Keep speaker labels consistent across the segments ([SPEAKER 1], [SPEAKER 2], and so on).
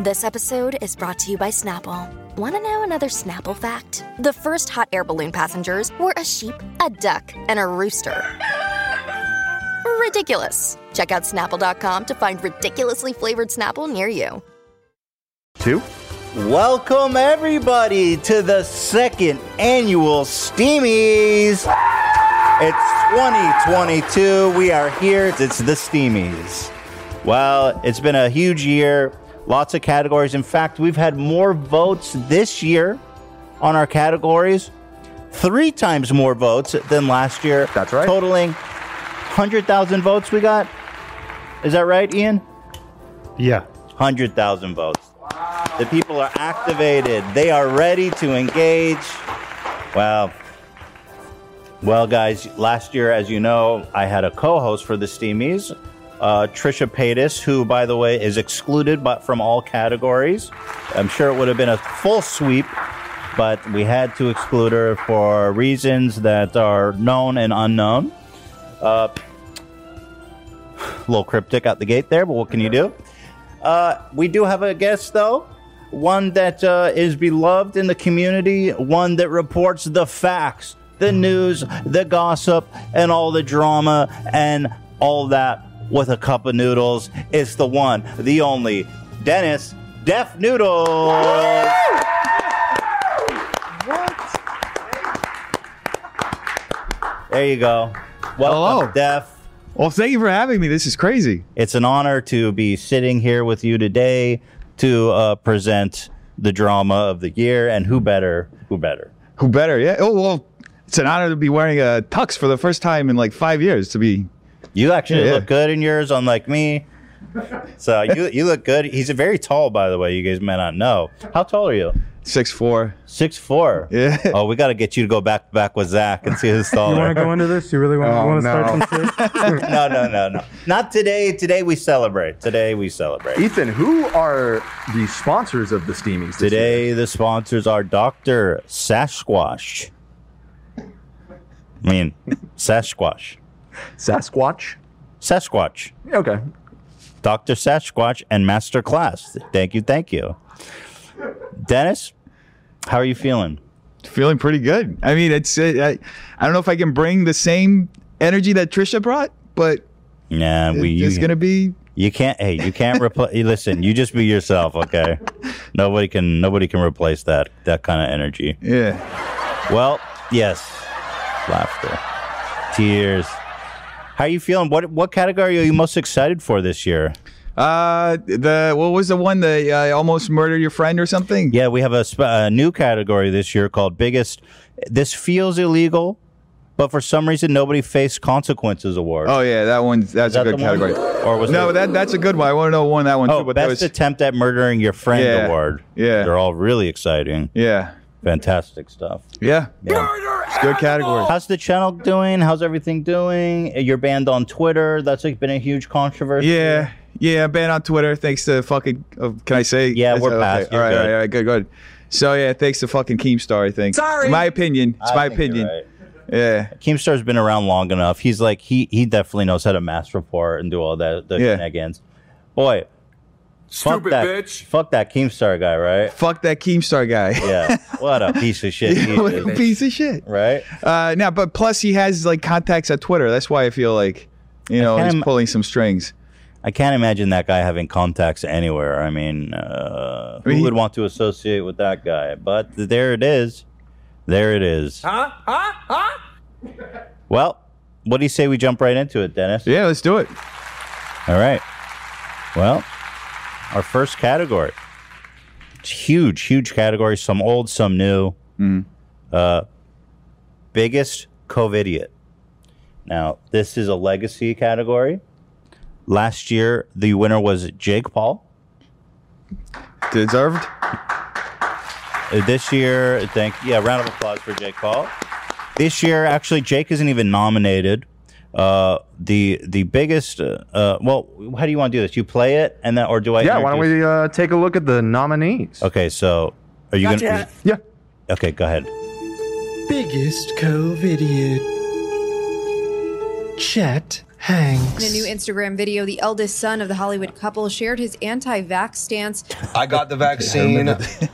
[SPEAKER 1] This episode is brought to you by Snapple. Want to know another Snapple fact? The first hot air balloon passengers were a sheep, a duck, and a rooster. Ridiculous. Check out snapple.com to find ridiculously flavored Snapple near you.
[SPEAKER 2] Two?
[SPEAKER 3] Welcome, everybody, to the second annual Steamies. It's 2022. We are here. It's the Steamies. Well, it's been a huge year, lots of categories. In fact, we've had more votes this year on our categories, three times more votes than last year.
[SPEAKER 2] That's right.
[SPEAKER 3] Totaling 100,000 votes we got. Is that right, Ian?
[SPEAKER 2] Yeah.
[SPEAKER 3] 100,000 votes. The people are activated. They are ready to engage. Wow. Well, guys, last year, as you know, I had a co host for the Steamies, uh, Trisha Paytas, who, by the way, is excluded but from all categories. I'm sure it would have been a full sweep, but we had to exclude her for reasons that are known and unknown. Uh, a little cryptic out the gate there, but what can you do? Uh, we do have a guest, though. One that uh, is beloved in the community, one that reports the facts, the news, the gossip, and all the drama and all that with a cup of noodles. It's the one, the only, Dennis Deaf Noodles. There you go. Welcome,
[SPEAKER 4] Hello.
[SPEAKER 3] Deaf.
[SPEAKER 4] Well, thank you for having me. This is crazy.
[SPEAKER 3] It's an honor to be sitting here with you today to uh, present the drama of the year, and who better? Who better?
[SPEAKER 4] Who better? Yeah. Oh well, it's an honor to be wearing a tux for the first time in like five years. To be
[SPEAKER 3] You actually
[SPEAKER 4] Yeah, yeah.
[SPEAKER 3] look good in yours, unlike me. So you you look good. He's very tall, by the way. You guys may not know. How tall are you?
[SPEAKER 4] six four.
[SPEAKER 3] Six four.
[SPEAKER 4] Yeah.
[SPEAKER 3] Oh, we got to get you to go back to back with Zach and see who's taller.
[SPEAKER 5] You want to go into this? You really want,
[SPEAKER 4] Oh,
[SPEAKER 5] want to
[SPEAKER 4] no.
[SPEAKER 5] start from six?
[SPEAKER 3] no, no, no, no. Not today. Today we celebrate. Today we celebrate.
[SPEAKER 2] Ethan, who are the sponsors of the Steamies this year?
[SPEAKER 3] Today, the sponsors are Dr. Sasquatch. I mean, Sasquatch.
[SPEAKER 2] Sasquatch.
[SPEAKER 3] Sasquatch.
[SPEAKER 2] Okay.
[SPEAKER 3] Dr. Sasquatch and Master Class. Thank you, thank you. Dennis, how are you feeling?
[SPEAKER 4] Feeling pretty good. I mean, it's uh, I, I don't know if I can bring the same energy that Trisha brought, but
[SPEAKER 3] Nah, we,
[SPEAKER 4] it's
[SPEAKER 3] you,
[SPEAKER 4] gonna be.
[SPEAKER 3] you can't, hey, you can't replace, listen, you just be yourself, okay? Nobody can, nobody can replace that, that kind of energy.
[SPEAKER 4] Yeah.
[SPEAKER 3] Well, yes. Laughter. Tears. How are you feeling? What what category are you most excited for this year?
[SPEAKER 4] Uh, the what was the one that uh, almost murdered your friend or something?
[SPEAKER 3] Yeah, we have a, sp- a new category this year called Biggest. This feels illegal, but for some reason nobody faced consequences award.
[SPEAKER 4] Oh yeah, that one's that's
[SPEAKER 3] Is that
[SPEAKER 4] a good
[SPEAKER 3] the one?
[SPEAKER 4] category.
[SPEAKER 3] Or was
[SPEAKER 4] No,
[SPEAKER 3] it-
[SPEAKER 4] that that's a good one. I want to know one that one
[SPEAKER 3] Oh,
[SPEAKER 4] too. But
[SPEAKER 3] best
[SPEAKER 4] that was
[SPEAKER 3] attempt at murdering your friend
[SPEAKER 4] Yeah,
[SPEAKER 3] award.
[SPEAKER 4] yeah.
[SPEAKER 3] they're all really exciting.
[SPEAKER 4] yeah,
[SPEAKER 3] Fantastic stuff.
[SPEAKER 4] yeah, It's good category.
[SPEAKER 3] How's the channel doing? How's everything doing? You're banned on Twitter. That's like been a huge controversy.
[SPEAKER 4] Yeah, yeah, ban on Twitter. Thanks to fucking. Uh, can I say?
[SPEAKER 3] Yeah,
[SPEAKER 4] That's-
[SPEAKER 3] we're past. You're
[SPEAKER 4] all right,
[SPEAKER 3] good.
[SPEAKER 4] all right, all right, good, good. So yeah, thanks to fucking Keemstar. I think. Sorry. My opinion. It's
[SPEAKER 3] I
[SPEAKER 4] my
[SPEAKER 3] think you're
[SPEAKER 4] opinion.
[SPEAKER 3] right.
[SPEAKER 4] Yeah.
[SPEAKER 3] Keemstar's been around long enough. He's like he he definitely knows how to mass report and do all that the
[SPEAKER 4] Yeah.
[SPEAKER 3] shenanigans. Boy, fuck
[SPEAKER 6] Stupid
[SPEAKER 3] that,
[SPEAKER 6] bitch.
[SPEAKER 3] Fuck that Keemstar guy, right?
[SPEAKER 4] Fuck that Keemstar guy.
[SPEAKER 3] Yeah, what a piece of shit he
[SPEAKER 4] What a
[SPEAKER 3] is,
[SPEAKER 4] piece of shit.
[SPEAKER 3] right?
[SPEAKER 4] Uh, no, but plus he has like contacts at Twitter. That's why I feel like, you know,
[SPEAKER 3] kinda
[SPEAKER 4] he's
[SPEAKER 3] m-
[SPEAKER 4] pulling some strings.
[SPEAKER 3] I can't imagine that guy having contacts anywhere. I mean, uh, who
[SPEAKER 4] mean, he-
[SPEAKER 3] would want to associate with that guy? But there it is, there it is. Huh? Huh? Huh? Well, what do you say we jump right into it, Dennis?
[SPEAKER 4] Yeah, let's do it.
[SPEAKER 3] All right. Well, our first category. It's huge, huge category. Some old, some new.
[SPEAKER 2] Mm-hmm.
[SPEAKER 3] Uh, biggest COVIDiot. Now, this is a legacy category. Last year, the winner was Jake Paul.
[SPEAKER 4] Deserved.
[SPEAKER 3] Uh, This year, thank yeah, round of applause for Jake Paul. This year, actually, Jake isn't even nominated. Uh, the the biggest. Uh, uh, well, how do you want to do this? You play it, and then, or do I?
[SPEAKER 2] Yeah, why don't
[SPEAKER 3] introduce-
[SPEAKER 2] we uh, take a look at the nominees?
[SPEAKER 3] Okay, so are you gonna?
[SPEAKER 2] Yeah.
[SPEAKER 3] Okay, go ahead.
[SPEAKER 7] biggest COVID idiot. Chet
[SPEAKER 2] In a new Instagram video, the eldest son of the Hollywood couple shared his anti vax stance.
[SPEAKER 6] I got the vaccine.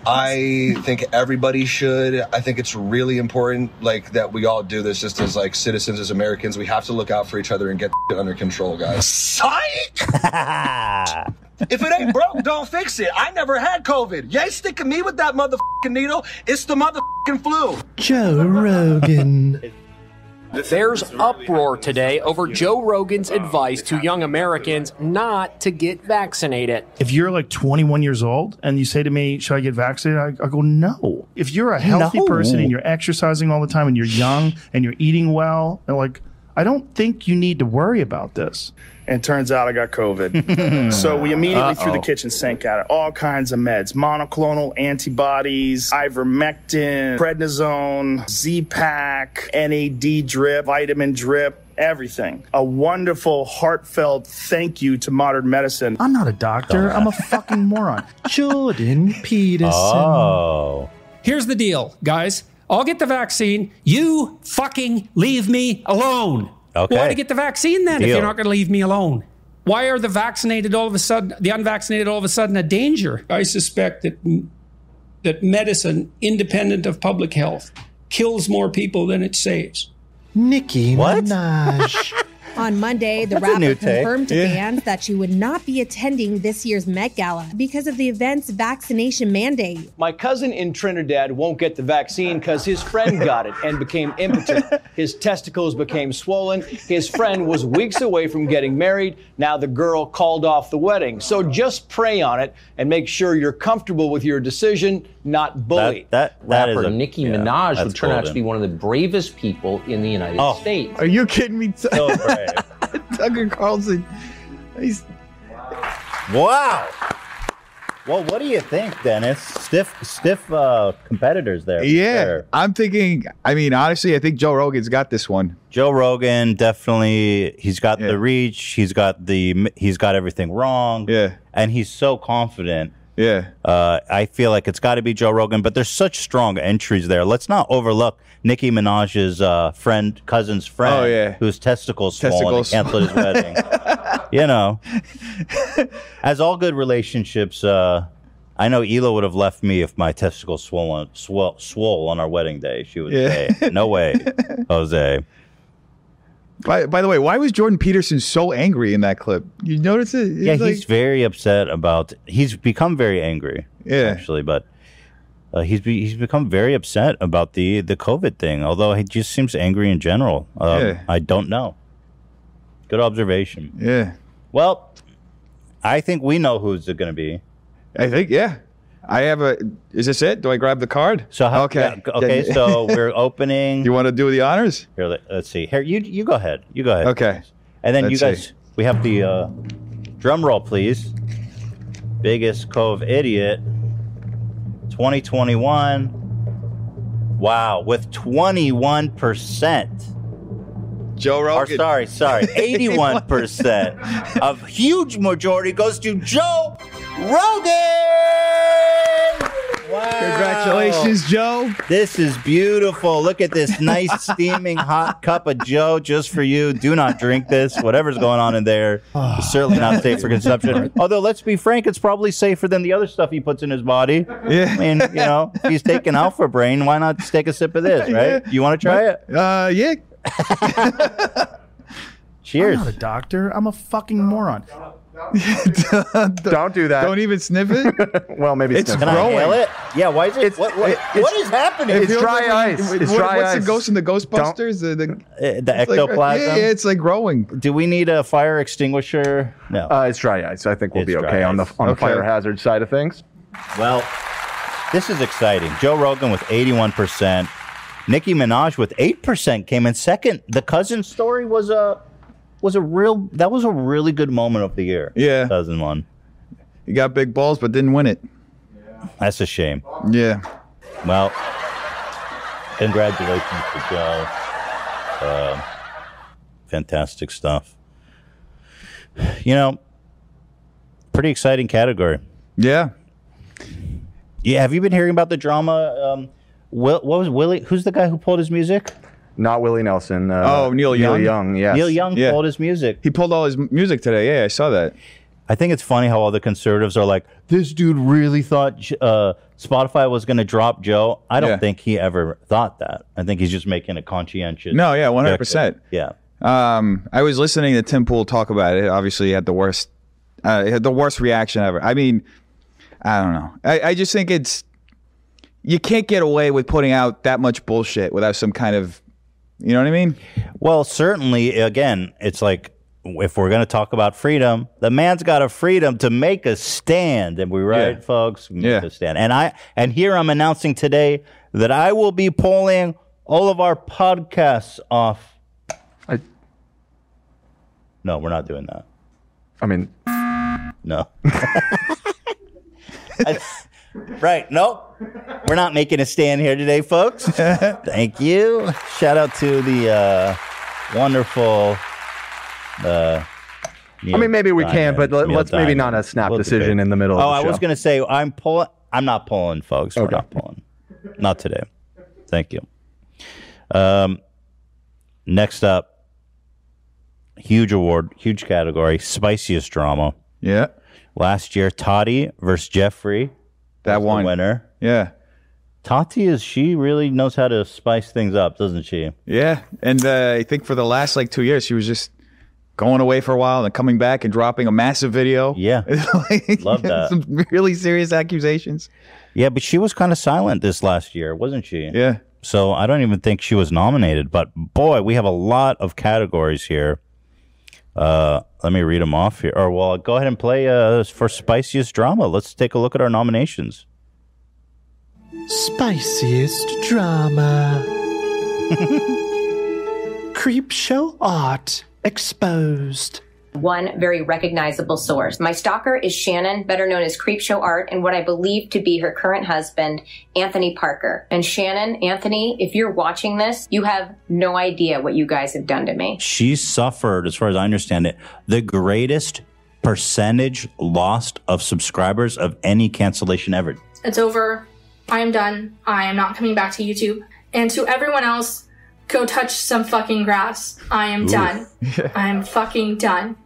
[SPEAKER 6] I think everybody should. I think it's really important, like that we all do this just as like citizens, as Americans. We have to look out for each other and get it under control, guys. Psych! if it ain't broke, don't fix it. I never had COVID. Yay, sticking me with that motherfucking needle. It's the motherfucking flu.
[SPEAKER 8] Joe Rogan.
[SPEAKER 9] There's uproar today over Joe Rogan's advice to young Americans not to get vaccinated.
[SPEAKER 8] If you're like 21 years old and you say to me, Should I get vaccinated? I, I go, No. If you're a healthy
[SPEAKER 3] No.
[SPEAKER 8] person and you're exercising all the time and you're young and you're eating well, and like, I don't think you need to worry about this.
[SPEAKER 7] and turns out I got COVID. so we immediately threw the kitchen sink at it. All kinds of meds, monoclonal antibodies, ivermectin, prednisone, Z-Pack, NAD drip, vitamin drip, everything. A wonderful, heartfelt thank you to modern medicine.
[SPEAKER 8] I'm not a doctor. I'm a fucking moron.
[SPEAKER 2] Jordan Peterson.
[SPEAKER 3] Oh.
[SPEAKER 10] Here's the deal, guys. I'll get the vaccine. You fucking leave me alone.
[SPEAKER 3] Okay.
[SPEAKER 10] Why to get the vaccine then if
[SPEAKER 3] Deal.
[SPEAKER 10] you're not going to leave me alone? Why are the vaccinated all of a sudden, the unvaccinated all of a sudden a danger? I suspect that that medicine, independent of public health, kills more people than it saves.
[SPEAKER 8] Nikki
[SPEAKER 3] What?
[SPEAKER 8] Minaj.
[SPEAKER 11] On Monday, the
[SPEAKER 3] That's a new
[SPEAKER 11] rapper
[SPEAKER 3] take.
[SPEAKER 11] confirmed to fans that she would not be attending this year's Met Gala because of the event's vaccination mandate.
[SPEAKER 12] My cousin in Trinidad won't get the vaccine because his friend got it and became impotent. His testicles became swollen. His friend was weeks away from getting married. Now the girl called off the wedding. So just pray on it and make sure you're comfortable with your decision, not bully.
[SPEAKER 3] That, that, that is
[SPEAKER 2] Rapper
[SPEAKER 3] a,
[SPEAKER 2] Nicki
[SPEAKER 3] yeah,
[SPEAKER 2] Minaj
[SPEAKER 3] that's
[SPEAKER 2] would turn out to
[SPEAKER 3] golden.
[SPEAKER 2] be one of the bravest people in the United
[SPEAKER 3] Oh.
[SPEAKER 2] States.
[SPEAKER 4] Are you kidding me?
[SPEAKER 3] so brave.
[SPEAKER 4] Tucker Carlson. He's
[SPEAKER 3] Wow. Well, what do you think, Dennis? Stiff, stiff uh, competitors there. for
[SPEAKER 4] yeah.
[SPEAKER 3] sure.
[SPEAKER 4] I'm thinking. I mean, honestly, I think Joe Rogan's got this one.
[SPEAKER 3] Joe Rogan definitely. He's got
[SPEAKER 4] Yeah.
[SPEAKER 3] the reach. He's got the. He's got everything wrong.
[SPEAKER 4] Yeah.
[SPEAKER 3] And he's so confident.
[SPEAKER 4] Yeah.
[SPEAKER 3] Uh, I feel like it's got to be Joe Rogan, but there's such strong entries there. Let's not overlook Nicki Minaj's uh, friend, cousin's friend,
[SPEAKER 4] Oh, yeah.
[SPEAKER 3] whose testicles swollen and
[SPEAKER 4] Testicles.
[SPEAKER 3] canceled his wedding. you know, as all good relationships, uh, I know Ela would have left me if my testicles swollen, swell, swole on our wedding day. She would
[SPEAKER 4] Yeah.
[SPEAKER 3] say, "No way, Jose."
[SPEAKER 4] By, by the way, why was Jordan Peterson so angry in that clip? You notice it? It's
[SPEAKER 3] Yeah,
[SPEAKER 4] like-
[SPEAKER 3] he's very upset about. He's become very angry.
[SPEAKER 4] Yeah.
[SPEAKER 3] actually, but uh, he's be, he's become very upset about the the COVID thing. Although he just seems angry in general. Um,
[SPEAKER 4] Yeah.
[SPEAKER 3] I don't know. Good observation.
[SPEAKER 4] yeah.
[SPEAKER 3] Well, I think we know who's it going to be.
[SPEAKER 4] I think yeah. I have a. Is this it? Do I grab the card?
[SPEAKER 3] So how?
[SPEAKER 4] okay.
[SPEAKER 3] yeah, okay.
[SPEAKER 4] Then-
[SPEAKER 3] So we're opening.
[SPEAKER 4] you want to do the honors?
[SPEAKER 3] Here, let, us see. Here, you you go ahead. You go ahead.
[SPEAKER 4] Okay.
[SPEAKER 3] And then
[SPEAKER 4] Let's
[SPEAKER 3] you guys,
[SPEAKER 4] see.
[SPEAKER 3] we have the uh, drum roll, please. Biggest Cove Idiot 2021. Wow, with 21%.
[SPEAKER 4] Joe
[SPEAKER 3] Or
[SPEAKER 4] Rogan.
[SPEAKER 3] sorry, sorry, 81% of huge majority goes to Joe Rogan. Wow.
[SPEAKER 4] Congratulations, Joe.
[SPEAKER 3] This is beautiful. Look at this nice steaming hot cup of Joe just for you. Do not drink this. Whatever's going on in there
[SPEAKER 4] Ah.
[SPEAKER 3] is certainly not safe for consumption. Although, let's be frank, it's probably safer than the other stuff he puts in his body. I
[SPEAKER 4] Yeah.
[SPEAKER 3] mean, you know, if he's taking alpha brain, why not just take a sip of this, right? You want to try it?
[SPEAKER 4] Uh, yeah.
[SPEAKER 3] Cheers.
[SPEAKER 8] I'm not a doctor. I'm a fucking moron.
[SPEAKER 13] Don't do that.
[SPEAKER 4] Don't even sniff it.
[SPEAKER 13] well, maybe
[SPEAKER 4] It's
[SPEAKER 13] sniff
[SPEAKER 3] Can
[SPEAKER 13] it.
[SPEAKER 3] I
[SPEAKER 4] growing.
[SPEAKER 3] inhale it? Yeah, why is it?
[SPEAKER 13] It's-
[SPEAKER 3] what, what,
[SPEAKER 13] it-
[SPEAKER 3] what is happening?
[SPEAKER 13] It's
[SPEAKER 4] It feels
[SPEAKER 13] dry
[SPEAKER 4] like when you-
[SPEAKER 13] ice.
[SPEAKER 4] what-
[SPEAKER 13] It's
[SPEAKER 4] what-
[SPEAKER 13] dry
[SPEAKER 4] what's
[SPEAKER 13] ice.
[SPEAKER 4] the ghost in the Ghostbusters? The, the,
[SPEAKER 3] Uh, the
[SPEAKER 4] it's like-
[SPEAKER 3] ectoplasm.
[SPEAKER 4] yeah, yeah, it's like growing.
[SPEAKER 3] Do we need a fire extinguisher? No.
[SPEAKER 13] Uh, it's dry ice. I think we'll
[SPEAKER 3] It's
[SPEAKER 13] be
[SPEAKER 3] dry
[SPEAKER 13] okay on the
[SPEAKER 3] ice.
[SPEAKER 13] on the
[SPEAKER 4] Okay.
[SPEAKER 13] fire hazard side of things.
[SPEAKER 3] Well, this is exciting. Joe Rogan with 81%. Nicki Minaj with 8% came in second. The cousin story was a was a real that was a really good moment of the year.
[SPEAKER 4] Yeah.
[SPEAKER 3] Cousin one.
[SPEAKER 4] You got big balls, but didn't win it.
[SPEAKER 3] That's a shame.
[SPEAKER 4] Yeah.
[SPEAKER 3] Well, congratulations to Joe. Um, fantastic stuff. You know, pretty exciting category.
[SPEAKER 4] Yeah.
[SPEAKER 3] Yeah, have you been hearing about the drama? Um, Will, what was Willie? Who's the guy who pulled his music?
[SPEAKER 13] Not Willie Nelson. Uh,
[SPEAKER 4] oh, Neil Young.
[SPEAKER 13] yes.
[SPEAKER 4] Yeah.
[SPEAKER 3] his music.
[SPEAKER 4] He pulled all his m- music today. Yeah, I saw that.
[SPEAKER 3] I think it's funny how all the conservatives are like, this dude really thought uh, Spotify was going to drop Joe. I don't
[SPEAKER 4] Yeah.
[SPEAKER 3] think he ever thought that. I think he's just making a conscientious.
[SPEAKER 4] No, yeah, one hundred
[SPEAKER 3] objective.
[SPEAKER 4] percent.
[SPEAKER 3] Yeah.
[SPEAKER 4] Um, I was listening to Tim Pool talk about it. Obviously, he had the worst, uh, he had the worst reaction ever. I mean, I don't know. I, I just think it's you can't get away with putting out that much bullshit without some kind of, you know what I mean?
[SPEAKER 3] Well, certainly, again, it's like if we're going to talk about freedom, the man's got a freedom to make a stand, and we right,
[SPEAKER 4] Yeah.
[SPEAKER 3] folks, make
[SPEAKER 4] Yeah.
[SPEAKER 3] a stand. And I and here I'm announcing today that I will be polling all of our podcasts off.
[SPEAKER 13] I,
[SPEAKER 3] no, we're not doing that.
[SPEAKER 13] I mean,
[SPEAKER 3] No. right. No, we're not making a stand here today, folks. Thank you. Shout out to the uh, wonderful. Uh,
[SPEAKER 13] I mean, maybe we can, but let- let's maybe not a snap decision in the middle
[SPEAKER 3] Oh,
[SPEAKER 13] of the
[SPEAKER 3] I was
[SPEAKER 13] show.
[SPEAKER 3] going to say I'm pulling. I'm not pulling, folks. We're not pulling. Not today. Thank you. Um, next up, huge award, huge category, spiciest drama.
[SPEAKER 4] Yeah.
[SPEAKER 3] Last year, Toddy versus Jeffrey.
[SPEAKER 4] That
[SPEAKER 3] one winner.
[SPEAKER 4] Yeah.
[SPEAKER 3] Tati is she really knows how to spice things up, doesn't she?
[SPEAKER 4] Yeah, and uh, I think for the last like two years, she was just going away for a while and coming back and dropping a massive video.
[SPEAKER 3] Yeah, love that.
[SPEAKER 4] Some really serious accusations.
[SPEAKER 3] Yeah, but she was kind of silent this last year, wasn't she?
[SPEAKER 4] Yeah.
[SPEAKER 3] So I don't even think she was nominated, but boy, we have a lot of categories here. Uh, let me read them off here. Or well, go ahead and play uh, for spiciest drama. Let's take a look at our nominations.
[SPEAKER 8] Spiciest drama. Creep show art exposed.
[SPEAKER 14] one very recognizable source. My stalker is Shannon, better known as Creepshow Art, and what I believe to be her current husband, Anthony Parker. And Shannon, Anthony, if you're watching this, you have no idea what you guys have done to me.
[SPEAKER 3] She suffered, as far as I understand it, the greatest percentage lost of subscribers of any cancellation ever.
[SPEAKER 15] It's over. I am done. I am not coming back to YouTube. And to everyone else, go touch some fucking grass. I am
[SPEAKER 8] Ooh.
[SPEAKER 15] done. I am fucking done.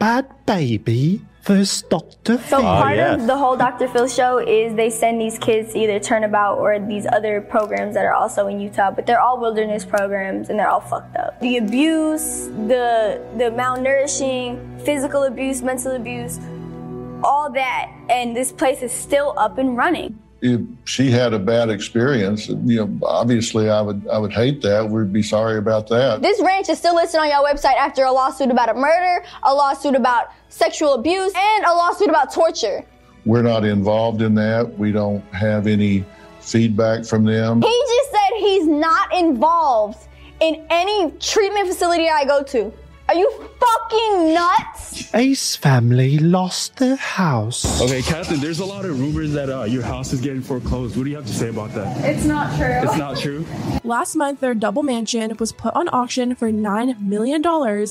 [SPEAKER 8] Bad baby versus Dr.
[SPEAKER 16] So
[SPEAKER 8] Phil.
[SPEAKER 3] Uh,
[SPEAKER 16] part of the whole Dr. Phil show is they send these kids to either Turnabout or these other programs that are also in Utah, but they're all wilderness programs and they're all fucked up. The abuse, the the malnourishing, physical abuse, mental abuse, all that, and this place is still up and running.
[SPEAKER 17] if she had a bad experience, you know, obviously I would I would hate that. We'd be sorry about that.
[SPEAKER 16] This ranch is still listed on your website after a lawsuit about a murder, a lawsuit about sexual abuse, and a lawsuit about torture.
[SPEAKER 17] We're not involved in that. We don't have any feedback from them.
[SPEAKER 16] He just said he's not involved in any treatment facility I go to. Are you fucking nuts?
[SPEAKER 8] Ace family lost their house.
[SPEAKER 18] Okay, Catherine, there's a lot of rumors that uh, your house is getting foreclosed. What do you have to say about that?
[SPEAKER 19] It's not true.
[SPEAKER 18] It's not true.
[SPEAKER 19] Last month, their double mansion was put on auction for $9 million.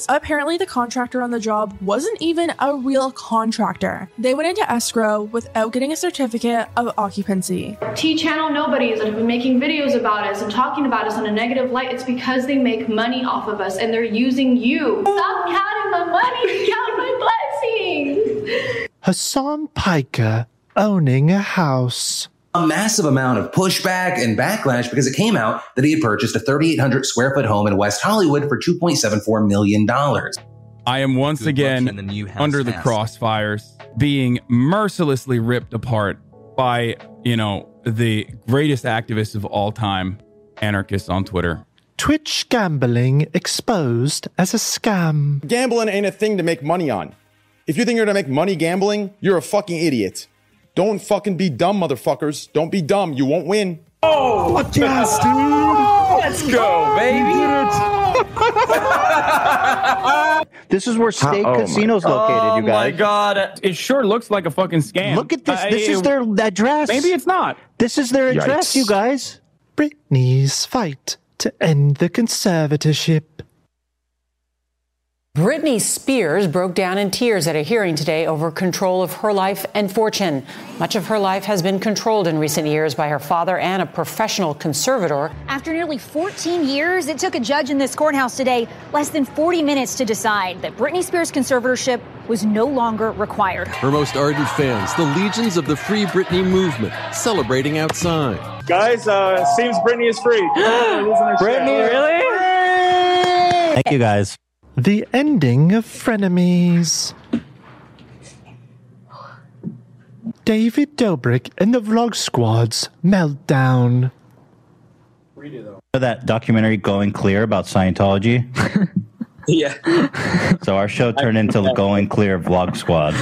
[SPEAKER 19] Apparently, the contractor on the job wasn't even a real contractor. They went into escrow without getting a certificate of occupancy.
[SPEAKER 15] T channel nobodies that have been making videos about us and talking about us in a negative light. It's because they make money off of us and they're using you. Stop counting my money, count my blessings.
[SPEAKER 8] Hassan Piker owning a house.
[SPEAKER 20] a massive amount of pushback and backlash because it came out that he had purchased a 3,800 square foot home in West Hollywood for $2.74 million.
[SPEAKER 21] I am once again under the crossfires, being mercilessly ripped apart by, you know, the greatest activist of all time, anarchists on Twitter.
[SPEAKER 8] Twitch gambling exposed as a scam.
[SPEAKER 10] Gambling ain't a thing to make money on. If you think you're gonna make money gambling, you're a fucking idiot. Don't fucking be dumb, motherfuckers. Don't be dumb. You won't win. Oh, fuck yes, dude. Let's go, baby.
[SPEAKER 3] This is where state
[SPEAKER 21] oh my-
[SPEAKER 3] casinos located, you
[SPEAKER 21] Oh my
[SPEAKER 3] guys.
[SPEAKER 21] god, it sure looks like a fucking scam.
[SPEAKER 3] Look at this.
[SPEAKER 21] I-
[SPEAKER 3] This is their address.
[SPEAKER 21] Maybe it's not.
[SPEAKER 3] This is their address, you guys.
[SPEAKER 8] Britney's fight to end the conservatorship.
[SPEAKER 1] Britney Spears broke down in tears at a hearing today over control of her life and fortune. Much of her life has been controlled in recent years by her father and a professional conservator.
[SPEAKER 6] After nearly 14 years, it took a judge in this courthouse today less than 40 minutes to decide that Britney Spears' conservatorship was no longer required.
[SPEAKER 12] Her most ardent fans, the legions of the Free Britney movement, celebrating outside.
[SPEAKER 9] Guys, uh, seems Brittany is free.
[SPEAKER 12] Brittany,
[SPEAKER 9] really?
[SPEAKER 3] Thank you guys.
[SPEAKER 8] The ending of Frenemies. David Dobrik and the Vlog Squad's meltdown.
[SPEAKER 3] That documentary Going Clear about Scientology.
[SPEAKER 22] Yeah.
[SPEAKER 3] So our show turned into Going Clear Vlog Squad.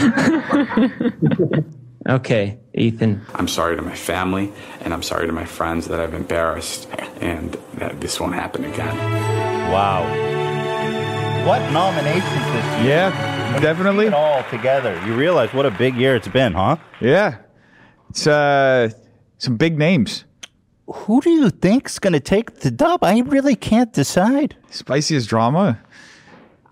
[SPEAKER 22] Okay, Ethan.
[SPEAKER 23] I'm sorry to my family, and I'm sorry to my friends that I've embarrassed, and that this won't happen again.
[SPEAKER 3] Wow. What nominations this year?
[SPEAKER 4] Yeah, definitely.
[SPEAKER 3] all together. You realize what a big year it's been, huh?
[SPEAKER 4] Yeah. It's uh, some big names.
[SPEAKER 3] Who do you think's going to take the dub? I really can't decide.
[SPEAKER 4] Spiciest drama?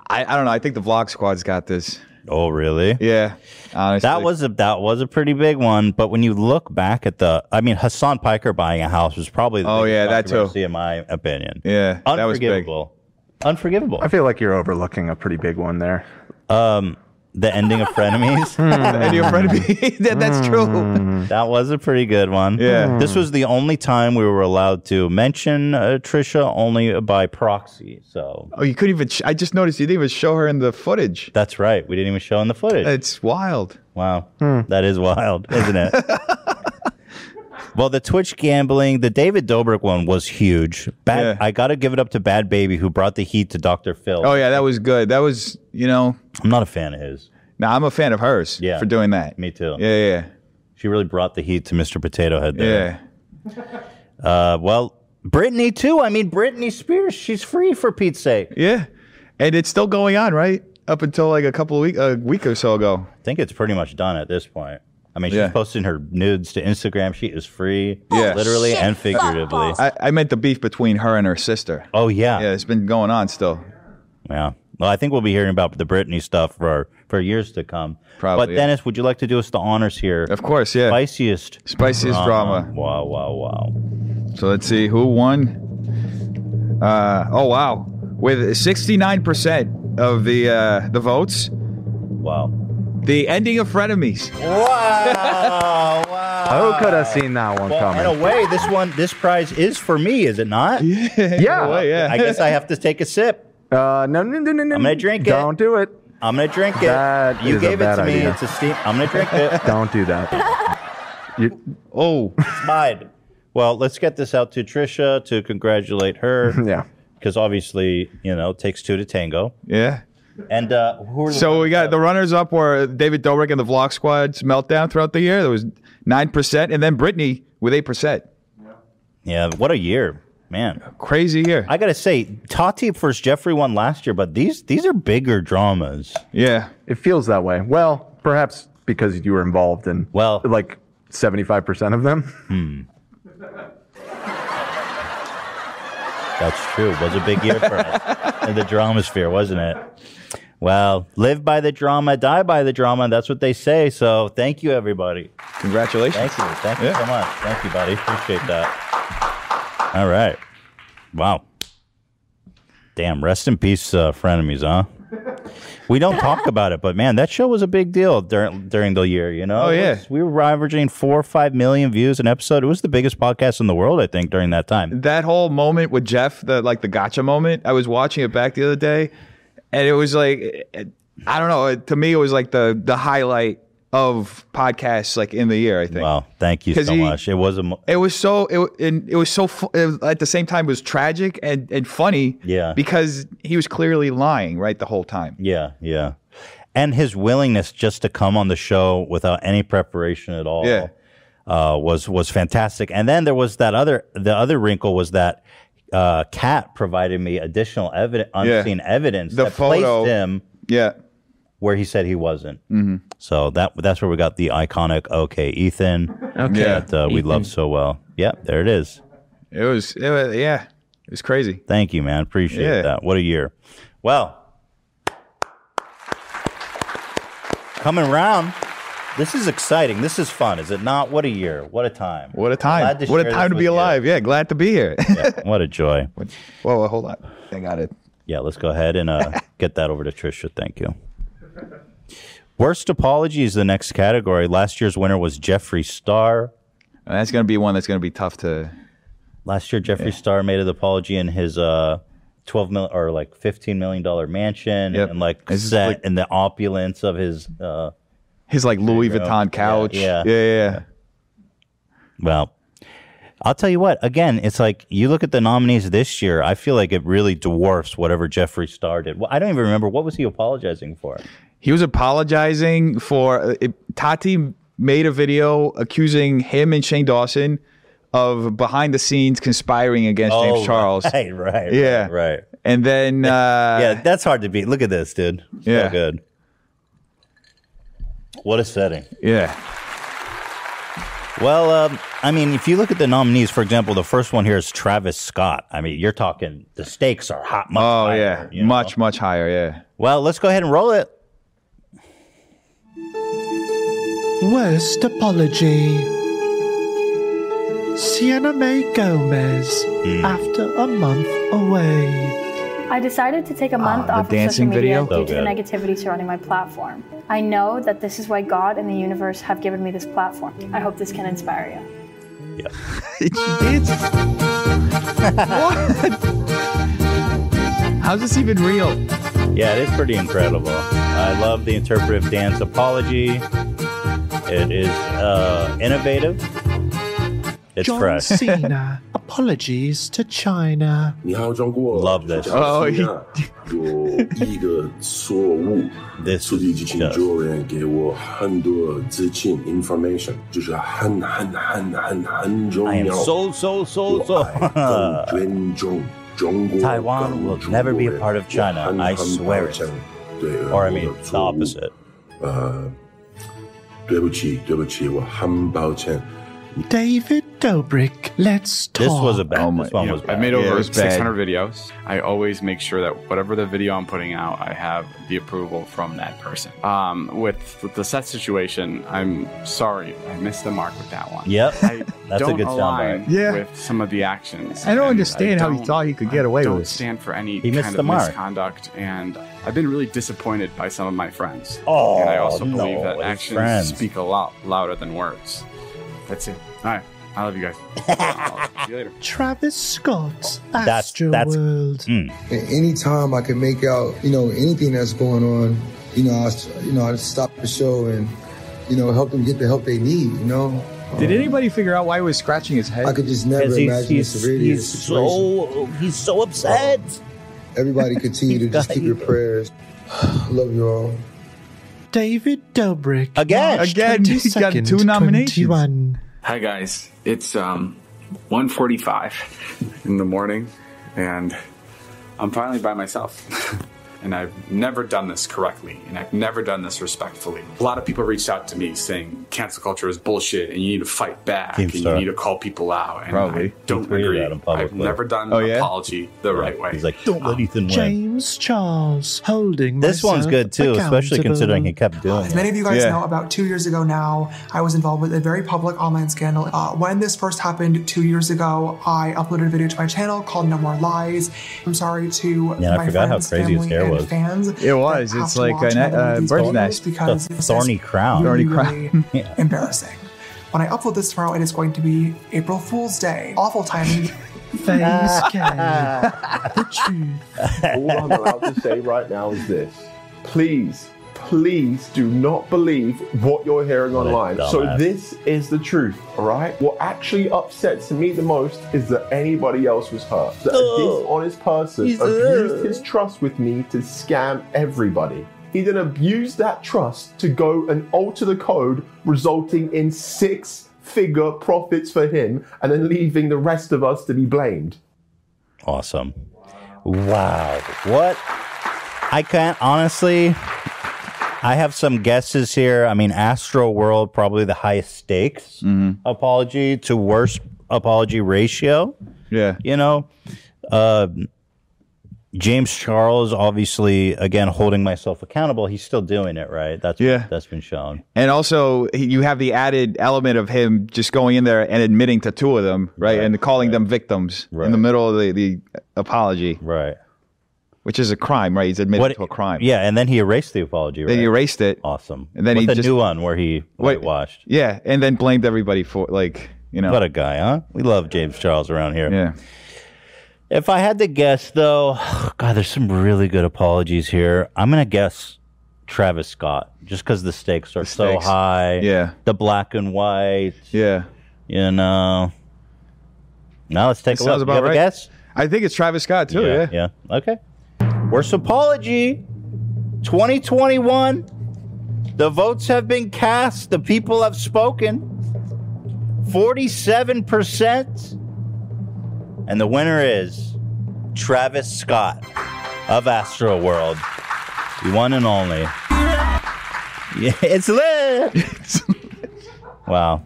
[SPEAKER 4] I, I don't know. I think the Vlog Squad's got this.
[SPEAKER 3] Oh, really?
[SPEAKER 4] Yeah. Honestly.
[SPEAKER 3] That was a that was a pretty big one, but when you look back at the, I mean, Hassan Piker buying a house was probably the
[SPEAKER 4] Oh,
[SPEAKER 3] biggest
[SPEAKER 4] yeah, that too.
[SPEAKER 3] controversy in my opinion.
[SPEAKER 4] Yeah, that was big.
[SPEAKER 3] unforgivable, unforgivable.
[SPEAKER 2] I feel like you're overlooking a pretty big one there.
[SPEAKER 3] Um, the ending of Frenemies.
[SPEAKER 4] and your friend be that,
[SPEAKER 3] Hmm.
[SPEAKER 4] that's true.
[SPEAKER 3] That was a pretty good one.
[SPEAKER 4] Yeah.
[SPEAKER 3] This was the only time we were allowed to mention uh, Trisha only by proxy. So
[SPEAKER 4] Oh, you couldn't even. Sh- I just noticed you didn't even show her in the footage.
[SPEAKER 3] that's right. We didn't even show in the footage.
[SPEAKER 4] It's wild.
[SPEAKER 3] Wow.
[SPEAKER 4] Hmm.
[SPEAKER 3] That is wild, isn't it? well, the Twitch gambling, the David Dobrik one was huge. Bad, I got to give it up to Bad Baby, who brought the heat to Dr. Phil.
[SPEAKER 4] Oh yeah, that was good. That was you know.
[SPEAKER 3] I'm not a fan of his.
[SPEAKER 4] No, I'm a fan of hers.
[SPEAKER 3] Yeah.
[SPEAKER 4] For doing that.
[SPEAKER 3] Me too.
[SPEAKER 4] Yeah, yeah.
[SPEAKER 3] She really brought the heat to Mr. Potato Head there. Yeah. Uh, well, Brittany, too. I mean, Britney Spears, she's free for Pete's sake.
[SPEAKER 4] Yeah. And it's still going on, right? Up until like a couple of week a week or so ago.
[SPEAKER 3] I think it's pretty much done at this point. I mean, she's
[SPEAKER 4] Yeah.
[SPEAKER 3] posting her nudes to Instagram. She is free,
[SPEAKER 4] Yeah.
[SPEAKER 3] literally and figuratively.
[SPEAKER 4] I, I meant the beef between her and her sister.
[SPEAKER 3] Oh yeah.
[SPEAKER 4] Yeah, it's been going on still.
[SPEAKER 3] Yeah. Well, I think we'll be hearing about the Britney stuff for for years to come.
[SPEAKER 4] Probably,
[SPEAKER 3] But
[SPEAKER 4] yeah.
[SPEAKER 3] Dennis, would you like to do us the honors here?
[SPEAKER 4] Of course, yeah.
[SPEAKER 3] Spiciest.
[SPEAKER 4] Spiciest
[SPEAKER 3] Uh-huh.
[SPEAKER 4] drama.
[SPEAKER 3] Wow, wow, wow.
[SPEAKER 4] So let's see who won. Uh, oh wow, with sixty nine percent of the uh, the votes.
[SPEAKER 3] Wow.
[SPEAKER 4] The ending of frenemies.
[SPEAKER 3] Wow. wow.
[SPEAKER 2] Who could have Oh, seen that one
[SPEAKER 3] Uh, Well, in
[SPEAKER 2] coming?
[SPEAKER 3] a way, this one, this prize is for me, is it not? Yeah.
[SPEAKER 2] Yeah. way, yeah.
[SPEAKER 3] I guess I have to take a sip.
[SPEAKER 2] Uh, no, no, no, no, no.
[SPEAKER 3] I'm gonna drink it.
[SPEAKER 2] Don't do it.
[SPEAKER 3] I'm gonna drink it.
[SPEAKER 2] That
[SPEAKER 3] you
[SPEAKER 2] is a
[SPEAKER 3] gave it
[SPEAKER 2] bad
[SPEAKER 3] to me.
[SPEAKER 2] idea.
[SPEAKER 3] It's a steam. I'm gonna drink it.
[SPEAKER 2] Don't do that. You-
[SPEAKER 4] oh,
[SPEAKER 3] Mine. Well, let's get this out to Trisha to congratulate her.
[SPEAKER 2] Yeah.
[SPEAKER 3] Because obviously, you know, it takes two to tango.
[SPEAKER 4] Yeah.
[SPEAKER 3] And uh, who are the
[SPEAKER 4] So we got the runners up were David Dobrik and the Vlog Squad's meltdown throughout the year. There was nine percent, and then Brittany with eight percent.
[SPEAKER 3] Yeah, what a year, man!
[SPEAKER 4] Crazy year.
[SPEAKER 3] I gotta say, Tati versus Jeffrey won last year, but these these are bigger dramas.
[SPEAKER 4] Yeah.
[SPEAKER 2] It feels that way. Well, perhaps because you were involved in
[SPEAKER 3] well,
[SPEAKER 2] like seventy five percent of them.
[SPEAKER 3] That's true. It was a big year for us in the drama sphere, wasn't it? Well, live by the drama, die by the drama. That's what they say. So thank you, everybody.
[SPEAKER 4] Congratulations.
[SPEAKER 3] Thank you. Thank you so much. Thank you, buddy. Appreciate that. All right. Wow. Damn. Rest in peace, uh, frenemies, huh? We don't talk about it, but man, that show was a big deal during during the year. You know,
[SPEAKER 4] Oh,
[SPEAKER 3] It
[SPEAKER 4] yeah.
[SPEAKER 3] was- we were averaging four or five million views an episode. It was the biggest podcast in the world, I think, during that time.
[SPEAKER 4] That whole moment with Jeff, the like the gotcha moment. I was watching it back the other day, and it was like, I don't know. To me, it was like the the highlight of podcasts like in the year. I think.
[SPEAKER 3] Wow, thank you
[SPEAKER 4] 'Cause
[SPEAKER 3] so
[SPEAKER 4] he-
[SPEAKER 3] much. It was a mo-
[SPEAKER 4] It was so it wa- and it was so fu- it was, at the same time it was tragic and and funny.
[SPEAKER 3] Yeah.
[SPEAKER 4] Because he was clearly lying right the whole time.
[SPEAKER 3] yeah, yeah, and his willingness just to come on the show without any preparation at all
[SPEAKER 4] Yeah.
[SPEAKER 3] uh, was was fantastic. And then there was that other the other wrinkle was that uh, Kat provided me additional evidence,
[SPEAKER 4] Yeah.
[SPEAKER 3] unseen evidence
[SPEAKER 4] The
[SPEAKER 3] that
[SPEAKER 4] photo. Mm-hmm.
[SPEAKER 3] placed him
[SPEAKER 4] Yeah.
[SPEAKER 3] where he said he wasn't. So that that's where we got the iconic "Okay, Ethan"
[SPEAKER 4] Okay,
[SPEAKER 3] that uh, we
[SPEAKER 4] Ethan.
[SPEAKER 3] love so well. Yep, there it is.
[SPEAKER 4] It was, it was yeah. It was crazy.
[SPEAKER 3] Thank you, man. Appreciate
[SPEAKER 4] Yeah.
[SPEAKER 3] that. What a year. Well, coming around. This is exciting. This is fun, is it not? What a year. What a time. What a
[SPEAKER 4] time. What a time to be alive. Yeah, glad to be here.
[SPEAKER 3] What a joy.
[SPEAKER 4] Whoa, whoa, hold on. I got it.
[SPEAKER 3] Yeah, let's go ahead and uh, get that over to Trisha. Thank you. Worst apology is the next category. Last year's winner was Jeffree Star.
[SPEAKER 4] that's going to be one that's going to be tough to.
[SPEAKER 3] Last year, Jeffree Star made an apology in his uh, twelve mil or like fifteen million dollar mansion and like
[SPEAKER 4] This is
[SPEAKER 3] set
[SPEAKER 4] like-
[SPEAKER 3] and the opulence of his uh,
[SPEAKER 4] His like Louis
[SPEAKER 3] There you go.
[SPEAKER 4] Vuitton couch.
[SPEAKER 3] Yeah, yeah.
[SPEAKER 4] yeah, yeah.
[SPEAKER 3] Well, I'll tell you what. Again, it's like you look at the nominees this year. I feel like it really dwarfs whatever Jeffree Star did. Well, I don't even remember what was he apologizing for.
[SPEAKER 4] He was apologizing for uh, it, Tati made a video accusing him and Shane Dawson of behind the scenes conspiring against
[SPEAKER 3] Oh,
[SPEAKER 4] James Charles.
[SPEAKER 3] Right, right.
[SPEAKER 4] Yeah.
[SPEAKER 3] Right. right.
[SPEAKER 4] And then uh
[SPEAKER 3] yeah, that's hard to beat. Look at this, dude. So
[SPEAKER 4] Yeah.
[SPEAKER 3] good. What a setting.
[SPEAKER 4] Yeah.
[SPEAKER 3] Well, um, I mean, if you look at the nominees, for example, the first one here is Travis Scott. I mean, you're talking the stakes are hot. Much oh yeah, much
[SPEAKER 4] much higher. Yeah.
[SPEAKER 3] Well, let's go ahead and roll it.
[SPEAKER 8] Worst apology. Sienna May Gomez,
[SPEAKER 23] Hmm.
[SPEAKER 8] after a month away.
[SPEAKER 5] I decided to take a
[SPEAKER 4] Uh,
[SPEAKER 5] month
[SPEAKER 8] the
[SPEAKER 5] off of social
[SPEAKER 8] dancing
[SPEAKER 5] media
[SPEAKER 8] video?
[SPEAKER 5] due
[SPEAKER 8] So
[SPEAKER 5] to the
[SPEAKER 8] good.
[SPEAKER 5] negativity surrounding my platform. I know that this is why God and the universe have given me this platform. I hope this can inspire you.
[SPEAKER 4] How's this even real?
[SPEAKER 3] Yeah, it is pretty incredible. I love the interpretive dance apology. It is uh, innovative. It's
[SPEAKER 8] John
[SPEAKER 3] fresh.
[SPEAKER 8] Cena, apologies to China.
[SPEAKER 3] Love this.
[SPEAKER 8] Oh, he-
[SPEAKER 23] 我一个错误，这次你就请救人给我很多资金
[SPEAKER 3] I am so, so, so, so. Taiwan will never be a part of China. I swear it. Or, I mean, the opposite.
[SPEAKER 23] 对不起，对不起，我很抱歉。
[SPEAKER 8] David Dobrik, let's talk.
[SPEAKER 23] This was a bad-
[SPEAKER 8] Oh my-
[SPEAKER 23] this one
[SPEAKER 8] yeah.
[SPEAKER 23] was bad.
[SPEAKER 21] I've made over
[SPEAKER 8] Yeah, it was bad.
[SPEAKER 21] 600 videos. I always make sure that whatever the video I'm putting out, I have the approval from that person. Um, with, with the set situation, I'm sorry, I missed the mark with that one.
[SPEAKER 3] Yep.
[SPEAKER 21] I
[SPEAKER 3] That's a
[SPEAKER 21] don't
[SPEAKER 3] good
[SPEAKER 21] align
[SPEAKER 3] soundbite. Yeah.
[SPEAKER 21] with some of the actions.
[SPEAKER 4] I don't
[SPEAKER 21] and
[SPEAKER 4] understand how he
[SPEAKER 21] don't-
[SPEAKER 4] thought he could get away
[SPEAKER 21] don't
[SPEAKER 4] with this.
[SPEAKER 21] stand for any
[SPEAKER 4] He missed
[SPEAKER 21] kind
[SPEAKER 4] the
[SPEAKER 21] of
[SPEAKER 4] mark.
[SPEAKER 21] misconduct, and I've been really disappointed by some of my friends.
[SPEAKER 3] Oh,
[SPEAKER 21] and I also
[SPEAKER 3] no,
[SPEAKER 21] believe that
[SPEAKER 3] his
[SPEAKER 21] actions
[SPEAKER 3] friends.
[SPEAKER 21] speak a lot louder than words. That's it. All right, I love you guys. I'll see you later.
[SPEAKER 8] Travis Scott,
[SPEAKER 21] That's-
[SPEAKER 8] Astro World.
[SPEAKER 24] And anytime I can make out, you know, anything that's going on, you know, I, s- you know, I stop the show and, you know, help them get the help they need. You know.
[SPEAKER 4] Did anybody figure out why he was scratching his head?
[SPEAKER 24] I could just never
[SPEAKER 4] 'Cause he's-
[SPEAKER 24] imagine
[SPEAKER 4] he's-
[SPEAKER 24] the severity of the
[SPEAKER 4] he's
[SPEAKER 24] situation.
[SPEAKER 3] so he's so upset.
[SPEAKER 24] Everybody continue to just keep your prayers. Love you all.
[SPEAKER 8] David Dobrik.
[SPEAKER 24] Again.
[SPEAKER 8] March
[SPEAKER 24] Again, he got
[SPEAKER 8] 22nd,
[SPEAKER 24] two nominations.
[SPEAKER 8] 21.
[SPEAKER 21] Hi guys, it's um 1:45 in the morning, and I'm finally by myself. and I've never done this correctly, and I've never done this respectfully. A lot of people reached out to me saying cancel culture is bullshit, and you need to fight back,
[SPEAKER 3] Keeps
[SPEAKER 21] and you
[SPEAKER 3] that.
[SPEAKER 21] need to call people out. And
[SPEAKER 3] Probably.
[SPEAKER 21] I don't
[SPEAKER 3] He tweeted
[SPEAKER 21] agree.
[SPEAKER 3] at him
[SPEAKER 21] I've
[SPEAKER 3] publicly.
[SPEAKER 21] never done
[SPEAKER 3] Oh,
[SPEAKER 21] an
[SPEAKER 3] yeah?
[SPEAKER 21] apology the right way.
[SPEAKER 3] He's like, don't let Ethan win.
[SPEAKER 8] James Charles holding
[SPEAKER 3] This one's good
[SPEAKER 8] myself
[SPEAKER 3] too, especially
[SPEAKER 8] accountable.
[SPEAKER 3] considering he kept doing
[SPEAKER 13] As
[SPEAKER 3] it.
[SPEAKER 13] many of you guys know, about two years ago now, I was involved with a very public online scandal. Uh, when this first happened two years ago, I uploaded a video to my channel called No More Lies. I'm sorry to
[SPEAKER 3] Yeah, I
[SPEAKER 13] my
[SPEAKER 3] forgot how
[SPEAKER 13] friends,
[SPEAKER 3] crazy his
[SPEAKER 13] family,
[SPEAKER 3] hair
[SPEAKER 13] and
[SPEAKER 3] was.
[SPEAKER 13] fans.
[SPEAKER 4] It was.
[SPEAKER 13] that have
[SPEAKER 4] It's
[SPEAKER 13] to
[SPEAKER 4] like
[SPEAKER 13] watch
[SPEAKER 4] a
[SPEAKER 13] another one of
[SPEAKER 4] uh,
[SPEAKER 13] these
[SPEAKER 4] bird's
[SPEAKER 13] videos
[SPEAKER 4] nest.
[SPEAKER 13] Because
[SPEAKER 4] The
[SPEAKER 13] it's
[SPEAKER 4] thorny crown.
[SPEAKER 13] Really,
[SPEAKER 4] Thorny crown.
[SPEAKER 13] really embarrassing. When I upload this tomorrow, it is going to be April Fool's Day. Awful timing.
[SPEAKER 8] Face cam.
[SPEAKER 25] All I'm allowed to say right now is this. Please, please do not believe what you're hearing
[SPEAKER 26] What a
[SPEAKER 25] online. So
[SPEAKER 26] dumbass.
[SPEAKER 25] this is the truth, all right? What actually upsets me the most is that anybody else was hurt. That
[SPEAKER 26] Ugh.
[SPEAKER 25] a dishonest person
[SPEAKER 26] He's-
[SPEAKER 25] abused
[SPEAKER 26] ugh.
[SPEAKER 25] his trust with me to scam everybody. He then abused that trust to go and alter the code, resulting in six figure profits for him, and then leaving the rest of us to be blamed.
[SPEAKER 3] Awesome. Wow. What? I can't honestly. I have some guesses here. I mean, Astro World probably the highest stakes apology to worst apology ratio.
[SPEAKER 4] Yeah.
[SPEAKER 3] You know, uh, James Charles, obviously, again holding myself accountable. He's still doing it, right? That's yeah. That's been shown.
[SPEAKER 4] And also, he- you have the added element of him just going in there and admitting to two of them, right? and calling them victims in the middle of the, the apology.
[SPEAKER 3] Right.
[SPEAKER 4] Which is a crime, right? He's admitted
[SPEAKER 3] What-
[SPEAKER 4] to a crime.
[SPEAKER 3] Yeah, and then he erased the apology. Right?
[SPEAKER 4] Then he erased it.
[SPEAKER 3] Awesome.
[SPEAKER 4] And then
[SPEAKER 3] With
[SPEAKER 4] he
[SPEAKER 3] the
[SPEAKER 4] just-
[SPEAKER 3] new one where he whitewashed.
[SPEAKER 4] Yeah, and then blamed everybody for like you know.
[SPEAKER 3] What a guy, huh? We love James Charles around here. Yeah. If I had to guess, though, God, there's some really good apologies here. I'm gonna guess Travis Scott, just because the stakes are so
[SPEAKER 4] stakes.
[SPEAKER 3] high.
[SPEAKER 4] Yeah.
[SPEAKER 3] The black and white.
[SPEAKER 4] Yeah.
[SPEAKER 3] You know. Now let's take a
[SPEAKER 4] That
[SPEAKER 3] look.
[SPEAKER 4] sounds
[SPEAKER 3] You
[SPEAKER 4] about
[SPEAKER 3] have a
[SPEAKER 4] right.
[SPEAKER 3] guess?
[SPEAKER 4] I think it's Travis Scott too. Yeah.
[SPEAKER 3] Yeah. Yeah. Okay. Worst apology 2021. The votes have been cast. The people have spoken. 47%. And the winner is Travis Scott of Astro World. The one and only. Yeah, it's lit. wow.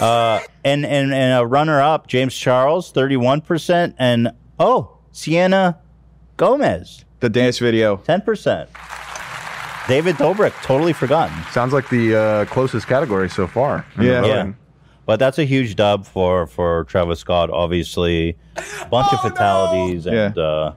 [SPEAKER 3] Uh, and and and a runner up, James Charles, thirty one percent, and oh, Sienna Gomez,
[SPEAKER 4] the dance video,
[SPEAKER 3] ten percent. David Dobrik, totally forgotten.
[SPEAKER 2] Sounds like the uh, closest category so far. in the voting.
[SPEAKER 3] But that's a huge dub for for Travis Scott. Obviously, bunch of fatalities and uh,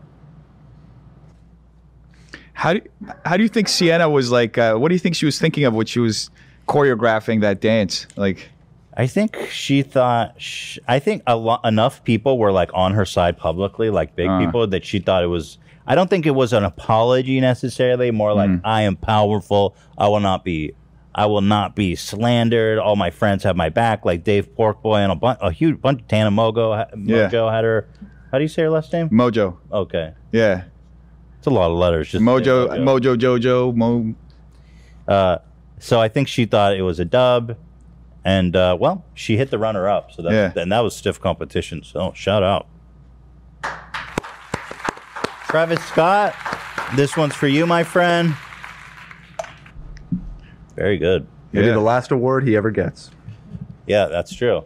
[SPEAKER 4] How do how do you think Sienna was like? Uh, what do you think she was thinking of when she was choreographing that dance? Like,
[SPEAKER 3] I think she thought. Sh I think a lo- enough people were like on her side publicly, like big
[SPEAKER 4] Uh.
[SPEAKER 3] people, that she thought it was. I don't think it was an apology necessarily. More like
[SPEAKER 4] Hmm.
[SPEAKER 3] I am powerful. I will not be. I will not be slandered. All my friends have my back, like Dave Porkboy and a, bun- a huge bunch. Tana Mogo,
[SPEAKER 4] Yeah.
[SPEAKER 3] Mojo had her. How do you say her last name?
[SPEAKER 4] Mojo.
[SPEAKER 3] Okay.
[SPEAKER 4] Yeah.
[SPEAKER 3] It's a lot of letters. Just
[SPEAKER 4] Mojo, Mojo, Jojo, Mo.
[SPEAKER 3] Uh, so I think she thought it was a dub, and uh, well, she hit the runner up. So that and that was stiff competition. So shout out, Travis Scott. This one's for you, my friend. Very good.
[SPEAKER 2] Maybe the last award he ever gets.
[SPEAKER 3] Yeah, that's true.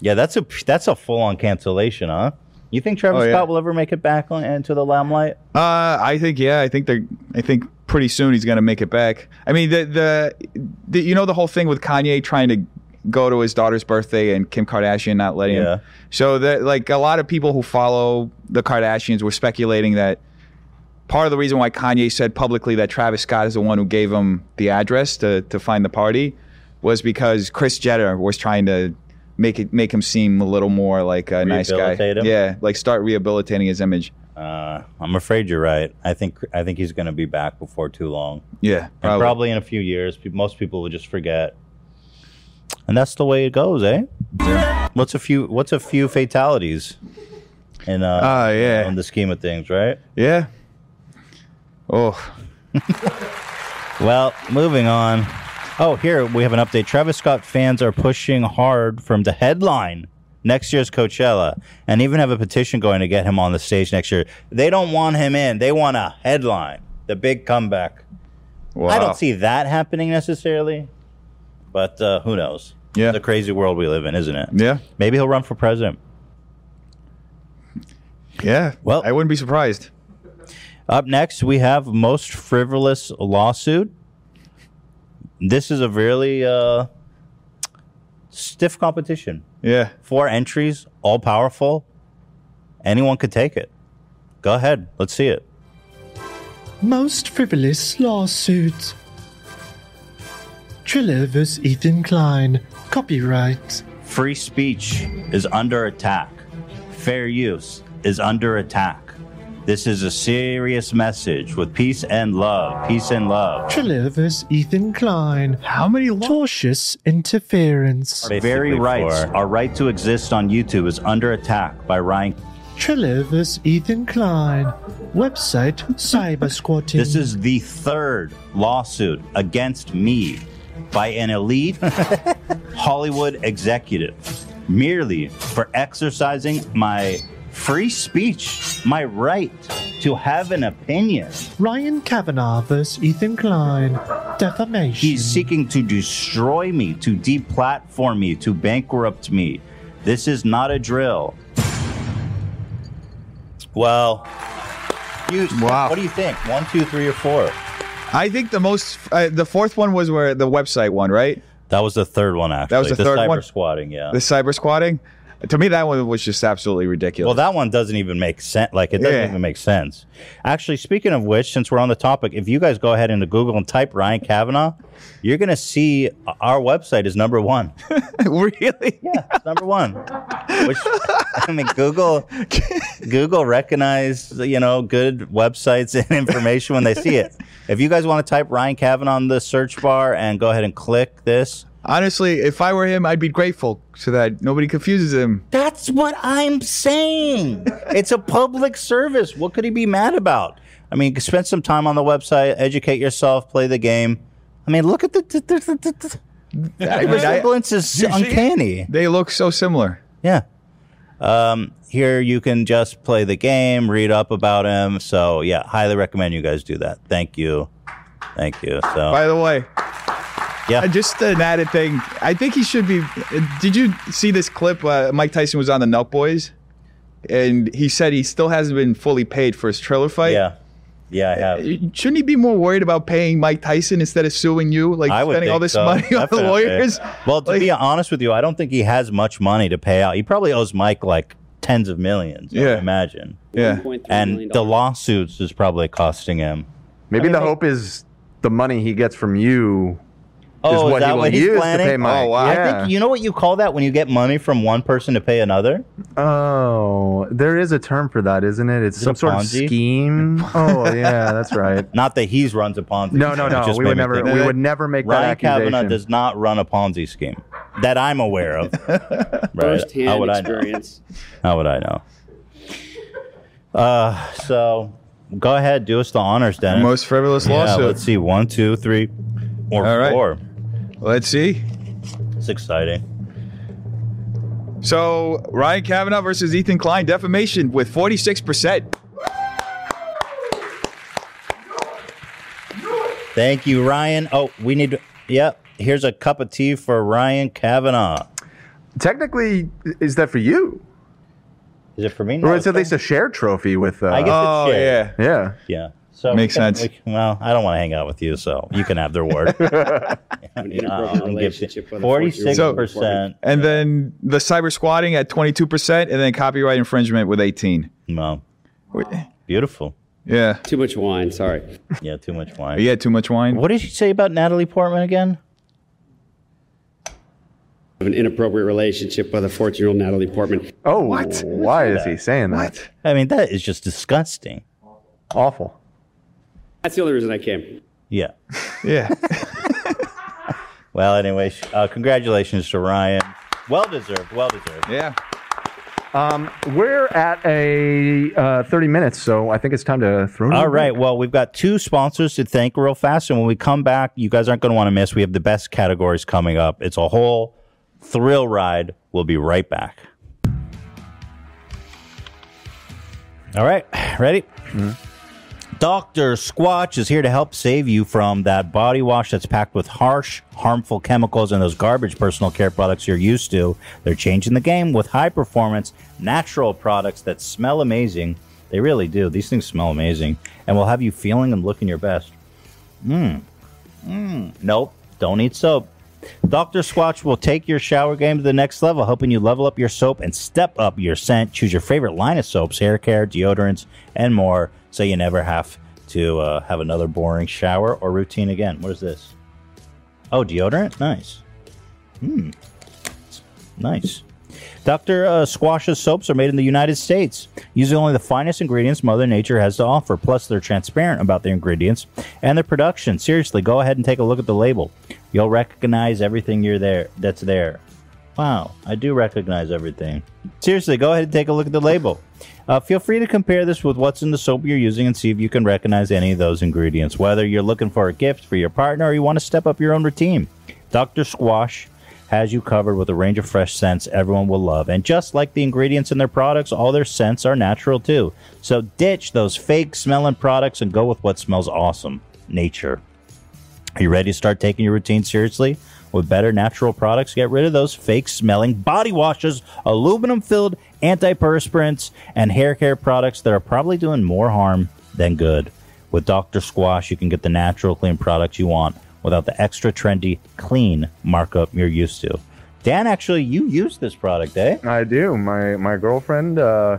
[SPEAKER 3] Yeah, that's a that's a full on cancellation, huh? You think Travis
[SPEAKER 4] Oh, yeah.
[SPEAKER 3] Scott will ever make it back on, into the limelight?
[SPEAKER 4] Uh, I think yeah. I think they're. I think pretty soon he's gonna make it back. I mean, the, the the you know the whole thing with Kanye trying to go to his daughter's birthday and Kim Kardashian not letting
[SPEAKER 3] Yeah.
[SPEAKER 4] him. So that like a lot of people who follow the Kardashians were speculating that part of the reason why Kanye said publicly that Travis Scott is the one who gave him the address to to find the party was because Chris Jenner was trying to make it make him seem a little more like a nice guy.
[SPEAKER 3] Rehabilitate him?
[SPEAKER 4] Yeah, like start rehabilitating his image.
[SPEAKER 3] Uh, I'm afraid you're right. I think I think he's going to be back before too long.
[SPEAKER 4] Yeah,
[SPEAKER 3] And probably. in a few years, pe- most people will just forget. And that's the way it goes, eh? What's a few? What's a few fatalities? In uh, yeah, in the scheme of things, right?
[SPEAKER 4] Ah, Yeah. Oh.
[SPEAKER 3] well, moving on. Oh, here we have an update. Travis Scott fans are pushing hard from the headline next year's Coachella, and even have a petition going to get him on the stage next year. They don't want him in. They want a headline, the big comeback. I
[SPEAKER 4] Wow.
[SPEAKER 3] don't see that happening necessarily, but uh, who knows? Yeah, the crazy world we live in, isn't it?
[SPEAKER 4] Yeah.
[SPEAKER 3] Maybe he'll run for president.
[SPEAKER 4] Yeah.
[SPEAKER 3] Well, I
[SPEAKER 4] wouldn't be surprised.
[SPEAKER 3] Up next, we have most frivolous lawsuit. This is a really uh, stiff competition.
[SPEAKER 4] Yeah.
[SPEAKER 3] Four entries, all powerful. Anyone could take it. Go ahead. Let's see it.
[SPEAKER 8] Most frivolous lawsuit. Triller vs. Ethan Klein. Copyright.
[SPEAKER 3] Free speech is under attack. Fair use is under attack. This is a serious message with peace and love. Peace and love.
[SPEAKER 8] Triller vs. Ethan Klein. How many tortious interference?
[SPEAKER 3] Our very rights, our right to exist on YouTube is under attack by Ryan.
[SPEAKER 8] Triller vs. Ethan Klein. Website cyber squatting.
[SPEAKER 3] This is the third lawsuit against me by an elite Hollywood executive merely for exercising my free speech, my right to have an opinion.
[SPEAKER 8] Ryan Kavanaugh vs. Ethan Klein. Defamation.
[SPEAKER 3] He's seeking to destroy me, to deplatform me, to bankrupt me. This is not a drill. Well, you, wow. what do you think? One, two, three, or four?
[SPEAKER 4] I think the most, uh, the fourth one was where the website one, right?
[SPEAKER 3] That was the third one, actually.
[SPEAKER 4] That was the, third
[SPEAKER 3] cyber
[SPEAKER 4] one.
[SPEAKER 3] squatting, yeah.
[SPEAKER 4] The cyber squatting. To me, that one was just absolutely ridiculous.
[SPEAKER 3] Well, that one doesn't even make sense. Like, it doesn't
[SPEAKER 4] Yeah.
[SPEAKER 3] even make sense. Actually, speaking of which, since we're on the topic, if you guys go ahead into Google and type Ryan Kavanaugh, you're going to see uh, our website is number one.
[SPEAKER 4] really?
[SPEAKER 3] Yeah, it's number one. Which, I mean, Google Google recognizes, you know, good websites and information when they see it. If you guys want to type Ryan Kavanaugh on the search bar and go ahead and click this,
[SPEAKER 4] Honestly, if I were him, I'd be grateful so that nobody confuses him.
[SPEAKER 3] That's what I'm saying. it's a public service. What could he be mad about? I mean, spend some time on the website, educate yourself, play the game. I mean, look at the. the, the, the, the
[SPEAKER 4] I
[SPEAKER 3] the
[SPEAKER 4] mean, I-
[SPEAKER 3] resemblance is
[SPEAKER 4] You see?
[SPEAKER 3] uncanny.
[SPEAKER 4] They look so similar.
[SPEAKER 3] Yeah. Um, here you can just play the game, read up about him. So, yeah, highly recommend you guys do that. Thank you. Thank you. So,
[SPEAKER 4] By the way,
[SPEAKER 3] Oh. yeah,
[SPEAKER 4] just an added thing. I think he should be. uh, Did you see this clip? Uh, Mike Tyson was on the Nut Boys, and he said he still hasn't been fully paid for his trailer fight.
[SPEAKER 3] Yeah, yeah, I have.
[SPEAKER 4] Shouldn't he be more worried about paying Mike Tyson instead of suing you, like
[SPEAKER 3] I would
[SPEAKER 4] spending all
[SPEAKER 3] think
[SPEAKER 4] this
[SPEAKER 3] so,
[SPEAKER 4] money on the
[SPEAKER 3] definitely.
[SPEAKER 4] lawyers?
[SPEAKER 3] Well, to be honest with you, I don't think he has much money to pay out. He probably owes Mike like tens of millions. I would imagine.
[SPEAKER 4] Yeah,
[SPEAKER 3] and the lawsuits is probably costing him.
[SPEAKER 2] Maybe the hope is the money he gets from you is
[SPEAKER 3] Oh,
[SPEAKER 2] what
[SPEAKER 3] is that
[SPEAKER 2] he will
[SPEAKER 3] what he's
[SPEAKER 2] use
[SPEAKER 3] planning?
[SPEAKER 2] to pay Mike.
[SPEAKER 3] Oh, wow. I think you know what you call that when you get money from one person to pay another.
[SPEAKER 2] Oh, there is a term for that, isn't it? It's
[SPEAKER 3] Is it
[SPEAKER 2] some
[SPEAKER 3] a
[SPEAKER 2] sort of
[SPEAKER 3] Ponzi?
[SPEAKER 2] scheme. Oh, yeah, that's right.
[SPEAKER 3] Not that he's runs a Ponzi.
[SPEAKER 2] No, no,
[SPEAKER 3] scheme. It
[SPEAKER 2] no,
[SPEAKER 3] just
[SPEAKER 2] we
[SPEAKER 3] made
[SPEAKER 2] would
[SPEAKER 3] me
[SPEAKER 2] never-
[SPEAKER 3] think
[SPEAKER 2] we
[SPEAKER 3] of it.
[SPEAKER 2] would never make that
[SPEAKER 3] Ryan Kavanaugh
[SPEAKER 2] accusation.
[SPEAKER 3] does not run a Ponzi scheme that I'm aware of. right?
[SPEAKER 7] First-hand
[SPEAKER 3] How would I know?
[SPEAKER 7] experience.
[SPEAKER 3] How would I know? Uh, so go ahead, do us the honors, Dennis.
[SPEAKER 4] Most frivolous
[SPEAKER 3] Yeah,
[SPEAKER 4] lawsuit.
[SPEAKER 3] Let's see, one, two, three, or
[SPEAKER 4] All right.
[SPEAKER 3] four.
[SPEAKER 4] Let's see.
[SPEAKER 3] It's exciting.
[SPEAKER 4] So Ryan Kavanaugh versus Ethan Klein defamation with forty six percent.
[SPEAKER 3] Thank you, Ryan. Oh, we need. To, yep. Here's a cup of tea for Ryan Kavanaugh.
[SPEAKER 2] Technically, is that for you?
[SPEAKER 3] Is it for me?
[SPEAKER 2] Or it's at least a shared trophy with. Uh,
[SPEAKER 3] I guess
[SPEAKER 4] Oh,
[SPEAKER 3] it's shared.
[SPEAKER 2] yeah,
[SPEAKER 3] yeah. So we
[SPEAKER 2] Makes
[SPEAKER 3] can-
[SPEAKER 2] sense.
[SPEAKER 3] we can- well, I don't want to hang out with you, so you can have their word. Uh, Forty-six percent.
[SPEAKER 4] and then the cyber squatting at twenty two percent, and then copyright infringement with eighteen.
[SPEAKER 3] No, beautiful.
[SPEAKER 4] Yeah,
[SPEAKER 7] too much wine. Sorry.
[SPEAKER 3] Yeah, too much wine.
[SPEAKER 4] Yeah, too much wine.
[SPEAKER 3] What did she say about Natalie Portman again?
[SPEAKER 7] Of an inappropriate relationship with a 14 year old Natalie Portman.
[SPEAKER 2] Oh, what? Why is he saying that?
[SPEAKER 3] I mean, that is just disgusting.
[SPEAKER 2] Awful.
[SPEAKER 7] That's the only reason I came.
[SPEAKER 3] Yeah.
[SPEAKER 4] Yeah.
[SPEAKER 3] Well, anyway, sh- uh, congratulations to Ryan. Well deserved. Well deserved.
[SPEAKER 4] Yeah.
[SPEAKER 2] Um, we're at a uh, 30 minutes, so I think it's time to throw. it
[SPEAKER 3] All
[SPEAKER 2] over.
[SPEAKER 3] right. Well, we've got two sponsors to thank real fast. And when we come back, you guys aren't going to want to miss. We have the best categories coming up. It's a whole thrill ride. We'll be right back. All right. Ready? Dr. Squatch is here to help save you from that body wash that's packed with harsh, harmful chemicals and those garbage personal care products you're used to. They're changing the game with high performance, natural products that smell amazing. They really do. These things smell amazing and will have you feeling and looking your best. Mmm. Mm. Nope, don't need soap. Dr. Squatch will take your shower game to the next level, helping you level up your soap and step up your scent. Choose your favorite line of soaps, hair care, deodorants, and more, so you never have to uh, have another boring shower or routine again. What is this? Oh, deodorant? Nice. Hmm. Nice. Dr. Uh, Squash's soaps are made in the United States, using only the finest ingredients Mother Nature has to offer. Plus, they're transparent about their ingredients and their production. Seriously, go ahead and take a look at the label. You'll recognize everything you're there that's there. Wow, I do recognize everything. Seriously, go ahead and take a look at the label. Uh, feel free to compare this with what's in the soap you're using and see if you can recognize any of those ingredients. Whether you're looking for a gift for your partner or you want to step up your own routine, Dr. Squash has you covered with a range of fresh scents everyone will love. And just like the ingredients in their products, all their scents are natural too. So ditch those fake smelling products and go with what smells awesome nature. Are you ready to start taking your routine seriously? With better natural products, get rid of those fake smelling body washes, aluminum filled antiperspirants, and hair care products that are probably doing more harm than good. With Dr. Squash, you can get the natural clean products you want without the extra trendy clean markup you're used to. Dan, actually, you use this product, eh?
[SPEAKER 2] I do. My my girlfriend uh,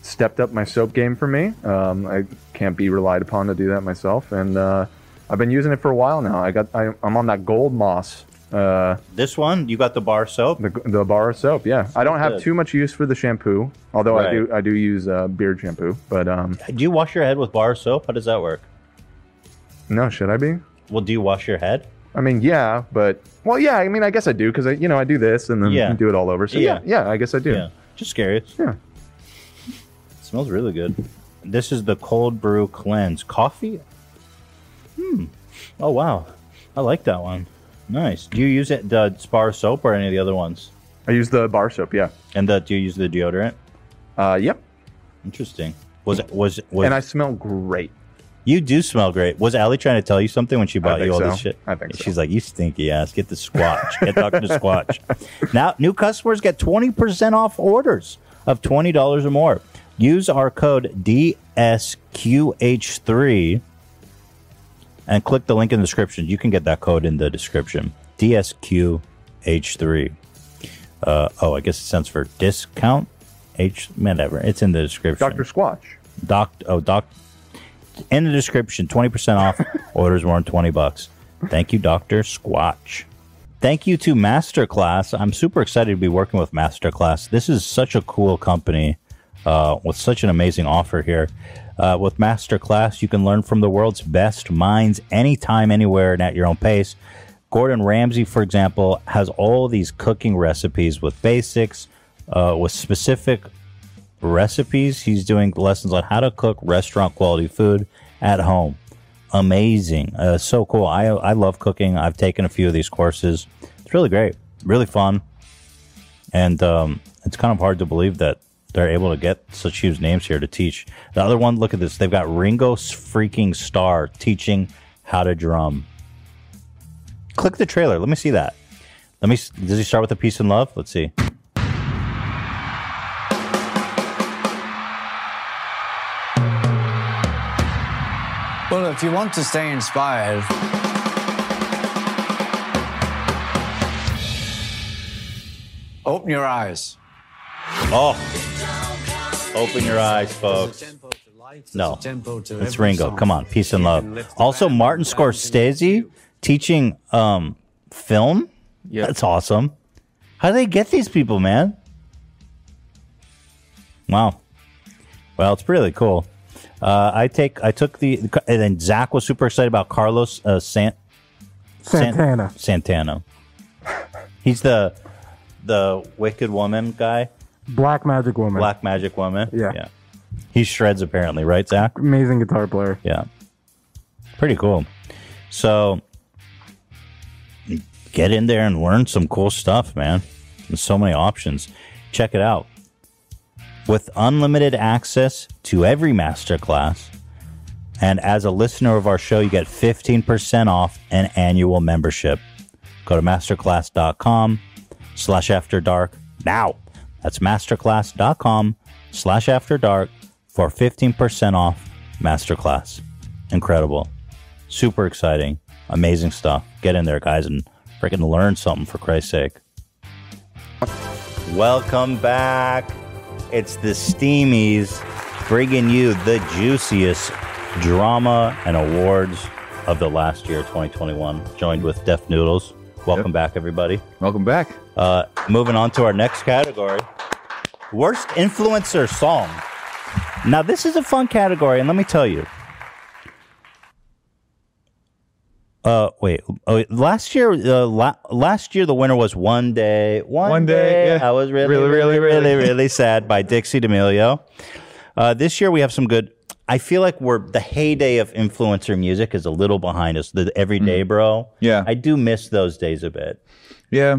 [SPEAKER 2] stepped up my soap game for me. Um, I can't be relied upon to do that myself, and uh, I've been using it for a while now. I got I, I'm on that gold moss. Uh,
[SPEAKER 3] this one, you got the bar soap.
[SPEAKER 2] The, the bar soap, yeah. I don't have
[SPEAKER 3] Good.
[SPEAKER 2] too much use for the shampoo, although I
[SPEAKER 3] Right.
[SPEAKER 2] do I do use uh, beard shampoo. But um,
[SPEAKER 3] Do you wash your head with bar soap? How does that work?
[SPEAKER 2] no, should I be?
[SPEAKER 3] Well, do you wash your head?
[SPEAKER 2] I mean, yeah, but well, yeah. I mean, I guess I do because I, you know, I do this and then
[SPEAKER 3] Yeah.
[SPEAKER 2] do it all over. So yeah, yeah, I guess I do.
[SPEAKER 3] Yeah. Just curious.
[SPEAKER 2] Yeah.
[SPEAKER 3] smells really good. This is the cold brew cleanse coffee. Hmm. Oh wow, I like that one. Nice. Do you use it the bar soap or any of the other ones?
[SPEAKER 2] I use the bar soap. Yeah.
[SPEAKER 3] And the, do you use the deodorant?
[SPEAKER 2] Uh, yep.
[SPEAKER 3] Interesting. Was it was was
[SPEAKER 2] And I smell great.
[SPEAKER 3] You do smell great. Was Allie trying to tell you something when she bought
[SPEAKER 2] think
[SPEAKER 3] you all
[SPEAKER 2] so.
[SPEAKER 3] this shit?
[SPEAKER 2] I think so.
[SPEAKER 3] She's like, you stinky ass. Get the squatch. Get Dr. Squatch. Now, new customers get 20% off orders of $20 or more. Use our code DSQH3 and click the link in the description. You can get that code in the description. DSQH3. Uh, oh, I guess it stands for discount H. Whatever. It's in the description. Doctor
[SPEAKER 2] Squatch.
[SPEAKER 3] Doc. Oh, doc. In the description, twenty percent off. Orders more than twenty bucks. Thank you, Doctor Squatch. Thank you to Masterclass. I'm super excited to be working with Masterclass. This is such a cool company uh, with such an amazing offer here. Uh, with Masterclass, you can learn from the world's best minds anytime, anywhere, and at your own pace. Gordon Ramsay, for example, has all these cooking recipes with basics, uh, with specific recipes. He's doing lessons on how to cook restaurant quality food at home. Amazing. Uh, so cool. I, I love cooking. I've taken a few of these courses. It's really great, really fun. And um, it's kind of hard to believe that they're able to get such huge names here to teach. The other one, look at this. They've got Ringo freaking Star teaching how to drum. Click the trailer. Let me see that. Let me. s- Does he start with a peace and love? Let's see.
[SPEAKER 14] Well, if you want to stay inspired, open your eyes.
[SPEAKER 3] Oh, open your eyes, folks. No,
[SPEAKER 14] to
[SPEAKER 3] it's
[SPEAKER 14] every
[SPEAKER 3] Ringo.
[SPEAKER 14] song.
[SPEAKER 3] Come on, peace and love. Also, Martin Scorsese teaching um, film. Yeah, that's awesome. How do they get these people, man? Wow. Well, it's really cool. Uh, I take I took the and then Zach was super excited about Carlos uh, San, San-
[SPEAKER 20] Santana.
[SPEAKER 3] Santana. He's the the Wicked Woman guy.
[SPEAKER 20] Black Magic Woman.
[SPEAKER 3] Black Magic Woman.
[SPEAKER 20] Yeah.
[SPEAKER 3] Yeah. He shreds apparently, right, Zach?
[SPEAKER 20] Amazing guitar player.
[SPEAKER 3] Yeah. Pretty cool. So get in there and learn some cool stuff, man. There's so many options. Check it out. With unlimited access to every masterclass, and as a listener of our show, you get 15% off an annual membership. Go to masterclass.com slash after dark now. That's masterclass.com slash after dark for 15% off masterclass. Incredible. Super exciting. Amazing stuff. Get in there, guys, and freaking learn something for Christ's sake. Welcome back. It's the Steamies bringing you the juiciest drama and awards of the last year, 2021, joined with Def Noodles. Welcome back, everybody.
[SPEAKER 4] Welcome back.
[SPEAKER 3] Uh, moving on to our next category Worst Influencer Song. Now, this is a fun category, and let me tell you. Uh, wait. Oh, wait, last year, uh, la- last year the winner was one day. One,
[SPEAKER 4] One
[SPEAKER 3] day.
[SPEAKER 4] Day, yeah.
[SPEAKER 3] I was really, really, really,
[SPEAKER 4] Really, really,
[SPEAKER 3] really,
[SPEAKER 4] really.
[SPEAKER 3] sad by Dixie D'Amelio. Uh, this year we have some good. I feel like we're the heyday of influencer music is a little behind us. The everyday bro.
[SPEAKER 4] Mm-hmm. Yeah.
[SPEAKER 3] I do miss those days a bit.
[SPEAKER 4] Yeah,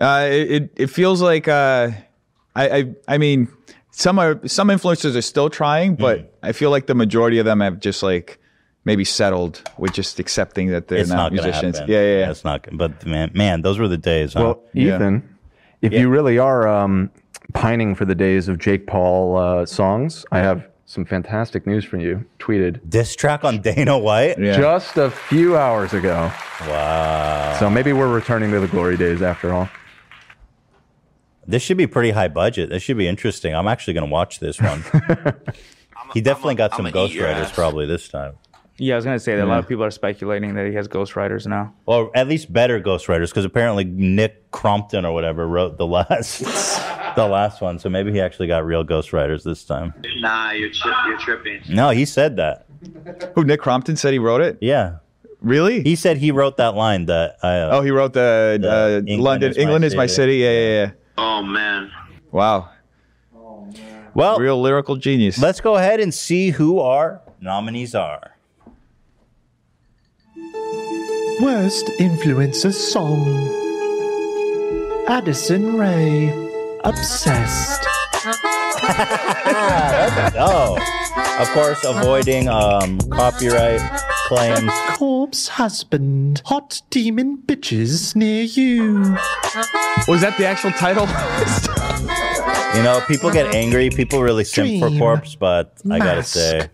[SPEAKER 4] uh, it it- it feels like uh, I, I I mean Mm. some are some influencers are still trying, but I feel like the majority of them have just like maybe settled with just accepting that they're
[SPEAKER 3] It's
[SPEAKER 4] not,
[SPEAKER 3] not gonna
[SPEAKER 4] musicians.
[SPEAKER 3] happen.
[SPEAKER 4] Yeah, yeah, yeah.
[SPEAKER 3] It's not. But man, man, those were the days. Huh?
[SPEAKER 4] Well,
[SPEAKER 3] Yeah.
[SPEAKER 2] Ethan, if you really are um, pining for the days of Jake Paul uh, songs, I have some fantastic news for you. Tweeted
[SPEAKER 3] diss track on Dana White
[SPEAKER 4] Yeah.
[SPEAKER 2] just a few hours ago.
[SPEAKER 3] Wow.
[SPEAKER 2] So maybe we're returning to the glory days after all.
[SPEAKER 3] This should be pretty high budget. This should be interesting. I'm actually going to watch this one. he definitely got some
[SPEAKER 18] I'ma eat your
[SPEAKER 3] ghostwriters
[SPEAKER 18] ass.
[SPEAKER 3] probably this time.
[SPEAKER 18] Yeah, I was gonna say that a lot
[SPEAKER 3] Yeah.
[SPEAKER 18] of people are speculating that he has ghostwriters now.
[SPEAKER 3] Or at least better ghostwriters, because apparently Nick Crompton or whatever wrote the last the last one. So maybe he actually got real ghostwriters this time.
[SPEAKER 27] Nah, you're tri- you're tripping.
[SPEAKER 3] No, he said that.
[SPEAKER 4] Who Nick Crompton said he wrote it?
[SPEAKER 3] Yeah.
[SPEAKER 4] Really?
[SPEAKER 3] He said he wrote that line that uh,
[SPEAKER 4] Oh, he wrote the, uh, London, England is my city. Yeah, yeah, yeah.
[SPEAKER 27] Oh man.
[SPEAKER 4] Wow.
[SPEAKER 3] Well,
[SPEAKER 4] real lyrical genius.
[SPEAKER 3] Let's go ahead and see who our nominees are.
[SPEAKER 8] Worst influencer song. Addison Ray. Obsessed.
[SPEAKER 3] Oh, of course, avoiding um, copyright claims.
[SPEAKER 8] Corpse husband. Hot demon bitches near you.
[SPEAKER 4] Was Oh, that the actual title?
[SPEAKER 1] Oh,
[SPEAKER 3] You know, people get angry. People really simp for Corpse, but I gotta
[SPEAKER 8] Mask.
[SPEAKER 3] say,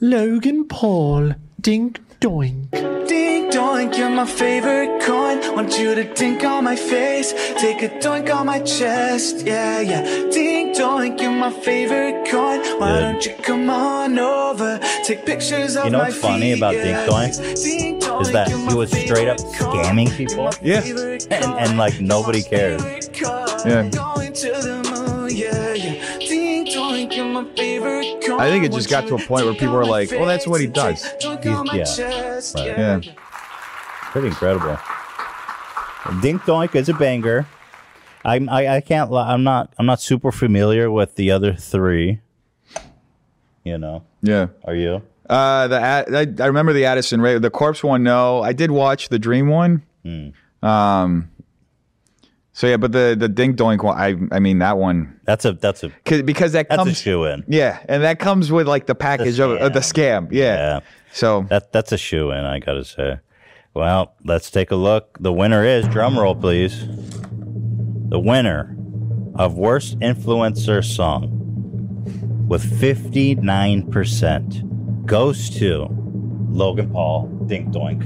[SPEAKER 8] Logan Paul. Dink doink.
[SPEAKER 28] Dink doink, you're my favorite coin. Want you to dink on my face, take a doink on my chest. Yeah, yeah. Dink doink, you're my favorite coin. Why
[SPEAKER 3] Good.
[SPEAKER 28] don't you come on over? Take pictures of
[SPEAKER 3] you know
[SPEAKER 28] my
[SPEAKER 3] what's funny about
[SPEAKER 28] feet,
[SPEAKER 3] Dink
[SPEAKER 28] yeah.
[SPEAKER 3] Doink is that he was straight up scamming people.
[SPEAKER 4] Yeah,
[SPEAKER 3] and, and like nobody cares.
[SPEAKER 4] Yeah.
[SPEAKER 28] Going to the moon, yeah, yeah. Dink doink, you're my favorite coin.
[SPEAKER 4] I think it just got to a point where people were like, "Well, that's what he does."
[SPEAKER 28] Doink on my chest,
[SPEAKER 4] yeah.
[SPEAKER 3] Pretty incredible. Dink Doink is a banger. I'm I, I can't li- I'm not I'm not super familiar with the other three. You know.
[SPEAKER 4] Yeah.
[SPEAKER 3] Are you?
[SPEAKER 4] Uh, the Ad- I, I remember the Addison Ray, the Corpse one. No, I did watch the Dream one.
[SPEAKER 3] Hmm.
[SPEAKER 4] Um, so yeah, but the the Ding Doink one. I I mean that one.
[SPEAKER 3] That's a that's a
[SPEAKER 4] because that
[SPEAKER 3] That's a
[SPEAKER 4] comes
[SPEAKER 3] shoe in.
[SPEAKER 4] Yeah, and that comes with like the package of of the scam. Yeah. So
[SPEAKER 3] that that's a shoe in, I gotta say. Well, let's take a look. The winner is drum roll, please. The winner of worst influencer song with fifty nine percent goes to Logan Paul. Dink Doink.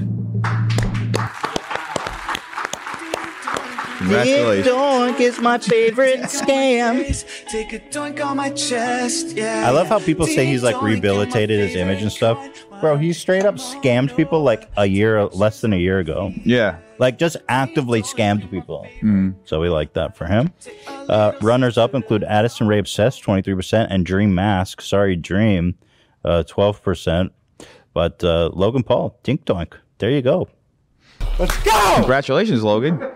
[SPEAKER 28] Congratulations.
[SPEAKER 3] Dink Doink is my favorite
[SPEAKER 28] scam. Take a doink on my chest, yeah.
[SPEAKER 3] I love how people say he's like rehabilitated his image and stuff. Bro, he straight up scammed people like a year, less than a year ago.
[SPEAKER 4] Yeah.
[SPEAKER 3] Like just actively scammed people. So we like that for him. Uh, runners up include Addison Ray Obsessed, 23%, and Dream Mask, sorry, Dream, uh, 12%. But uh, Logan Paul, Dink Donk. There you go.
[SPEAKER 4] let's go. Congratulations, Logan.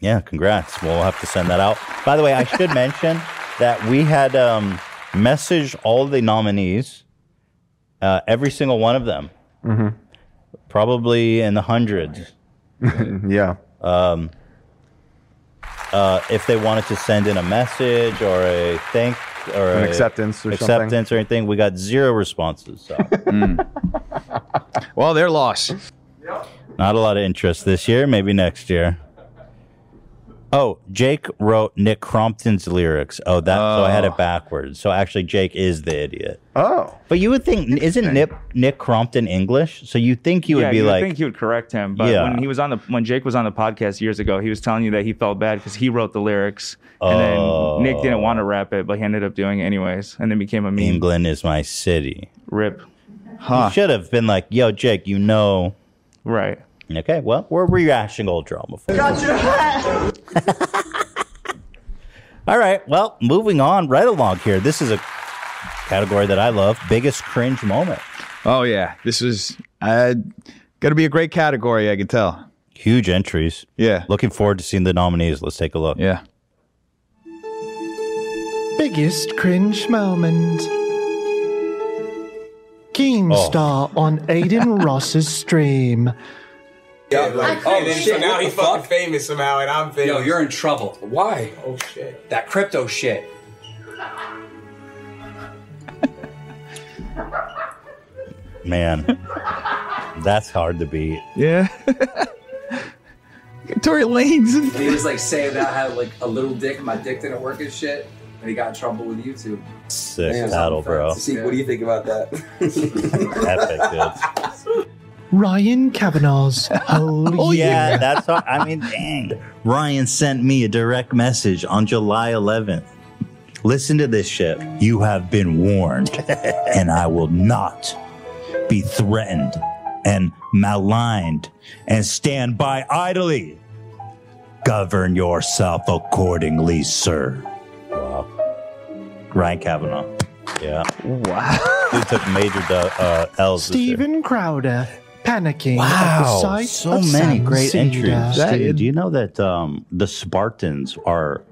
[SPEAKER 3] Yeah, congrats. We'll have to send that out. By the way, I should mention that we had um, messaged all the nominees, uh, every single one of them, probably in the hundreds.
[SPEAKER 2] yeah.
[SPEAKER 3] Um, uh, if they wanted to send in a message or a thank or
[SPEAKER 2] An
[SPEAKER 3] a
[SPEAKER 2] acceptance or something.
[SPEAKER 3] acceptance or anything, we got zero responses. So
[SPEAKER 4] Well, they're lost.
[SPEAKER 3] not a lot of interest this year. Maybe next year. Oh, Jake wrote Nick Crompton's lyrics. Oh, that so I had it backwards. So actually, Jake is the idiot.
[SPEAKER 2] Oh,
[SPEAKER 3] but you would think isn't Nick Nick Crompton English? So you think he would
[SPEAKER 18] yeah,
[SPEAKER 3] be
[SPEAKER 18] you
[SPEAKER 3] like,
[SPEAKER 18] would think he would correct him. But
[SPEAKER 3] Yeah.
[SPEAKER 18] when he was on the when Jake was on the podcast years ago, he was telling you that he felt bad because he wrote the lyrics, and
[SPEAKER 3] Oh.
[SPEAKER 18] then Nick didn't want to rap it, but he ended up doing it anyways, and then became a meme.
[SPEAKER 3] England is my city.
[SPEAKER 18] Rip.
[SPEAKER 3] Huh. You should have been like, yo, Jake, you know.
[SPEAKER 18] Right.
[SPEAKER 3] Okay, well, we're rehashing old drama.
[SPEAKER 19] Gotcha.
[SPEAKER 3] All right, well, moving on right along here. This is a category that I love biggest cringe moment.
[SPEAKER 4] Oh yeah, this is uh, gonna be a great category. I can tell.
[SPEAKER 3] Huge entries.
[SPEAKER 4] Yeah.
[SPEAKER 3] Looking forward to seeing the nominees. Let's take a look.
[SPEAKER 4] Yeah.
[SPEAKER 8] Biggest cringe moment.
[SPEAKER 3] Oh.
[SPEAKER 8] GameStar on Aiden Ross's stream.
[SPEAKER 1] Yeah, like, oh
[SPEAKER 19] then-
[SPEAKER 1] shit!
[SPEAKER 19] So now
[SPEAKER 1] what the
[SPEAKER 19] he's fucking famous somehow, and I'm famous.
[SPEAKER 1] Yo, you're in trouble.
[SPEAKER 19] Why? Oh shit.
[SPEAKER 1] That crypto shit.
[SPEAKER 3] Man, that's hard to beat.
[SPEAKER 4] Yeah. Tory Lane's.
[SPEAKER 1] And he was like saying about how like a little dick, my dick didn't work and shit, and he got in trouble with YouTube.
[SPEAKER 3] Sick battle, bro.
[SPEAKER 19] See, what do you think about that?
[SPEAKER 3] Epic, dude.
[SPEAKER 8] Ryan Kavanaugh's whole
[SPEAKER 3] Oh
[SPEAKER 8] year.
[SPEAKER 3] yeah, that's what I mean. Dang, Ryan sent me a direct message on July 11th. Listen to this shit. You have been warned, and I will not be threatened and maligned, and stand by idly. Govern yourself accordingly, sir. Wow. Ryan Kavanaugh. Yeah.
[SPEAKER 8] Wow.
[SPEAKER 3] He took major uh, L's. this year.
[SPEAKER 8] Stephen Crowder panicking at the
[SPEAKER 3] Wow,
[SPEAKER 8] sight
[SPEAKER 3] so
[SPEAKER 8] of
[SPEAKER 3] many
[SPEAKER 8] San
[SPEAKER 3] great
[SPEAKER 8] Cedar.
[SPEAKER 3] entries. Dude, do you know that um, the Spartans are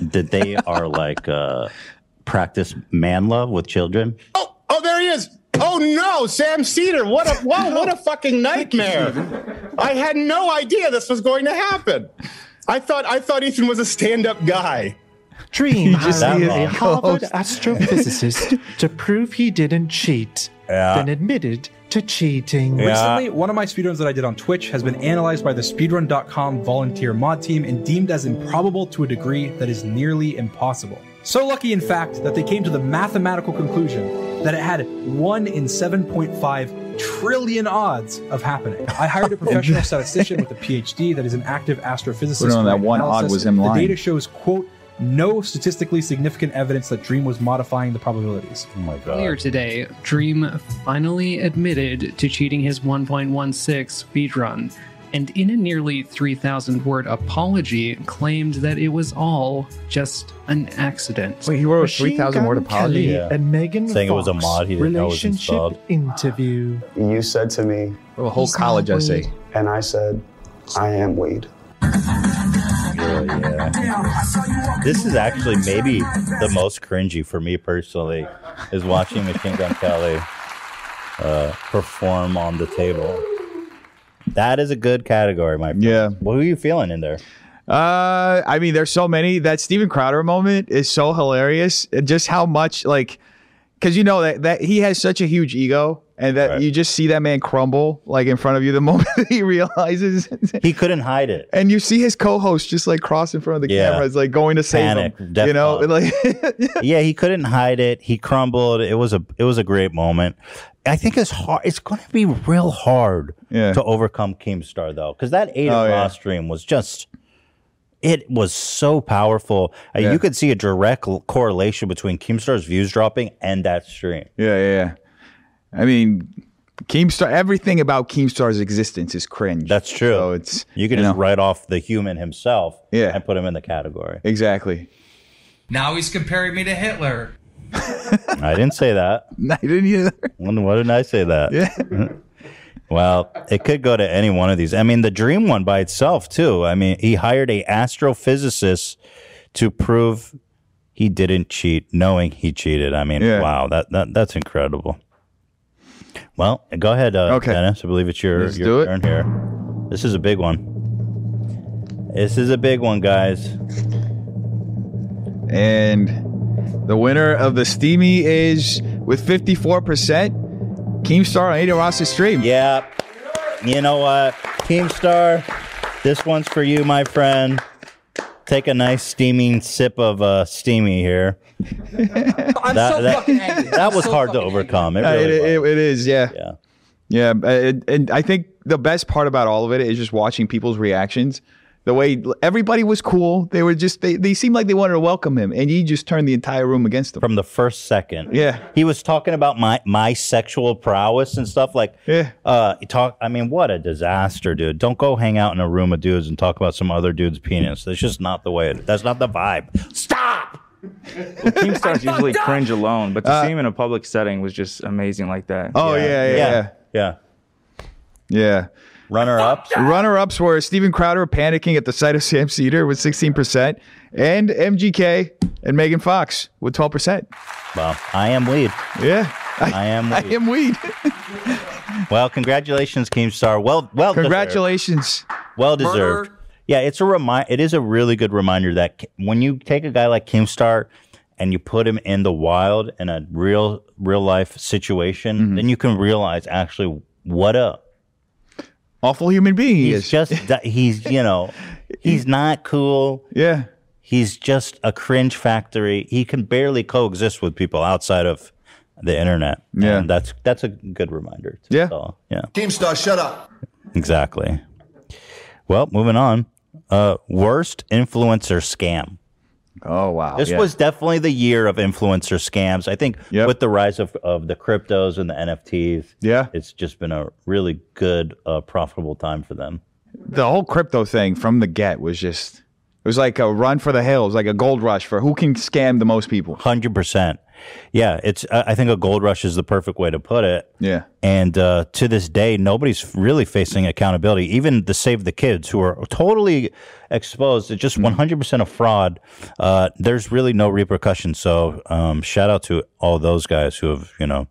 [SPEAKER 3] that they are like uh, practice man love with children?
[SPEAKER 10] Oh, there he is. Oh no, Sam Cedar! What a wow! What a fucking nightmare! I had no idea this was going to happen. I thought I thought Ethan was a stand-up guy.
[SPEAKER 8] Dream
[SPEAKER 10] You just
[SPEAKER 8] hired
[SPEAKER 10] see
[SPEAKER 8] a
[SPEAKER 10] it.
[SPEAKER 8] Harvard
[SPEAKER 10] Oh.
[SPEAKER 8] astrophysicist to prove he didn't cheat,
[SPEAKER 3] Yeah.
[SPEAKER 8] then admitted to cheating.
[SPEAKER 29] Recently, one of my speedruns that I did on Twitch has been analyzed by the speedrun.com volunteer mod team and deemed as improbable to a degree that is nearly impossible. So lucky, in fact, that they came to the mathematical conclusion that it had 1 in 7.5 trillion odds of happening. I hired a professional statistician with a PhD that is an active astrophysicist.
[SPEAKER 4] Well, no,
[SPEAKER 29] for
[SPEAKER 4] that
[SPEAKER 29] my
[SPEAKER 4] one odd
[SPEAKER 29] analysis.
[SPEAKER 4] was him
[SPEAKER 29] The
[SPEAKER 4] lying.
[SPEAKER 29] data shows, quote, no statistically significant evidence that Dream was modifying the probabilities. Oh
[SPEAKER 3] my
[SPEAKER 30] Earlier today, Dream finally admitted to cheating his 1.16 speedrun, and in a nearly 3,000 word apology, claimed that it was all just an accident. Wait, he wrote
[SPEAKER 8] Machine Gun Kelly and Megan
[SPEAKER 30] Saying it was a
[SPEAKER 8] Fox
[SPEAKER 30] mod he didn't know was
[SPEAKER 8] relationship
[SPEAKER 30] installed.
[SPEAKER 8] interview.
[SPEAKER 26] You said to me,
[SPEAKER 8] a whole He's not college weed. essay.
[SPEAKER 26] And I said, I am weed.
[SPEAKER 3] This is actually maybe the most cringy for me personally is watching Machine Gun Kelly uh, perform on the table. That is a good category, my friend. Yeah. What are you feeling in there?
[SPEAKER 4] Uh, I mean, there's so many. That Steven Crowder moment is so hilarious. And Just how much, like, because you know that, that he has such a huge ego, and that you just see that man crumble like in front of you the moment that he realizes
[SPEAKER 3] he couldn't hide it.
[SPEAKER 4] And you see his co-host just like cross in front of the
[SPEAKER 3] Yeah.
[SPEAKER 4] camera, it's like going to save
[SPEAKER 3] Panic,
[SPEAKER 4] him.
[SPEAKER 3] death
[SPEAKER 4] You know,
[SPEAKER 3] knell.
[SPEAKER 4] like
[SPEAKER 3] yeah, he couldn't hide it. He crumbled. It was a it was a great moment. I think it's hard. It's going to be real hard to overcome Keemstar though, because that eight
[SPEAKER 4] Oh,
[SPEAKER 3] o'clock
[SPEAKER 4] yeah.
[SPEAKER 3] stream was just it was so powerful. Uh,
[SPEAKER 4] Yeah.
[SPEAKER 3] You could see a direct l- correlation between Keemstar's views dropping and that stream.
[SPEAKER 4] Yeah, yeah, yeah. I mean, Keemstar. Everything about Keemstar's existence is cringe.
[SPEAKER 3] That's true.
[SPEAKER 4] So it's
[SPEAKER 3] you can
[SPEAKER 4] know.
[SPEAKER 3] just write off the human himself
[SPEAKER 4] Yeah.
[SPEAKER 3] and put him in the category.
[SPEAKER 4] Exactly.
[SPEAKER 29] Now he's comparing me to Hitler.
[SPEAKER 3] I didn't say that.
[SPEAKER 4] I didn't either.
[SPEAKER 3] Why didn't I say that? well, it could go to any one of these. I mean, the dream one by itself too. I mean, he hired a astrophysicist to prove he didn't cheat, knowing he cheated. I mean, wow, that, that that's incredible. Well, go ahead, uh,
[SPEAKER 4] Okay.
[SPEAKER 3] Dennis. I believe it's your,
[SPEAKER 4] Let's
[SPEAKER 3] your
[SPEAKER 4] do it.
[SPEAKER 3] turn here. This is a big one. This is a big one, guys.
[SPEAKER 4] And the winner of the Steamy is with 54%, Keemstar on Ada Ross's stream.
[SPEAKER 3] Yeah. You know what? Keemstar, this one's for you, my friend. Take a nice steaming sip of uh, steamy here.
[SPEAKER 4] I'm
[SPEAKER 3] that,
[SPEAKER 4] so
[SPEAKER 3] that-
[SPEAKER 4] fucking angry.
[SPEAKER 3] that
[SPEAKER 4] I'm
[SPEAKER 3] was
[SPEAKER 4] so
[SPEAKER 3] hard to
[SPEAKER 4] fucking angry.
[SPEAKER 3] overcome. It
[SPEAKER 4] Uh,
[SPEAKER 3] really
[SPEAKER 4] it,
[SPEAKER 3] was.
[SPEAKER 4] it- it is, yeah.
[SPEAKER 3] Yeah.
[SPEAKER 4] Yeah. but it- and I think the best part about all of it is just watching people's reactions. The way everybody was cool. They were just, they, they seemed like they wanted to welcome him. And he just turned the entire room against him.
[SPEAKER 3] From the first second.
[SPEAKER 4] Yeah.
[SPEAKER 3] He was talking about my my sexual prowess and stuff like. Yeah. Uh, he talk. I mean, what a disaster, dude! Don't go hang out in a room of dudes and talk about some other dude's penis. That's just not the way. It, that's not the vibe. Stop.
[SPEAKER 18] Keemstar's usually
[SPEAKER 3] fucked up!
[SPEAKER 18] cringe alone, but to
[SPEAKER 3] Uh,
[SPEAKER 18] see him in a public setting was just amazing like that.
[SPEAKER 4] Oh, yeah, yeah, yeah.
[SPEAKER 3] Yeah.
[SPEAKER 4] Yeah.
[SPEAKER 3] Runner ups.
[SPEAKER 4] Runner ups were Steven Crowder panicking at the sight of Sam Cedar with 16%, and MGK and Megan Fox with 12%.
[SPEAKER 3] Well, I am weed.
[SPEAKER 4] Yeah.
[SPEAKER 3] I am
[SPEAKER 4] I
[SPEAKER 3] weed.
[SPEAKER 4] am weed.
[SPEAKER 3] Well, congratulations, Keemstar. Well, well, deserved.
[SPEAKER 4] Congratulations.
[SPEAKER 3] Well deserved. Yeah, it's a remind. It is a really good reminder that K- when you take a guy like Keemstar and you put him in the wild in a real, real life situation,
[SPEAKER 4] Mm-hmm.
[SPEAKER 3] then you can realize actually what a
[SPEAKER 4] awful human being he
[SPEAKER 3] he's is. Just that- he's you know he's not cool.
[SPEAKER 4] Yeah,
[SPEAKER 3] he's just a cringe factory. He can barely coexist with people outside of the internet. Yeah, and that's that's a good reminder. Yeah, yeah.
[SPEAKER 5] Keemstar, shut up.
[SPEAKER 3] Exactly. Well, moving on. Uh, worst influencer scam.
[SPEAKER 4] Oh wow!
[SPEAKER 3] This
[SPEAKER 4] yeah.
[SPEAKER 3] was definitely the year of influencer scams. I think with the rise of, of the cryptos and the NFTs,
[SPEAKER 4] yeah,
[SPEAKER 3] it's just been a really good, uh, profitable time for them.
[SPEAKER 4] the whole crypto thing from the get was just it was like a run for the hills, like a gold rush for who can scam the most people.
[SPEAKER 3] Hundred percent. Yeah, it's. I I think a gold rush is the perfect way to put it.
[SPEAKER 4] Yeah.
[SPEAKER 3] And uh, to this day, nobody's really facing accountability. Even the Save the Kids, who are totally exposed to just 100% of fraud, uh, there's really no repercussions. So, um, shout out to all those guys who have, you know,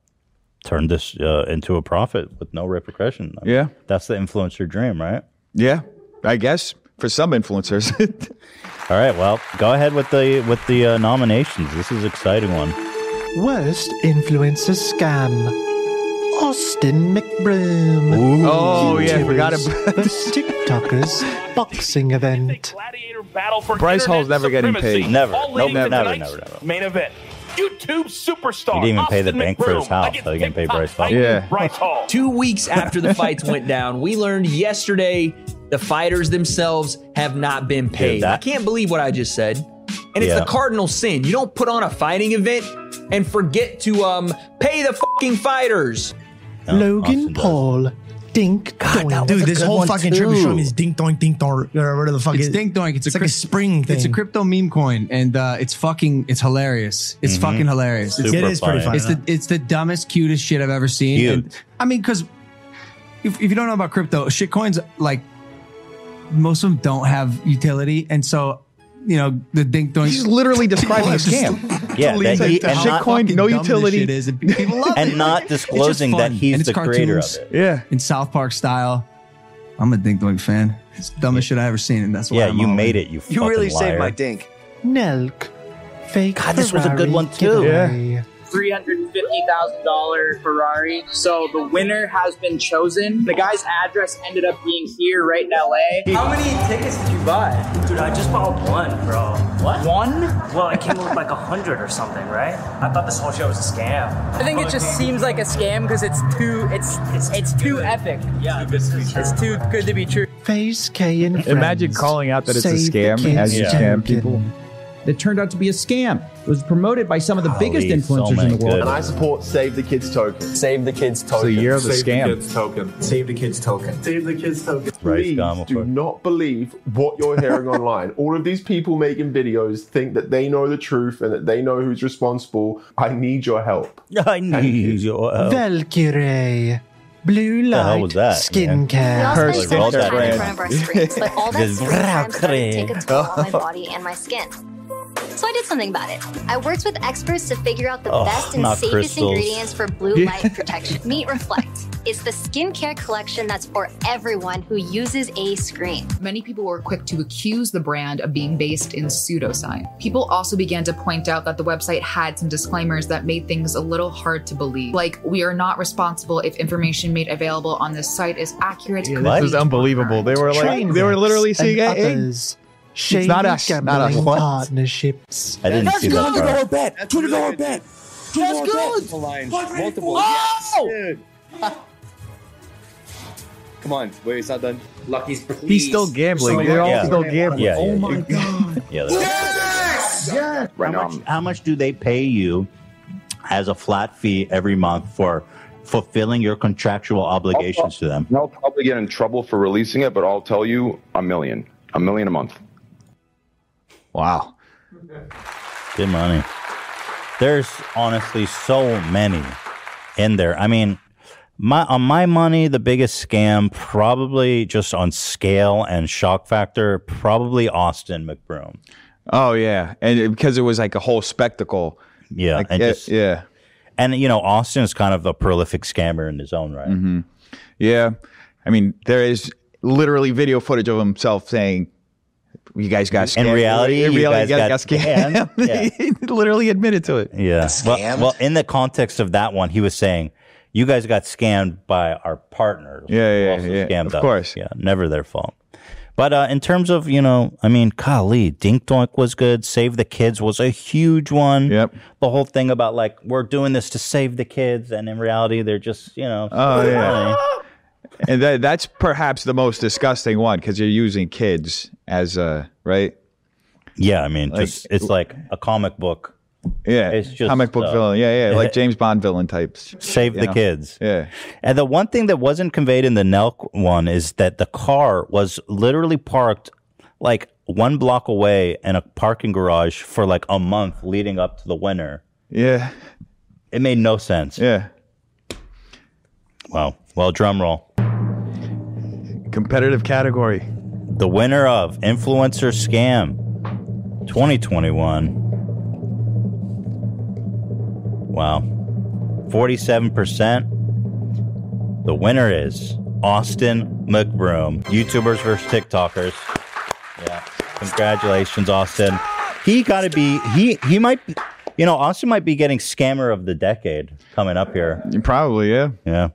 [SPEAKER 3] turned this uh, into a profit with no repercussion.
[SPEAKER 4] Yeah.
[SPEAKER 3] That's the influencer dream, right?
[SPEAKER 4] Yeah, I guess for some influencers.
[SPEAKER 3] all right. Well, go ahead with the with the uh, nominations. This is an exciting one.
[SPEAKER 8] Worst influencer scam. Austin McBroom.
[SPEAKER 4] Oh, yeah, I forgot
[SPEAKER 8] about this. TikTokers boxing event.
[SPEAKER 4] Bryce Hall's never getting paid.
[SPEAKER 3] Never.
[SPEAKER 8] All
[SPEAKER 3] Nope,
[SPEAKER 8] leading
[SPEAKER 3] never,
[SPEAKER 8] to
[SPEAKER 3] never,
[SPEAKER 8] tonight's
[SPEAKER 3] never, never.
[SPEAKER 6] Main event. YouTube superstar.
[SPEAKER 3] He didn't even pay the
[SPEAKER 6] Austin
[SPEAKER 3] bank for his
[SPEAKER 6] McBroom
[SPEAKER 3] house,
[SPEAKER 6] against
[SPEAKER 3] so he can pay
[SPEAKER 6] TikTok
[SPEAKER 3] Bryce Hall.
[SPEAKER 6] Titan Bryce Hall.
[SPEAKER 9] Two weeks after the fights went down, we learned yesterday the fighters themselves have not been paid. I
[SPEAKER 3] that-
[SPEAKER 9] can't believe what I just said. And it's
[SPEAKER 3] Yeah.
[SPEAKER 9] the cardinal sin. You don't put on a fighting event and forget to um pay the fucking fighters.
[SPEAKER 8] Logan Paul. Dink God,
[SPEAKER 12] Dude, this whole fucking trip is showing me this dink doink dink donk or whatever the fuck
[SPEAKER 22] It's
[SPEAKER 12] it-
[SPEAKER 22] dink doink. It's,
[SPEAKER 12] It's, like a spring thing.
[SPEAKER 22] It's a crypto meme coin, and uh, it's fucking. It's hilarious. It's
[SPEAKER 3] Mm-hmm.
[SPEAKER 12] Mhm.
[SPEAKER 22] fucking hilarious.
[SPEAKER 12] It's It super is pretty funny. funny,
[SPEAKER 22] It's the it's the dumbest, cutest shit I've ever seen.
[SPEAKER 12] Cute.
[SPEAKER 22] And, I mean, because if, if you don't know about crypto, shit coins like most of them don't have utility, and so you know the dink doink.
[SPEAKER 4] He's literally describing a scam.
[SPEAKER 3] Yeah, that he- and not-
[SPEAKER 22] Fucking dumb this shit is, and people love
[SPEAKER 3] and
[SPEAKER 22] it. Like,
[SPEAKER 3] not
[SPEAKER 22] it's just
[SPEAKER 3] disclosing that
[SPEAKER 22] fun,
[SPEAKER 3] he's
[SPEAKER 22] and it's
[SPEAKER 3] the creator of
[SPEAKER 22] cartoons.
[SPEAKER 3] it.
[SPEAKER 4] Yeah.
[SPEAKER 22] In South Park style. I'm a Dink Doink fan. It's the dumbest shit I ever seen, and that's why.
[SPEAKER 3] Yeah,
[SPEAKER 22] I'm
[SPEAKER 3] you
[SPEAKER 22] all in.
[SPEAKER 3] made it, you
[SPEAKER 22] You really fucking saved liar. my dink.
[SPEAKER 8] Nelk. Fake.
[SPEAKER 22] God, this was a good one, too.
[SPEAKER 8] Yeah.
[SPEAKER 23] $350,000 Ferrari. So the winner has been chosen. The guy's address ended up being here right in LA.
[SPEAKER 31] How many tickets did you buy? Dude, I just bought one, bro. What? One? Well, it came with like a hundred or something, right? I thought this whole show was a scam.
[SPEAKER 23] I think it just seems like a scam because it's too it's it's, too epic. Yeah, it's too good to be true.
[SPEAKER 8] Phase K and friends.
[SPEAKER 23] Imagine
[SPEAKER 4] calling out that it's a
[SPEAKER 8] Save the
[SPEAKER 4] scam
[SPEAKER 8] kids
[SPEAKER 4] as you
[SPEAKER 8] champion.
[SPEAKER 4] scam people.
[SPEAKER 32] that turned out to be a scam. It was promoted by some of the biggest
[SPEAKER 3] Oh
[SPEAKER 32] influencers in the world.
[SPEAKER 25] And I support Save the Kids token. Save the Kids
[SPEAKER 32] token. the year of the Save the scam.
[SPEAKER 25] Kids token. Save the Kids token. Save the Kids token.
[SPEAKER 3] Right,
[SPEAKER 25] Please
[SPEAKER 3] scam,
[SPEAKER 25] do not believe what you're hearing online. All of these people making videos think that they know the truth and that they know who's responsible. I need your help.
[SPEAKER 3] I need your
[SPEAKER 8] Valkyrie. Blue
[SPEAKER 3] Oh. The hell was
[SPEAKER 8] light
[SPEAKER 3] that, man?
[SPEAKER 8] skincare.
[SPEAKER 3] We all spend so much time in
[SPEAKER 8] skincare.
[SPEAKER 3] front of
[SPEAKER 33] our screens, but all that
[SPEAKER 3] Just
[SPEAKER 33] screen time started to
[SPEAKER 3] cream.
[SPEAKER 33] take a toll on my body and my skin. So I did something about it. I worked with experts to figure out the
[SPEAKER 3] Oh,
[SPEAKER 33] best and
[SPEAKER 3] not
[SPEAKER 33] safest
[SPEAKER 3] crystals.
[SPEAKER 33] ingredients for blue
[SPEAKER 3] Yeah.
[SPEAKER 33] light protection. Meet Reflect. It's the skincare collection that's for everyone who uses a screen.
[SPEAKER 34] Many people were quick to accuse the brand of being based in pseudoscience. People also began to point out that the website had some disclaimers that made things a little hard to believe. Like, we are not responsible if information made available on this site is accurate.
[SPEAKER 4] Yeah, this is unbelievable. They were like, they were literally seeing
[SPEAKER 8] and
[SPEAKER 4] it. Hey,
[SPEAKER 8] others.
[SPEAKER 4] It's not us. Not
[SPEAKER 8] gambling
[SPEAKER 4] us. What?
[SPEAKER 8] Partnerships.
[SPEAKER 4] I didn't see that part.
[SPEAKER 8] bet. Two dollar bet.
[SPEAKER 32] That's good.
[SPEAKER 34] Multiple.
[SPEAKER 32] Oh!
[SPEAKER 34] Come on, wait, it's not done. Lucky's.
[SPEAKER 4] He's still gambling. They're all still gambling.
[SPEAKER 3] Yeah, yeah,
[SPEAKER 4] my god.
[SPEAKER 3] yeah, that's-
[SPEAKER 4] Right
[SPEAKER 3] how much, how much do they pay you as a flat fee every month for fulfilling your contractual obligations to them?
[SPEAKER 35] I'll probably get in trouble for releasing it, but I'll tell you a million, a million a month.
[SPEAKER 4] Wow.
[SPEAKER 3] Good money. There's honestly so many in there. I mean, my on my money, the biggest scam probably just on scale and shock factor, probably Austin McBroom.
[SPEAKER 4] Oh yeah, and it- because it was like a whole spectacle.
[SPEAKER 3] Yeah,
[SPEAKER 4] Like,
[SPEAKER 3] and
[SPEAKER 4] eh,
[SPEAKER 3] just-
[SPEAKER 4] yeah.
[SPEAKER 3] And you know, Austin is kind of a prolific scammer in his own right.
[SPEAKER 4] hmm Yeah. I mean, there is literally video footage of himself saying, you guys got
[SPEAKER 3] In
[SPEAKER 4] scammed."
[SPEAKER 3] reality,
[SPEAKER 4] in
[SPEAKER 3] you
[SPEAKER 4] reality,
[SPEAKER 3] guys got
[SPEAKER 4] scammed. he literally admitted to it.
[SPEAKER 3] Yeah.
[SPEAKER 4] scammed?
[SPEAKER 3] Well, well, in the context of that one, he was saying, "You guys got scammed by our partners. Yeah, yeah, yeah. Scammed
[SPEAKER 4] of
[SPEAKER 3] us."
[SPEAKER 4] course.
[SPEAKER 3] Yeah, never their fault. But uh, in terms of you know, I mean, golly, Dink Doink was good. Save the Kids was a huge one. Yep. The whole thing about like we're doing this to save the kids, and in reality, they're just you know.
[SPEAKER 4] Oh,
[SPEAKER 3] stealing
[SPEAKER 4] yeah.
[SPEAKER 3] money.
[SPEAKER 4] and that, that's perhaps the most disgusting one because you're using kids as a right.
[SPEAKER 3] Yeah, I mean, just- it's like a comic book.
[SPEAKER 4] Yeah,
[SPEAKER 3] It's just,
[SPEAKER 4] comic book
[SPEAKER 3] uh,
[SPEAKER 4] villain. Yeah, yeah, like James Bond villain types.
[SPEAKER 3] Save
[SPEAKER 4] you
[SPEAKER 3] the
[SPEAKER 4] know?
[SPEAKER 3] kids.
[SPEAKER 4] Yeah.
[SPEAKER 3] And the one thing that wasn't conveyed in the Nelk one is that the car was literally parked like one block away in a parking garage for like a month leading up to the winter.
[SPEAKER 4] Yeah.
[SPEAKER 3] It made no sense.
[SPEAKER 4] Yeah.
[SPEAKER 3] Wow. Well, drum roll.
[SPEAKER 4] Competitive category.
[SPEAKER 3] The winner of Influencer Scam 2021. Wow. 47%. The winner is Austin McBroom, YouTubers versus TikTokers. Yeah. Congratulations, Austin. He got to be, he, he might, be- you know, Austin might be getting scammer of the decade coming up here.
[SPEAKER 4] Probably, yeah.
[SPEAKER 3] Yeah.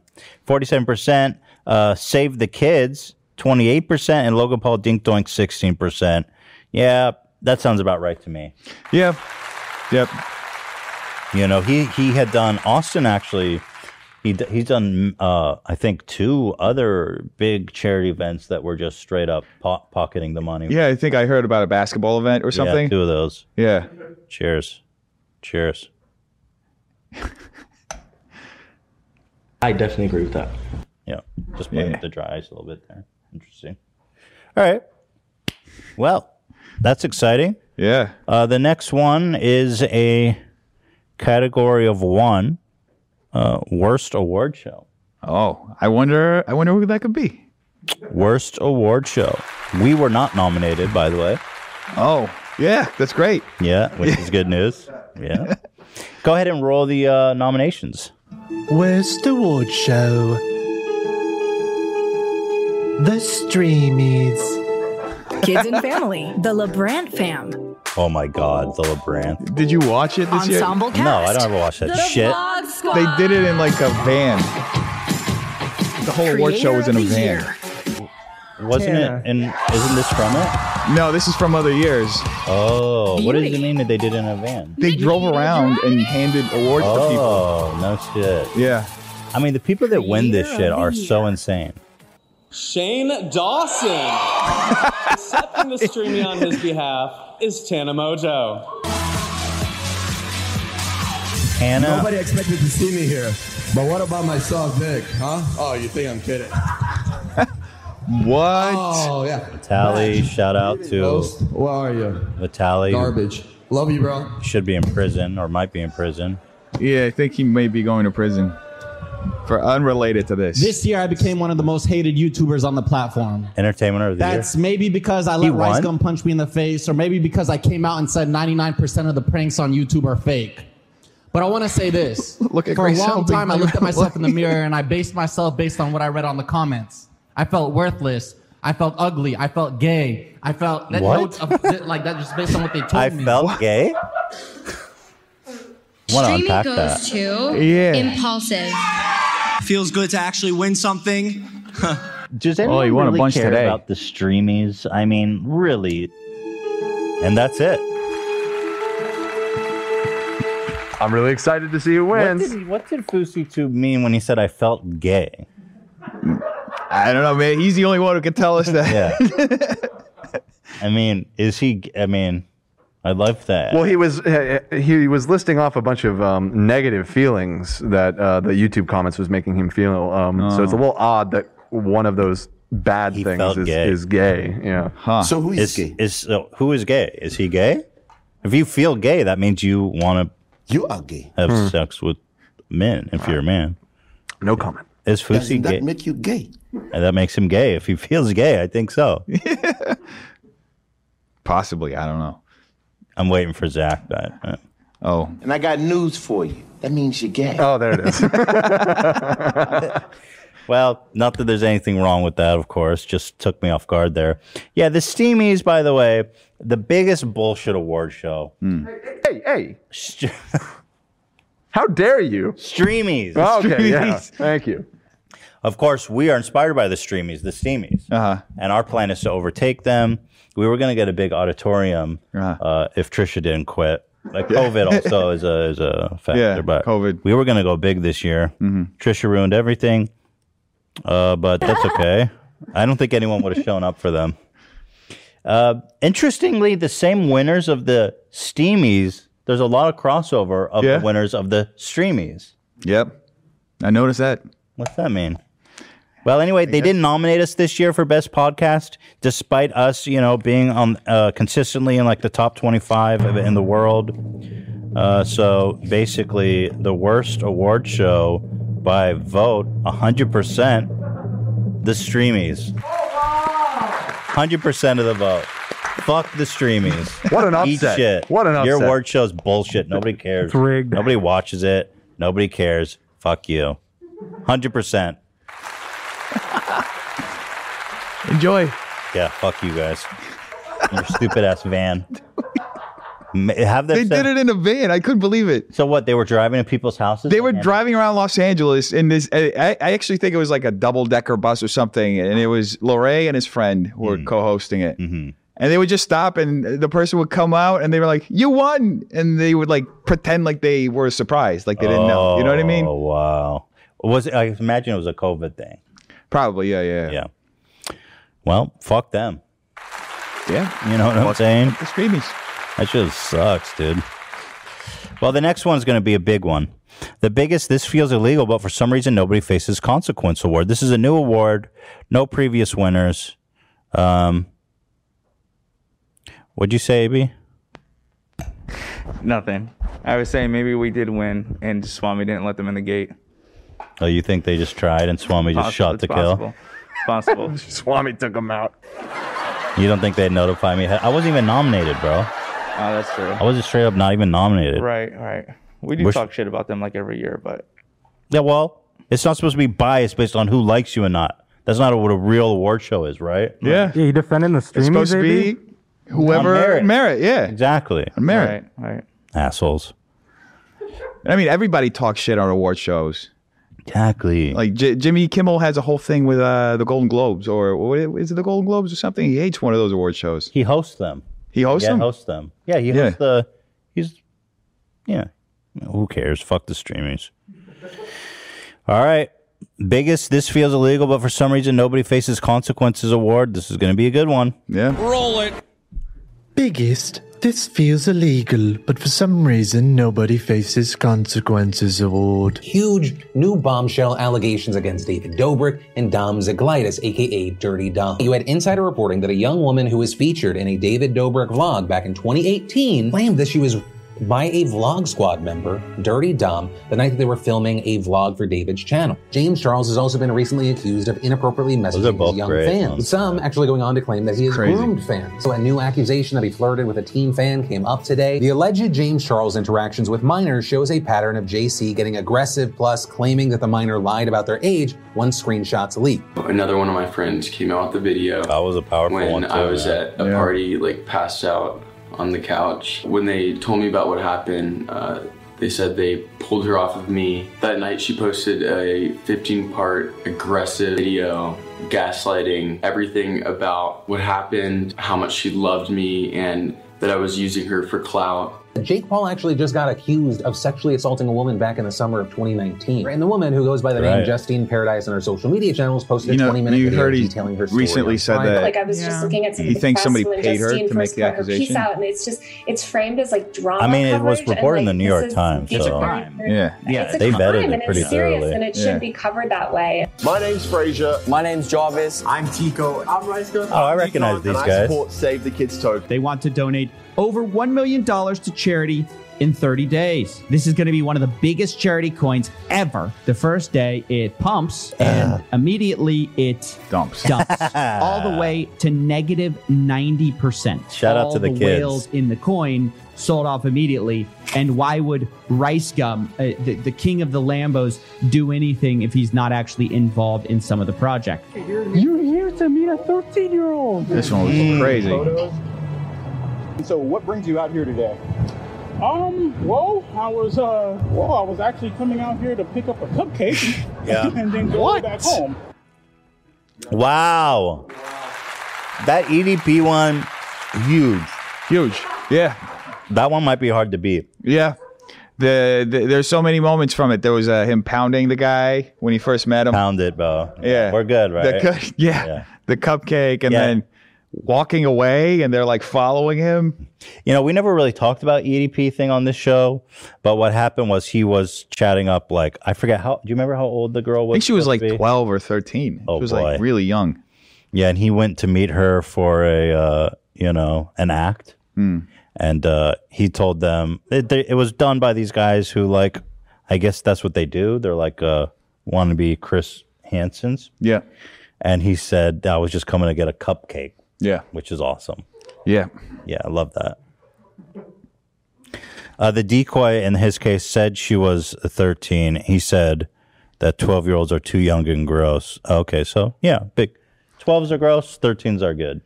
[SPEAKER 3] 47%, uh, Save the Kids, 28%, and Logan Paul Dink Doink, 16%. Yeah, that sounds about right to me.
[SPEAKER 4] Yeah. Yep.
[SPEAKER 3] You know, he he had done Austin actually. He d- he's done uh, I think two other big charity events that were just straight up po- pocketing the money.
[SPEAKER 4] Yeah, I think I heard about a basketball event or something.
[SPEAKER 3] Yeah, two of those.
[SPEAKER 4] Yeah.
[SPEAKER 3] Cheers. Cheers.
[SPEAKER 1] I definitely agree with that.
[SPEAKER 3] Yeah. Just playing with the dry ice a little bit there. Interesting. All right. Well, that's exciting.
[SPEAKER 4] Yeah.
[SPEAKER 3] Uh, the next one is a category of one uh, worst award show.
[SPEAKER 4] Oh, I wonder. I wonder who that could be.
[SPEAKER 3] Worst award show. We were not nominated, by the way.
[SPEAKER 4] Oh, yeah, that's great.
[SPEAKER 3] Yeah, which is good news. Yeah. Go ahead and roll the uh, nominations.
[SPEAKER 8] Worst Award Show. The Streamies.
[SPEAKER 2] Kids and Family, the LeBrant Fam,
[SPEAKER 3] Oh my God, the LeBran.
[SPEAKER 4] Did you watch it this
[SPEAKER 2] Ensemble
[SPEAKER 4] year?
[SPEAKER 2] cast.
[SPEAKER 3] No, I don't ever watch that
[SPEAKER 2] The
[SPEAKER 3] shit.
[SPEAKER 2] Vlog Squad.
[SPEAKER 4] They did it in like a van. The whole award show was in a van.
[SPEAKER 3] Wasn't it? And isn't this from it?
[SPEAKER 4] No, this is from other years.
[SPEAKER 3] Oh, what does it mean that they did it in a van?
[SPEAKER 4] They drove around and handed awards to people.
[SPEAKER 3] Oh, no shit.
[SPEAKER 4] Yeah.
[SPEAKER 3] I mean, the people that win this shit are so insane.
[SPEAKER 5] Shane Dawson. Accepting the streaming on his behalf is Tana Mojo.
[SPEAKER 3] Hannah.
[SPEAKER 7] Nobody expected to see me here. But what about my soft dick, huh? Oh, you think I'm kidding?
[SPEAKER 4] what?
[SPEAKER 7] Oh, yeah.
[SPEAKER 3] Vitaly, shout out to.
[SPEAKER 7] Where are you?
[SPEAKER 3] Vitaly.
[SPEAKER 7] Garbage. Love you, bro.
[SPEAKER 3] Should be in prison or might be in prison.
[SPEAKER 4] Yeah, I think he may be going to prison for unrelated to this.
[SPEAKER 21] This year, I became one of the most hated YouTubers on the platform.
[SPEAKER 3] Entertainment of the
[SPEAKER 21] That's
[SPEAKER 3] year.
[SPEAKER 21] maybe because I
[SPEAKER 3] He
[SPEAKER 21] let Rice
[SPEAKER 3] won?
[SPEAKER 21] Gum punch me in the face, or maybe because I came out and said 99% of the pranks on YouTube are fake. But I want to say this.
[SPEAKER 4] Look at
[SPEAKER 21] For
[SPEAKER 4] Grace
[SPEAKER 21] a long
[SPEAKER 4] Helbig.
[SPEAKER 21] time, I looked at myself in the mirror and I based myself based on what I read on the comments. I felt worthless. I felt ugly. I felt gay. I felt that
[SPEAKER 3] What?
[SPEAKER 21] no- of- like that just based on what they told
[SPEAKER 3] I
[SPEAKER 21] me.
[SPEAKER 3] felt gay. Want to unpack that?
[SPEAKER 24] impulsive.
[SPEAKER 13] Feels good to actually win something.
[SPEAKER 3] Does anyone
[SPEAKER 13] Oh, you won a
[SPEAKER 3] really
[SPEAKER 13] bunch
[SPEAKER 3] care
[SPEAKER 13] today.
[SPEAKER 3] about the streamies? I mean, really. And that's it.
[SPEAKER 13] I'm really excited to see who
[SPEAKER 3] What
[SPEAKER 13] wins.
[SPEAKER 3] did, what did FoosyTube mean when he said I felt gay?
[SPEAKER 4] I don't know, man. He's the only one who can tell us that.
[SPEAKER 3] yeah. I mean, is he? I mean, I love that.
[SPEAKER 13] Well, he was uh, he was listing off a bunch of um, negative feelings that uh, the YouTube comments was making him feel. Um, So it's a
[SPEAKER 3] Oh.
[SPEAKER 13] little odd that one of those bad things
[SPEAKER 3] felt
[SPEAKER 13] is
[SPEAKER 3] gay.
[SPEAKER 13] gay. is gay. Yeah.
[SPEAKER 3] So who is, gay? Is uh, who is gay? Is he gay? If you feel gay, that means you want to. You are gay. Have
[SPEAKER 14] Hmm.
[SPEAKER 3] sex with men if you're a man.
[SPEAKER 13] No comment.
[SPEAKER 3] Is Fusi
[SPEAKER 14] Doesn't that
[SPEAKER 3] gay?
[SPEAKER 14] make you gay?
[SPEAKER 3] And that makes him gay if he feels gay. I think so.
[SPEAKER 4] Possibly. I don't know.
[SPEAKER 3] I'm waiting for Zach. But, uh,
[SPEAKER 4] Oh.
[SPEAKER 6] And I got news for you. That means you're gay.
[SPEAKER 13] Oh, there it is.
[SPEAKER 3] Well, not that there's anything wrong with that, of course. Just took me off guard there. Yeah, the Steamies, by the way, the biggest bullshit award show.
[SPEAKER 6] Hey, hey.
[SPEAKER 3] How dare you? Streamies.
[SPEAKER 13] Oh, okay, yeah. Thank you.
[SPEAKER 3] Of course, we are inspired by the Streamies, the Steamies. Uh-huh. And our plan is to overtake them. We were going to get a big auditorium uh, if Trisha didn't quit. Like COVID also is a, is a factor,
[SPEAKER 4] Yeah,
[SPEAKER 3] but COVID. Mm-hmm. we were going to go big this year. Trisha ruined everything, uh, but that's okay. I don't think anyone would have shown up for them. Uh, interestingly, the same winners of the Steamies, there's a lot of crossover of the winners of the Streamies.
[SPEAKER 4] Yep. I noticed that.
[SPEAKER 3] What's that mean? Well, anyway, they didn't nominate us this year for best podcast, despite us, you know, being on uh, consistently in like the top twenty-five of, in the world. Uh, so basically, the worst award show by vote, hundred percent, the Streamies, hundred percent of the vote. Fuck the Streamies.
[SPEAKER 13] What an
[SPEAKER 3] Eat
[SPEAKER 13] upset.
[SPEAKER 3] shit.
[SPEAKER 13] What an
[SPEAKER 3] Your
[SPEAKER 13] upset.
[SPEAKER 3] award show's bullshit. Nobody cares.
[SPEAKER 13] It's rigged.
[SPEAKER 3] Nobody watches it. Nobody cares. Fuck you. Hundred percent.
[SPEAKER 4] Enjoy.
[SPEAKER 3] Yeah, fuck you guys. Your stupid ass van. Ma- Have them
[SPEAKER 4] They
[SPEAKER 3] send-
[SPEAKER 4] did it in a van. I couldn't believe it.
[SPEAKER 3] So what? They were driving to people's houses.
[SPEAKER 4] They were driving around Los Angeles in this. I, I I actually think it was like a double decker bus or something, and it was Lorray and his friend who were co-hosting it. And they would just stop, and the person would come out, and they were like, "You won!" And they would like pretend like they were surprised, like they didn't know. You know what I mean?
[SPEAKER 3] Oh wow. Was it, I imagine it was a COVID thing.
[SPEAKER 4] Probably. Yeah. Yeah.
[SPEAKER 3] Yeah. Well, fuck them.
[SPEAKER 4] Yeah.
[SPEAKER 3] You know what I'm
[SPEAKER 4] Fuck-
[SPEAKER 3] saying?
[SPEAKER 4] fuck the Streamies.
[SPEAKER 3] That shit sucks, dude. Well, the next one's going to be a big one. The biggest, this feels illegal, but for some reason nobody faces consequence award. This is a new award, no previous winners. Um, what'd you say, AB?
[SPEAKER 14] Nothing. I was saying maybe we did win, and Swami didn't let them in the gate.
[SPEAKER 3] Oh, you think they just tried and Swami just
[SPEAKER 14] Possible,
[SPEAKER 3] shot
[SPEAKER 14] it's
[SPEAKER 3] to
[SPEAKER 14] possible.
[SPEAKER 3] kill?
[SPEAKER 14] Possible.
[SPEAKER 13] Swami took him out.
[SPEAKER 3] You don't think they'd notify me? I wasn't even nominated, bro.
[SPEAKER 14] Oh, that's true.
[SPEAKER 3] I was just straight up not even nominated.
[SPEAKER 14] Right, right. We do
[SPEAKER 3] Wish-
[SPEAKER 14] talk shit about them like every year, but
[SPEAKER 3] Yeah, well, it's not supposed to be biased based on who likes you and not. That's not what a real award show is, right?
[SPEAKER 4] Yeah.
[SPEAKER 18] Yeah, you defending the streamers?
[SPEAKER 4] supposed to
[SPEAKER 18] AB?
[SPEAKER 4] be whoever
[SPEAKER 3] On merit.
[SPEAKER 4] merit. yeah,
[SPEAKER 3] exactly.
[SPEAKER 4] merit,
[SPEAKER 14] right,
[SPEAKER 3] Assholes.
[SPEAKER 4] I mean, everybody talks shit on award shows.
[SPEAKER 3] Exactly.
[SPEAKER 4] Like J- Jimmy Kimmel has a whole thing with uh, the Golden Globes, or what i- is it the Golden Globes or something? He hates one of those award shows.
[SPEAKER 3] He hosts them.
[SPEAKER 4] He hosts
[SPEAKER 3] yeah,
[SPEAKER 4] them.
[SPEAKER 3] hosts them. Yeah, he hosts the. He's. Yeah. Who cares? Fuck the streamers. All right. Biggest, this feels illegal, but for some reason nobody faces consequences award. This is going to be a good one.
[SPEAKER 4] Yeah.
[SPEAKER 5] Roll it.
[SPEAKER 8] Biggest, this feels illegal, but for some reason nobody faces consequences award.
[SPEAKER 20] Huge new bombshell allegations against David Dobrik and Dom Zaglitis, aka Dirty Dom. You had insider reporting that a young woman who was featured in a David Dobrik vlog back in 2018 claimed that she was raped by a vlog squad member, Dirty Dom, the night that they were filming a vlog for David's channel. James Charles has also been recently accused of inappropriately messaging his young great fans. ones. Some actually going on to claim that he has Crazy. groomed fans. So a new accusation that he flirted with a teen fan came up today. The alleged James Charles interactions with minors shows a pattern of JC getting aggressive, plus claiming that the minor lied about their age once screenshots leaked.
[SPEAKER 27] Another one of my friends came out the video. That
[SPEAKER 3] was a powerful
[SPEAKER 27] when
[SPEAKER 20] one,
[SPEAKER 27] I
[SPEAKER 20] too,
[SPEAKER 27] was
[SPEAKER 20] man.
[SPEAKER 27] at a party, like passed out on the couch. When they told me about what happened, uh, they said they pulled her off of me. That night, she posted a 15-part aggressive video, gaslighting everything about what happened, how much she loved me, and that I was using her for clout.
[SPEAKER 20] Jake Paul actually just got accused of sexually assaulting a woman back in the summer of 2019. And the woman who goes by the
[SPEAKER 4] Right.
[SPEAKER 20] name Justine Paradise on her social media channels posted
[SPEAKER 4] You know,
[SPEAKER 20] a 20 minute
[SPEAKER 4] you
[SPEAKER 20] video
[SPEAKER 4] heard he
[SPEAKER 20] detailing her story.
[SPEAKER 4] recently
[SPEAKER 20] on
[SPEAKER 4] said
[SPEAKER 20] Friday.
[SPEAKER 4] that-
[SPEAKER 28] Like I was just looking at something.
[SPEAKER 4] You think
[SPEAKER 28] fast
[SPEAKER 4] somebody
[SPEAKER 28] and when
[SPEAKER 4] paid her
[SPEAKER 28] Justine
[SPEAKER 4] to make
[SPEAKER 28] first
[SPEAKER 4] the
[SPEAKER 28] put her piece
[SPEAKER 4] accusation?
[SPEAKER 28] out, and it's just it's framed as like drama.
[SPEAKER 3] I mean, it was
[SPEAKER 28] coverage,
[SPEAKER 3] reported in
[SPEAKER 28] and, like,
[SPEAKER 3] the New
[SPEAKER 28] this
[SPEAKER 3] York
[SPEAKER 28] is-
[SPEAKER 3] Times,
[SPEAKER 28] these
[SPEAKER 3] so-
[SPEAKER 28] are
[SPEAKER 3] Crime.
[SPEAKER 28] very-
[SPEAKER 3] Yeah. Yeah,
[SPEAKER 28] it's a
[SPEAKER 3] they vetted
[SPEAKER 28] crime,
[SPEAKER 3] it
[SPEAKER 28] and
[SPEAKER 3] pretty
[SPEAKER 28] it's serious,
[SPEAKER 3] thoroughly.
[SPEAKER 28] and it
[SPEAKER 3] Yeah.
[SPEAKER 28] should be covered that way.
[SPEAKER 6] My name's Frazier.
[SPEAKER 20] My name's Jarvis.
[SPEAKER 6] I'm Tico. I'm Rice Girl.
[SPEAKER 3] Oh, I recognize these guys.
[SPEAKER 6] support Save the Kids Token.
[SPEAKER 14] They want to donate over $1 million to charity
[SPEAKER 32] in 30 days. This is going to be one of the biggest charity coins ever. The first day it pumps
[SPEAKER 3] Uh.
[SPEAKER 32] and immediately it dumps. all the way to negative 90%.
[SPEAKER 3] Shout out
[SPEAKER 32] All
[SPEAKER 3] to the kids.
[SPEAKER 32] whales in the coin sold off immediately. And why would Rice Gum, uh, the, the king of the Lambos, do anything if he's not actually involved in some of the project?
[SPEAKER 9] You're here to meet a 13 year old.
[SPEAKER 4] This one was Oh, crazy.
[SPEAKER 9] So, what brings you out here today? Um, well, I was, uh, well, I was actually coming out here to pick up a cupcake
[SPEAKER 3] Yeah.
[SPEAKER 9] and then go back home.
[SPEAKER 3] Wow. That EDP one, huge.
[SPEAKER 4] Huge. Yeah.
[SPEAKER 3] That one might be hard to beat.
[SPEAKER 4] Yeah. The, the there's so many moments from it. There was uh, him pounding the guy when he first met him.
[SPEAKER 3] Pounded, bro.
[SPEAKER 4] Yeah,
[SPEAKER 3] We're good, right?
[SPEAKER 4] The cu- yeah. the cupcake, and
[SPEAKER 3] Yeah.
[SPEAKER 4] then walking away, and they're like following him.
[SPEAKER 3] You know, we never really talked about EDP thing on this show, but what happened was he was chatting up like I forget how. Do you remember how old the girl was? I think
[SPEAKER 4] she was, like,
[SPEAKER 3] twelve or thirteen. Oh
[SPEAKER 4] She was, like,
[SPEAKER 3] really
[SPEAKER 4] young.
[SPEAKER 3] Yeah, and he went to meet her for a uh, you know an act,
[SPEAKER 4] Hmm.
[SPEAKER 3] and uh, he told them it, they- it was done by these guys who like I guess that's what they do. They're like uh, want to be Chris Hansen's.
[SPEAKER 4] Yeah,
[SPEAKER 3] and he said I was just coming to get a cupcake.
[SPEAKER 4] Yeah.
[SPEAKER 3] which is awesome.
[SPEAKER 4] Yeah.
[SPEAKER 3] Yeah, I love that. Uh, the decoy in his case said she was 13. He said that 12 year olds are too young and gross. Okay, so yeah, big 12s are gross, 13s are good.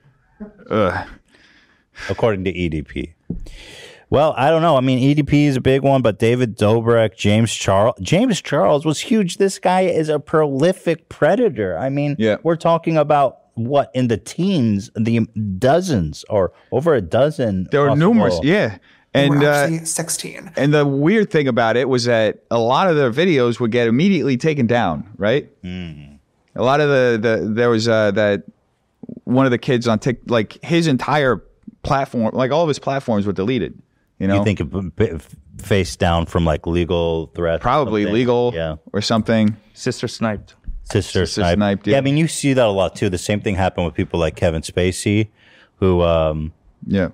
[SPEAKER 3] According to EDP. Well, I don't know. I mean, EDP is a big one, but David Dobrik, James Charles, James Charles was huge. This guy is a prolific predator. I mean, we're talking about what in the teens, the dozens or over a dozen.
[SPEAKER 4] There were
[SPEAKER 3] possible-
[SPEAKER 4] numerous. Yeah, and
[SPEAKER 18] We're
[SPEAKER 4] uh,
[SPEAKER 18] actually 16.
[SPEAKER 4] and the weird thing about it was that a lot of their videos would get immediately taken down. Right.
[SPEAKER 3] Hmm.
[SPEAKER 4] A lot of the, the there was uh, that one of the kids on Tik like his entire platform, like all of his platforms were deleted. You know,
[SPEAKER 3] you think it b- b- face down from like legal threats,
[SPEAKER 4] probably
[SPEAKER 3] something.
[SPEAKER 4] legal
[SPEAKER 3] yeah.
[SPEAKER 4] or something.
[SPEAKER 14] Sister sniped.
[SPEAKER 3] Sister, sniped. yeah. I mean, you see that a lot too. The same thing happened with people like Kevin Spacey, who um,
[SPEAKER 4] yeah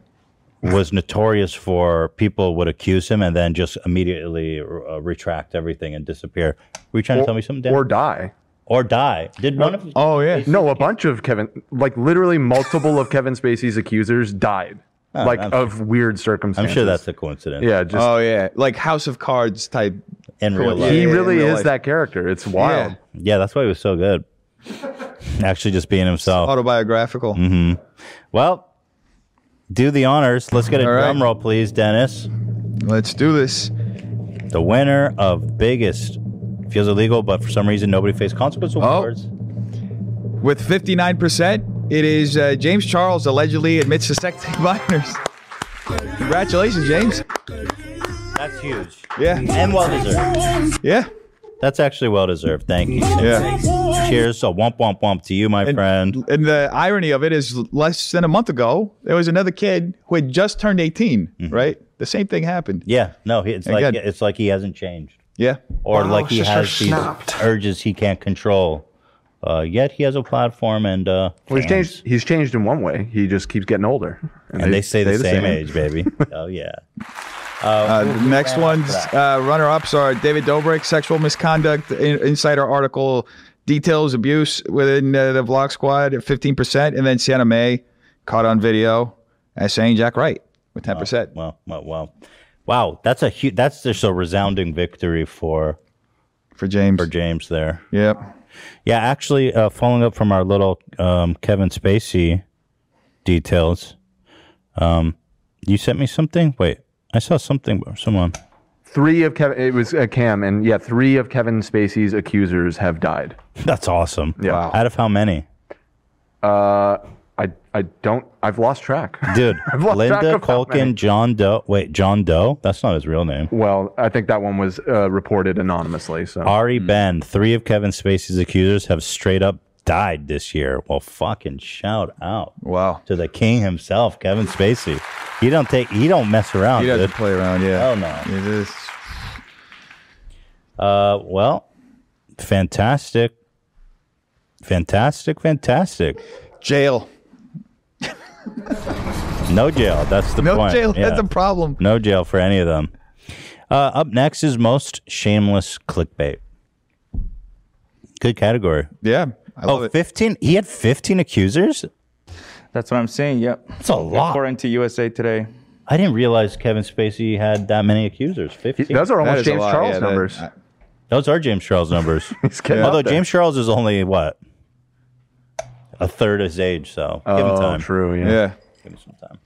[SPEAKER 3] was notorious for people would accuse him and then just immediately uh, retract everything and disappear. Were you trying to
[SPEAKER 13] Or-
[SPEAKER 3] tell me something? Dan?
[SPEAKER 13] or die.
[SPEAKER 3] Or die. Did one of
[SPEAKER 4] Oh yeah.
[SPEAKER 13] No, a bunch of Kevin, like literally multiple of Kevin Spacey's accusers died,
[SPEAKER 4] Oh,
[SPEAKER 13] like
[SPEAKER 4] I'm-
[SPEAKER 13] of weird circumstances.
[SPEAKER 3] that's a coincidence.
[SPEAKER 13] Yeah, just
[SPEAKER 4] oh yeah, like House of Cards type.
[SPEAKER 3] In
[SPEAKER 13] real life. He really is that character. It's wild.
[SPEAKER 3] Yeah. that's why he was so good. Actually, just being himself.
[SPEAKER 4] autobiographical.
[SPEAKER 3] hmm Well, do the honors. Let's get a
[SPEAKER 4] All right.
[SPEAKER 3] drum roll, please, Dennis.
[SPEAKER 4] Let's do this.
[SPEAKER 3] The winner of biggest feels illegal, but for some reason nobody faced consequences.
[SPEAKER 4] Oh.
[SPEAKER 3] awards.
[SPEAKER 4] With 59%, it is uh, James Charles allegedly admits to sexting minors. Congratulations, James.
[SPEAKER 3] That's huge.
[SPEAKER 4] Yeah.
[SPEAKER 3] And well deserved.
[SPEAKER 4] Yeah.
[SPEAKER 3] That's actually well deserved. Thank you.
[SPEAKER 4] Yeah.
[SPEAKER 3] Cheers. So womp womp womp to you, my friend.
[SPEAKER 4] And the irony of it is less than a month ago, there was another kid who had just turned 18,
[SPEAKER 3] Mm-hmm.
[SPEAKER 4] right? The same thing happened.
[SPEAKER 3] Yeah. No, he- it's like
[SPEAKER 4] Again.
[SPEAKER 3] it's like he hasn't changed.
[SPEAKER 4] Yeah.
[SPEAKER 3] Or
[SPEAKER 4] Wow,
[SPEAKER 3] like he
[SPEAKER 4] sister
[SPEAKER 3] has these urges he can't control. Uh, yet he has a platform and uh
[SPEAKER 13] Well, he's
[SPEAKER 3] fans.
[SPEAKER 13] changed. He's changed in one way. He just keeps getting older,
[SPEAKER 3] And, they, stay the, same, age, baby. oh yeah. Uh,
[SPEAKER 4] Uh,
[SPEAKER 3] we'll
[SPEAKER 4] the
[SPEAKER 3] do
[SPEAKER 4] next
[SPEAKER 3] that
[SPEAKER 4] ones,
[SPEAKER 3] after that.
[SPEAKER 4] uh, runner ups are David Dobrik, sexual misconduct, in- insider article, details abuse within uh, the Vlog Squad at 15%. And then Sienna May, caught on video as saying Jack Wright with 10%.
[SPEAKER 3] Wow, wow, wow, wow. That's a huge. That's just a resounding victory for
[SPEAKER 4] for James.
[SPEAKER 3] For James there.
[SPEAKER 4] Yep.
[SPEAKER 3] Yeah, actually, uh, following up from our little um, Kevin Spacey details, um, you sent me something. Wait, I saw something. Someone.
[SPEAKER 13] Three of Kevin. It was uh, Cam, and yeah, three of Kevin Spacey's accusers have died.
[SPEAKER 3] That's awesome.
[SPEAKER 13] Yeah.
[SPEAKER 3] Out of how many?
[SPEAKER 13] Uh, I I don't. I've lost track.
[SPEAKER 3] Dude,
[SPEAKER 13] I've lost track
[SPEAKER 3] Linda
[SPEAKER 13] of how many.
[SPEAKER 3] Colkin, John Doe. Wait, John Doe? That's not his real name.
[SPEAKER 13] Well, I think that one was uh, reported anonymously. So
[SPEAKER 3] Ari
[SPEAKER 4] Hmm.
[SPEAKER 3] Ben, three of Kevin Spacey's accusers have straight up died this year. Well, fucking shout out.
[SPEAKER 4] Wow.
[SPEAKER 3] To the king himself, Kevin Spacey. He don't take he don't mess around.
[SPEAKER 4] He doesn't
[SPEAKER 3] dude.
[SPEAKER 4] play around, yeah.
[SPEAKER 3] Hell Oh, no.
[SPEAKER 4] It is.
[SPEAKER 3] Uh well, fantastic. Fantastic, fantastic.
[SPEAKER 4] Jail.
[SPEAKER 3] no jail. That's the
[SPEAKER 4] No
[SPEAKER 3] point.
[SPEAKER 4] jail. That's
[SPEAKER 3] Yeah.
[SPEAKER 4] a problem.
[SPEAKER 3] No jail for any of them. Uh, up next is most shameless clickbait. Good category.
[SPEAKER 4] Yeah.
[SPEAKER 3] oh, 15. He had 15 accusers?
[SPEAKER 14] That's what I'm saying. Yep.
[SPEAKER 3] That's a lot.
[SPEAKER 14] According to USA Today.
[SPEAKER 3] I didn't realize Kevin Spacey had that many accusers. 15.
[SPEAKER 14] Those are almost That is a James lot, Charles yeah, that-
[SPEAKER 13] numbers.
[SPEAKER 4] uh,
[SPEAKER 3] those are James Charles numbers.
[SPEAKER 13] getting
[SPEAKER 3] Although
[SPEAKER 13] up there.
[SPEAKER 3] James Charles is only, what? A third his age, so give him
[SPEAKER 13] Oh,
[SPEAKER 3] time.
[SPEAKER 13] true, yeah. Yeah.
[SPEAKER 3] Give him some time.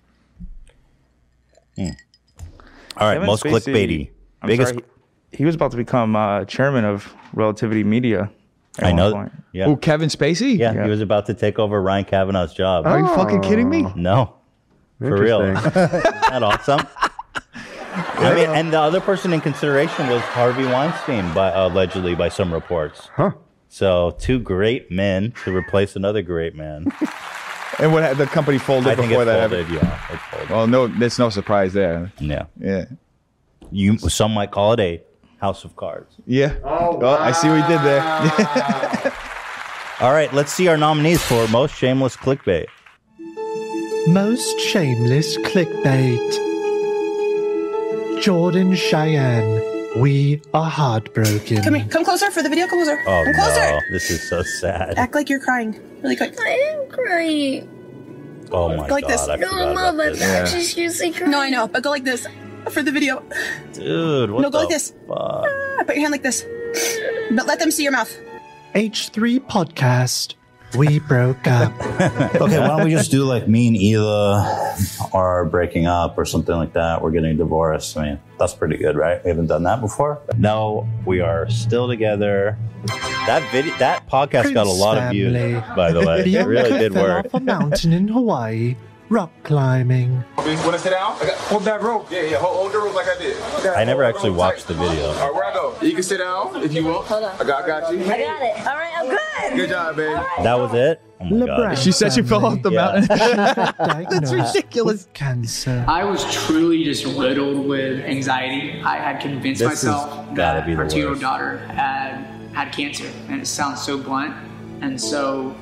[SPEAKER 3] Hmm. All right, most clickbaity.
[SPEAKER 14] I'm
[SPEAKER 3] Biggest-
[SPEAKER 14] sorry, he, he was about to become uh, chairman of Relativity Media. at
[SPEAKER 3] I
[SPEAKER 14] one
[SPEAKER 3] know-
[SPEAKER 14] point.
[SPEAKER 3] yeah. Ooh,
[SPEAKER 4] Kevin Spacey?
[SPEAKER 3] Yeah, he was about to take over Ryan Kavanaugh's job.
[SPEAKER 13] Oh.
[SPEAKER 4] Are you fucking kidding me?
[SPEAKER 3] No. For real. Isn't that awesome? I mean, and the other person in consideration was Harvey Weinstein, by, allegedly, by some reports. Huh. So, two great men to replace another great man.
[SPEAKER 4] And what hap- the company folded
[SPEAKER 3] I think
[SPEAKER 4] before
[SPEAKER 3] it
[SPEAKER 4] that
[SPEAKER 3] folded,
[SPEAKER 4] happened.
[SPEAKER 3] yeah, it folded.
[SPEAKER 4] Well, no, there's no surprise there.
[SPEAKER 3] Yeah.
[SPEAKER 4] Yeah.
[SPEAKER 3] You some might call it a house of cards.
[SPEAKER 4] Yeah. Oh, I see what you did there.
[SPEAKER 3] All right, let's see our nominees for most shameless clickbait.
[SPEAKER 8] Most shameless clickbait. Jordan Cheyenne, we are heartbroken.
[SPEAKER 25] Come here. Come closer for the video. Come closer.
[SPEAKER 3] Oh
[SPEAKER 25] come closer.
[SPEAKER 3] no, this is so sad.
[SPEAKER 25] Act like you're crying. Really quick. I am crying.
[SPEAKER 3] Oh my
[SPEAKER 25] like
[SPEAKER 3] god,
[SPEAKER 25] this.
[SPEAKER 3] I forgot about this.
[SPEAKER 25] usually crying. No, I know. But go like this for the video.
[SPEAKER 3] Dude, what
[SPEAKER 25] no,
[SPEAKER 3] the
[SPEAKER 25] go like this.
[SPEAKER 3] fuck?
[SPEAKER 25] Ah, Put your hand like this. But let them see your mouth.
[SPEAKER 8] H3 podcast, we broke up.
[SPEAKER 3] okay, why don't we just do like me and Hila are breaking up or something like that? We're getting divorced. I mean, that's pretty good, right? We haven't done that before. No, we are still together. That video, that podcast got a lot of views, by the way. It
[SPEAKER 8] Bianca
[SPEAKER 3] really did
[SPEAKER 8] fell
[SPEAKER 3] work.
[SPEAKER 8] off a mountain in Hawaii, rock climbing.
[SPEAKER 6] Wanna sit down? I got, hold that rope. Yeah, yeah. Hold, hold the rope like I did.
[SPEAKER 3] I never actually watched the video.
[SPEAKER 6] All right, where I go? You can sit down if you want. Hold on. I got, I got you. I got it.
[SPEAKER 18] All right, I'm good.
[SPEAKER 6] Good job, babe.
[SPEAKER 3] That was it. Oh my
[SPEAKER 8] LeBron
[SPEAKER 3] god!
[SPEAKER 8] She said she fell off the
[SPEAKER 3] Yeah.
[SPEAKER 8] That's
[SPEAKER 18] ridiculous.
[SPEAKER 3] Ah.
[SPEAKER 8] Cancer.
[SPEAKER 18] I was truly just riddled with anxiety. I had convinced
[SPEAKER 3] This has
[SPEAKER 18] myself
[SPEAKER 3] gotta
[SPEAKER 18] that
[SPEAKER 3] be the
[SPEAKER 18] our two-year-old
[SPEAKER 3] worst.
[SPEAKER 18] daughter had had cancer, and it sounds so blunt and so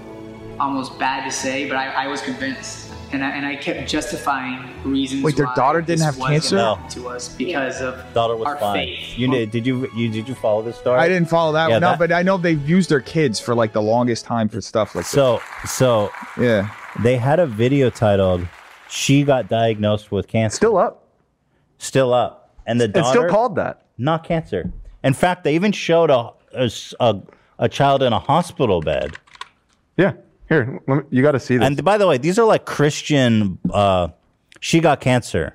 [SPEAKER 18] almost bad to say, but I, I was convinced, and I, and I kept justifying reasons.
[SPEAKER 4] Wait, their
[SPEAKER 18] why
[SPEAKER 4] daughter didn't
[SPEAKER 18] this
[SPEAKER 4] have
[SPEAKER 18] wasn't
[SPEAKER 4] cancer?
[SPEAKER 18] happening To us because of
[SPEAKER 3] Daughter was
[SPEAKER 18] our
[SPEAKER 3] fine.
[SPEAKER 18] faith.
[SPEAKER 3] You did? Did you? You did you follow this story?
[SPEAKER 4] I didn't follow that
[SPEAKER 3] Yeah,
[SPEAKER 4] one up,
[SPEAKER 3] that-
[SPEAKER 4] but I know they've used their kids for like the longest time for stuff like
[SPEAKER 3] So, so
[SPEAKER 4] yeah,
[SPEAKER 3] they had a video titled "She Got Diagnosed with Cancer." Still
[SPEAKER 13] up,
[SPEAKER 3] still up, and the
[SPEAKER 13] It's
[SPEAKER 3] daughter
[SPEAKER 13] still called that.
[SPEAKER 3] not cancer. In fact, they even showed a a, s- a- a child in a hospital bed.
[SPEAKER 13] Yeah, here, let me, you got to see this.
[SPEAKER 3] And by the way, these are like Christian. Uh, she got cancer.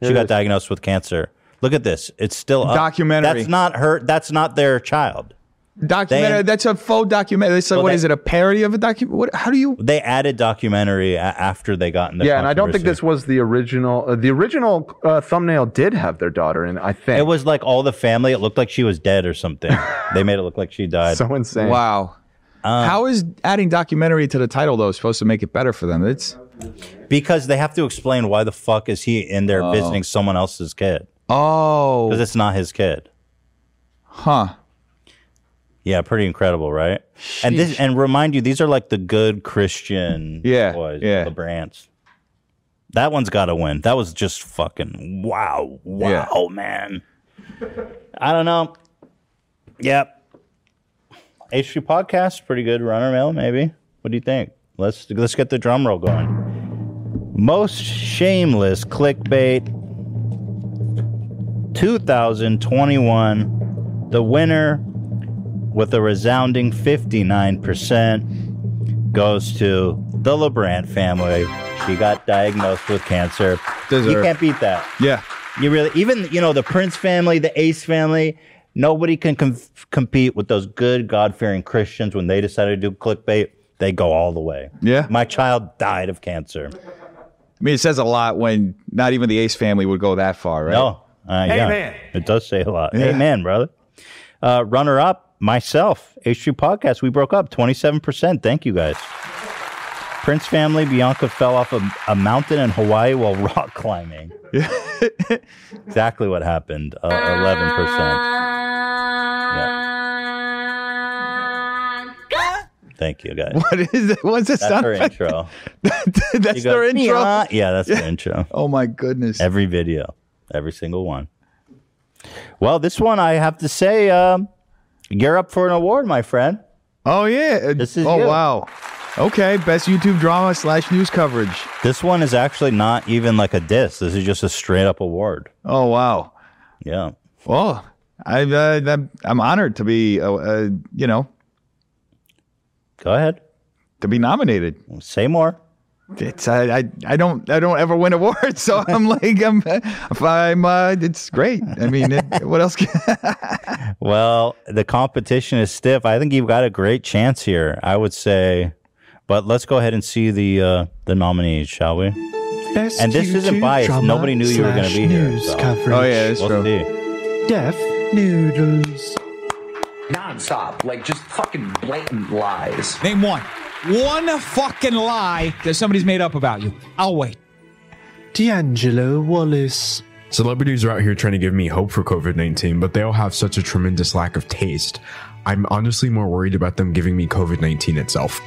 [SPEAKER 13] Here
[SPEAKER 3] She
[SPEAKER 13] it
[SPEAKER 3] got
[SPEAKER 13] is.
[SPEAKER 3] diagnosed with cancer. Look at this. It's still up.
[SPEAKER 4] Documentary.
[SPEAKER 3] That's not her. That's not their child.
[SPEAKER 4] that. Documentary.
[SPEAKER 3] They-
[SPEAKER 4] that's a faux documentary. It's like
[SPEAKER 3] Well,
[SPEAKER 4] what
[SPEAKER 3] they-
[SPEAKER 4] is it? A parody of a document? What? How do you?
[SPEAKER 3] They added documentary a- after they got in the.
[SPEAKER 13] yeah, and I don't think
[SPEAKER 3] controversy.
[SPEAKER 13] this was the original. Uh, the original uh, thumbnail did have their daughter in. it, I think
[SPEAKER 3] It was like all the family. It looked like she was dead or something. they made it look like she died.
[SPEAKER 13] So insane.
[SPEAKER 4] Wow.
[SPEAKER 3] Um,
[SPEAKER 4] how is adding documentary to the title though supposed to make it better for them? It's
[SPEAKER 3] Because they have to explain why the fuck is he in there
[SPEAKER 4] Oh.
[SPEAKER 3] visiting someone else's kid?
[SPEAKER 4] oh,
[SPEAKER 3] Because it's not his kid.
[SPEAKER 4] huh.
[SPEAKER 3] Yeah, pretty incredible, right? And this and remind you, these are like the good Christian
[SPEAKER 4] Yeah,
[SPEAKER 3] boys,
[SPEAKER 4] yeah.
[SPEAKER 3] the Brants. That one's got to win. That was just fucking wow, wow, man. I don't know. Yep. H3 podcast, pretty good runner mail, maybe. What do you think? Let's let's get the drum roll going. Most shameless clickbait 2021. The winner with a resounding 59% goes to the LeBrant family. She got diagnosed with cancer. You
[SPEAKER 4] Deserve.
[SPEAKER 3] can't beat that.
[SPEAKER 4] Yeah.
[SPEAKER 3] You really, even, you know, the Prince family, the Ace family, nobody can com- compete with those good, God fearing Christians when they decide to do clickbait. They go all the way.
[SPEAKER 4] Yeah.
[SPEAKER 3] My child died of cancer.
[SPEAKER 4] I mean, it says a lot when not even the Ace family would go that far, right?
[SPEAKER 3] No. Uh, yeah. It does say a lot.
[SPEAKER 4] Yeah.
[SPEAKER 3] Amen, brother. Uh, runner up, myself, H3 Podcast. We broke up 27%. Thank you guys. Prince family, Bianca fell off a, a mountain in Hawaii while rock climbing. exactly what happened. Uh, 11%. Thank you guys.
[SPEAKER 4] What is it? What's this?
[SPEAKER 3] That's
[SPEAKER 4] sound
[SPEAKER 3] her
[SPEAKER 4] effect?
[SPEAKER 3] intro.
[SPEAKER 4] That's
[SPEAKER 3] You go,
[SPEAKER 4] their intro.
[SPEAKER 3] "Meow." Yeah, that's their intro.
[SPEAKER 4] Oh my goodness.
[SPEAKER 3] Every video, every single one. Well, this one I have to say, um, you're up for an award, my friend.
[SPEAKER 4] Oh yeah,
[SPEAKER 3] this is
[SPEAKER 4] oh,
[SPEAKER 3] you.
[SPEAKER 4] wow. Okay, best YouTube drama slash news coverage.
[SPEAKER 3] This one is actually not even like a diss. This is just a straight up award.
[SPEAKER 4] Oh wow.
[SPEAKER 3] Yeah.
[SPEAKER 4] Well, I, uh, I'm- I'm honored to be, uh, uh, you know.
[SPEAKER 3] Go ahead.
[SPEAKER 4] To be nominated.
[SPEAKER 3] Say more.
[SPEAKER 4] It's I, I I don't I don't ever win awards, so I'm like I'm if I'm uh, it's great. I mean, it, what else? Can,
[SPEAKER 3] Well, the competition is stiff. I think you've got a great chance here. I would say, but let's go ahead and see the uh, the nominees, shall we?
[SPEAKER 8] Best
[SPEAKER 3] and this isn't
[SPEAKER 8] YouTube
[SPEAKER 3] biased.
[SPEAKER 8] drama
[SPEAKER 3] Nobody knew you were going to
[SPEAKER 8] slash
[SPEAKER 3] be here.
[SPEAKER 8] news
[SPEAKER 3] so-
[SPEAKER 8] coverage. Oh, yeah, that's
[SPEAKER 3] We'll
[SPEAKER 8] true.
[SPEAKER 3] see.
[SPEAKER 8] Deaf noodles.
[SPEAKER 19] Nonstop, like just fucking blatant lies.
[SPEAKER 32] Name one. One fucking lie that somebody's made up about you. I'll wait.
[SPEAKER 8] D'Angelo Wallace.
[SPEAKER 10] Celebrities are out here trying to give me hope for COVID 19, but they all have such a tremendous lack of taste. I'm honestly more worried about them giving me COVID 19 itself.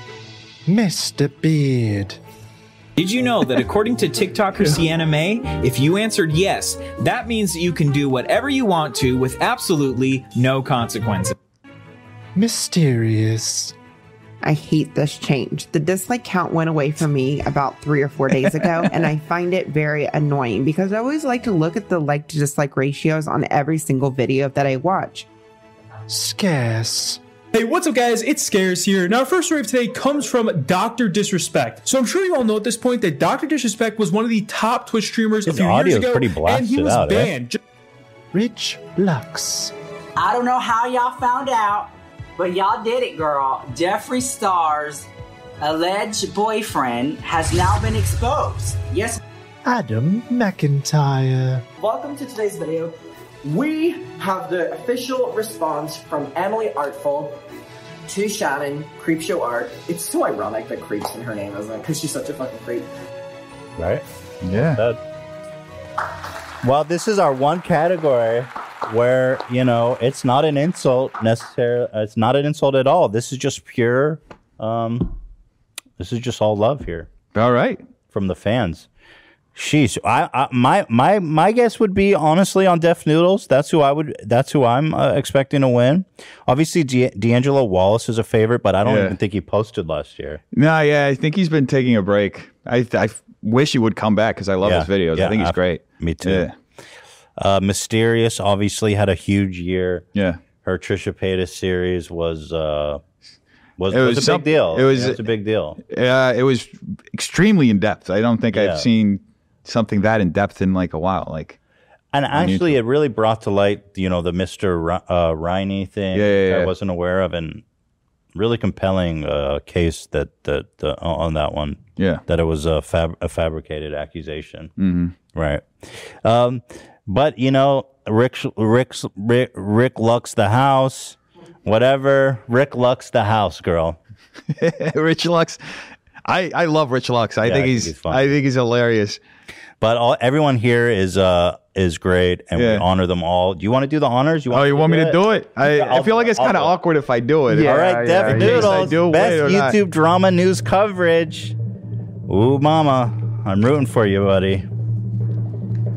[SPEAKER 8] Mr. Beard.
[SPEAKER 29] Did you know that according to TikToker Sienna May, if you answered yes, that means that you can do whatever you want to with absolutely no consequences?
[SPEAKER 8] Mysterious.
[SPEAKER 30] I hate this change. The dislike count went away from me about three or four days ago, and I find it very annoying because I always like to look at the like to dislike ratios on every single video that I watch.
[SPEAKER 8] Scarce.
[SPEAKER 12] Hey, what's up, guys? It's Scares here. Now, our first story of today comes from Dr. Disrespect. So, I'm sure you all know at this point that Dr. Disrespect was one of the top Twitch streamers a
[SPEAKER 3] His
[SPEAKER 12] few
[SPEAKER 3] audio is
[SPEAKER 12] years ago,
[SPEAKER 3] pretty
[SPEAKER 12] and he
[SPEAKER 3] blasted
[SPEAKER 12] was
[SPEAKER 3] out, eh?
[SPEAKER 12] banned.
[SPEAKER 8] Rich Lux.
[SPEAKER 22] I don't know how y'all found out, but y'all did it, girl. Jeffree Star's alleged boyfriend has now been exposed. Yes.
[SPEAKER 8] Adam McIntyre.
[SPEAKER 23] Welcome to today's video. We have the official response from Emily Artful to Shannon, Creepshow Art. It's so ironic that Creep's in her name, isn't it? Because she's such a fucking creep.
[SPEAKER 3] Right?
[SPEAKER 4] Yeah.
[SPEAKER 3] well, this is our one category where, you know, it's not an insult necessarily. It's not an insult at all. This is just pure, um, this is just all love here.
[SPEAKER 4] All right.
[SPEAKER 3] From the fans. Sheesh, I, I my my my guess would be honestly on Deaf Noodles. That's who I would. That's who I'm uh, expecting to win. Obviously, D- D'Angelo Wallace is a favorite, but I don't
[SPEAKER 4] Yeah.
[SPEAKER 3] even think he posted last year.
[SPEAKER 4] no, yeah, I think he's been taking a break. I I wish he would come back because I love his
[SPEAKER 3] Yeah,
[SPEAKER 4] videos. I
[SPEAKER 3] yeah,
[SPEAKER 4] think he's
[SPEAKER 3] I-
[SPEAKER 4] great.
[SPEAKER 3] Me too.
[SPEAKER 4] Yeah.
[SPEAKER 3] Uh, Mysterious obviously had a huge year.
[SPEAKER 4] Yeah.
[SPEAKER 3] Her Trisha Paytas series was uh, was,
[SPEAKER 4] It
[SPEAKER 3] was,
[SPEAKER 4] was
[SPEAKER 3] a
[SPEAKER 4] some-
[SPEAKER 3] big deal.
[SPEAKER 4] it was-
[SPEAKER 3] it was a big deal.
[SPEAKER 4] Uh, it was extremely in depth. I don't think
[SPEAKER 3] Yeah.
[SPEAKER 4] I've seen something that in depth in like a while. Like,
[SPEAKER 3] And
[SPEAKER 4] on YouTube.
[SPEAKER 3] actually, it really brought to light, you know, the Mister Ri- uh, Riney thing
[SPEAKER 4] Yeah, yeah,
[SPEAKER 3] that I
[SPEAKER 4] yeah.
[SPEAKER 3] wasn't aware of, and really compelling uh, case that that uh, on that one.
[SPEAKER 4] Yeah.
[SPEAKER 3] that it was a, fab- a fabricated accusation.
[SPEAKER 4] Mhm.
[SPEAKER 3] Right. Um, but you know, Rick Rick's, Rick Rick Lux the house, whatever. Rick Lux the house girl.
[SPEAKER 4] Rich Lux. I, I love Rich Lux. I
[SPEAKER 3] Yeah,
[SPEAKER 4] think he's, I think he's hilarious.
[SPEAKER 3] But all, everyone here is uh is great, and we honor them all. Do you want to do the honors? You want
[SPEAKER 4] Oh, you want me to do it? I,
[SPEAKER 3] Yeah,
[SPEAKER 4] I feel like it's
[SPEAKER 3] I'll-
[SPEAKER 4] kind of
[SPEAKER 3] I'll-
[SPEAKER 4] awkward if I do it.
[SPEAKER 3] All right, Def Noodles, best YouTube drama news coverage. Ooh, mama, I'm rooting for you, buddy.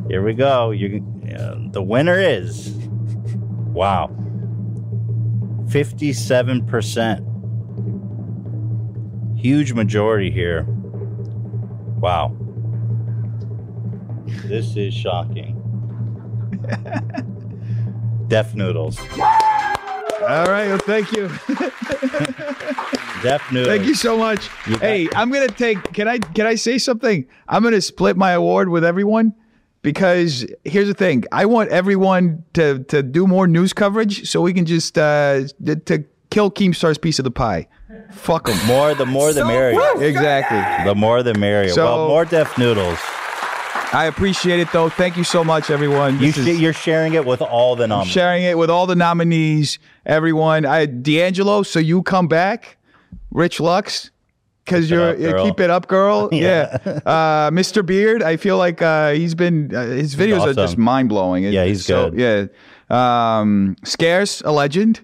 [SPEAKER 3] Here we go. You, uh, the winner is, wow, fifty-seven percent. Huge majority here. Wow. This is shocking. Def Noodles.
[SPEAKER 4] All right. Well, thank you.
[SPEAKER 3] Def Noodles.
[SPEAKER 4] Thank you so much. hey, I'm gonna take. Can I can I say something? I'm gonna split my award with everyone because here's the thing. I want everyone to to do more news coverage so we can just uh, to, to kill Keemstar's piece of the pie. Fuck them.
[SPEAKER 3] More the more the merrier.
[SPEAKER 4] Exactly.
[SPEAKER 3] The more the merrier.
[SPEAKER 4] So-
[SPEAKER 3] well, more Def Noodles.
[SPEAKER 4] I appreciate it though. Thank you so much, everyone.
[SPEAKER 3] You
[SPEAKER 4] This is-
[SPEAKER 3] sh- you're sharing it with all the nominees.
[SPEAKER 4] sharing it with all the nominees, everyone. I D'Angelo, so you come back. Rich Lux, because you're
[SPEAKER 3] up, girl.
[SPEAKER 4] keep it up, girl. yeah. Uh, Mr. Beard, I feel like uh, he's been uh, his videos are just
[SPEAKER 3] awesome.
[SPEAKER 4] mind blowing.
[SPEAKER 3] Yeah, he's
[SPEAKER 4] good. Yeah. Um, Scarce, a legend.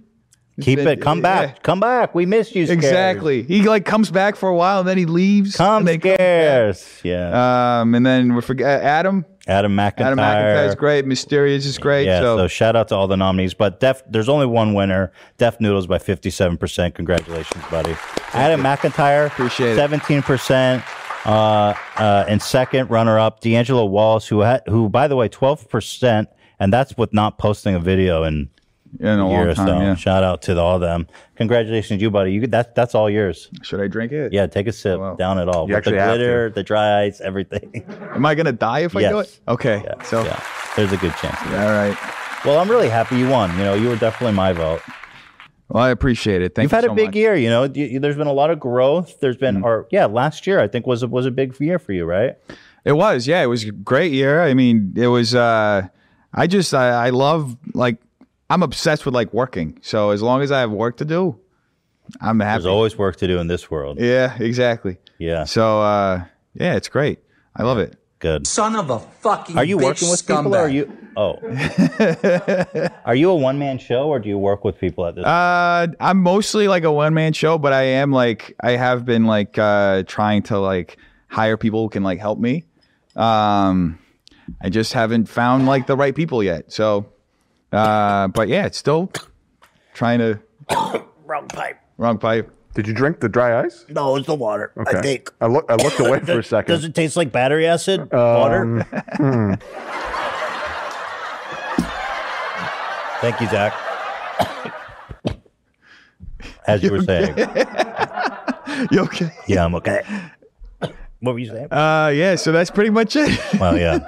[SPEAKER 3] Keep it. Come back. Come back. We missed you. Scarce.
[SPEAKER 4] Exactly. He like comes back for a while and then he leaves. Come
[SPEAKER 3] Scarce. yeah.
[SPEAKER 4] Um, and then we forget Adam.
[SPEAKER 3] Adam McIntyre.
[SPEAKER 4] Adam McIntyre's great. Mysterious is great.
[SPEAKER 3] Yeah, so.
[SPEAKER 4] so,
[SPEAKER 3] shout out to all the nominees. But Def, there's only one winner. Def Noodles by 57%. Congratulations, buddy. Adam McIntyre, appreciate 17%. Uh, uh, and second runner-up, D'Angelo Wallace, who had, who by the way, 12%, and that's with not posting a video in,
[SPEAKER 4] In a long
[SPEAKER 3] year or
[SPEAKER 4] time,
[SPEAKER 3] so.
[SPEAKER 4] yeah.
[SPEAKER 3] Shout out to all them. Congratulations, to you buddy. You could- that's that's all yours.
[SPEAKER 4] Should I drink it?
[SPEAKER 3] Yeah, take a sip. Down it all.
[SPEAKER 4] You
[SPEAKER 3] With the
[SPEAKER 4] actually have to.
[SPEAKER 3] glitter, the dry ice, everything.
[SPEAKER 4] Am I gonna die if I do it?
[SPEAKER 3] Okay. so there's a good chance. All right. Well, I'm really happy you won. You know, you were definitely my vote.
[SPEAKER 4] Well, I appreciate it. Thank
[SPEAKER 3] You've
[SPEAKER 4] you
[SPEAKER 3] had
[SPEAKER 4] so
[SPEAKER 3] a big
[SPEAKER 4] much. Mm-hmm.
[SPEAKER 3] year. You know, You- you- there's been a lot of growth. There's been, or yeah, last year I think was a, was a big year for you, right?
[SPEAKER 4] It was, yeah. It was a great year. I mean, it was. Uh, I just, I, I love like, I'm obsessed with like working. So as long as I have work to do, I'm happy.
[SPEAKER 3] There's always work to do in this world.
[SPEAKER 4] Yeah, exactly.
[SPEAKER 3] Yeah.
[SPEAKER 4] So uh, yeah, it's great. I love it.
[SPEAKER 3] Good.
[SPEAKER 22] Son of a fucking.
[SPEAKER 3] Are you
[SPEAKER 22] bitch
[SPEAKER 3] working with people? Or
[SPEAKER 22] scumbag.
[SPEAKER 3] are you? Oh, are you a one man show or do you work with people at this?
[SPEAKER 4] Uh, I'm mostly like a one man show, but I am like I have been like uh, trying to like hire people who can like help me. Um, I just haven't found like the right people yet. So, uh, but yeah, it's still trying to
[SPEAKER 1] Wrong pipe.
[SPEAKER 4] wrong pipe.
[SPEAKER 13] Did you drink the dry ice?
[SPEAKER 1] No, it's the water. I think.
[SPEAKER 13] I, look, I looked away for a second.
[SPEAKER 1] Does it taste like battery acid?
[SPEAKER 13] Um,
[SPEAKER 1] water?
[SPEAKER 13] hmm.
[SPEAKER 3] Thank you, Zach. As you were saying.
[SPEAKER 4] you okay?
[SPEAKER 3] Yeah, I'm okay. What were you saying?
[SPEAKER 4] Uh, yeah. So that's pretty much it.
[SPEAKER 3] well, yeah.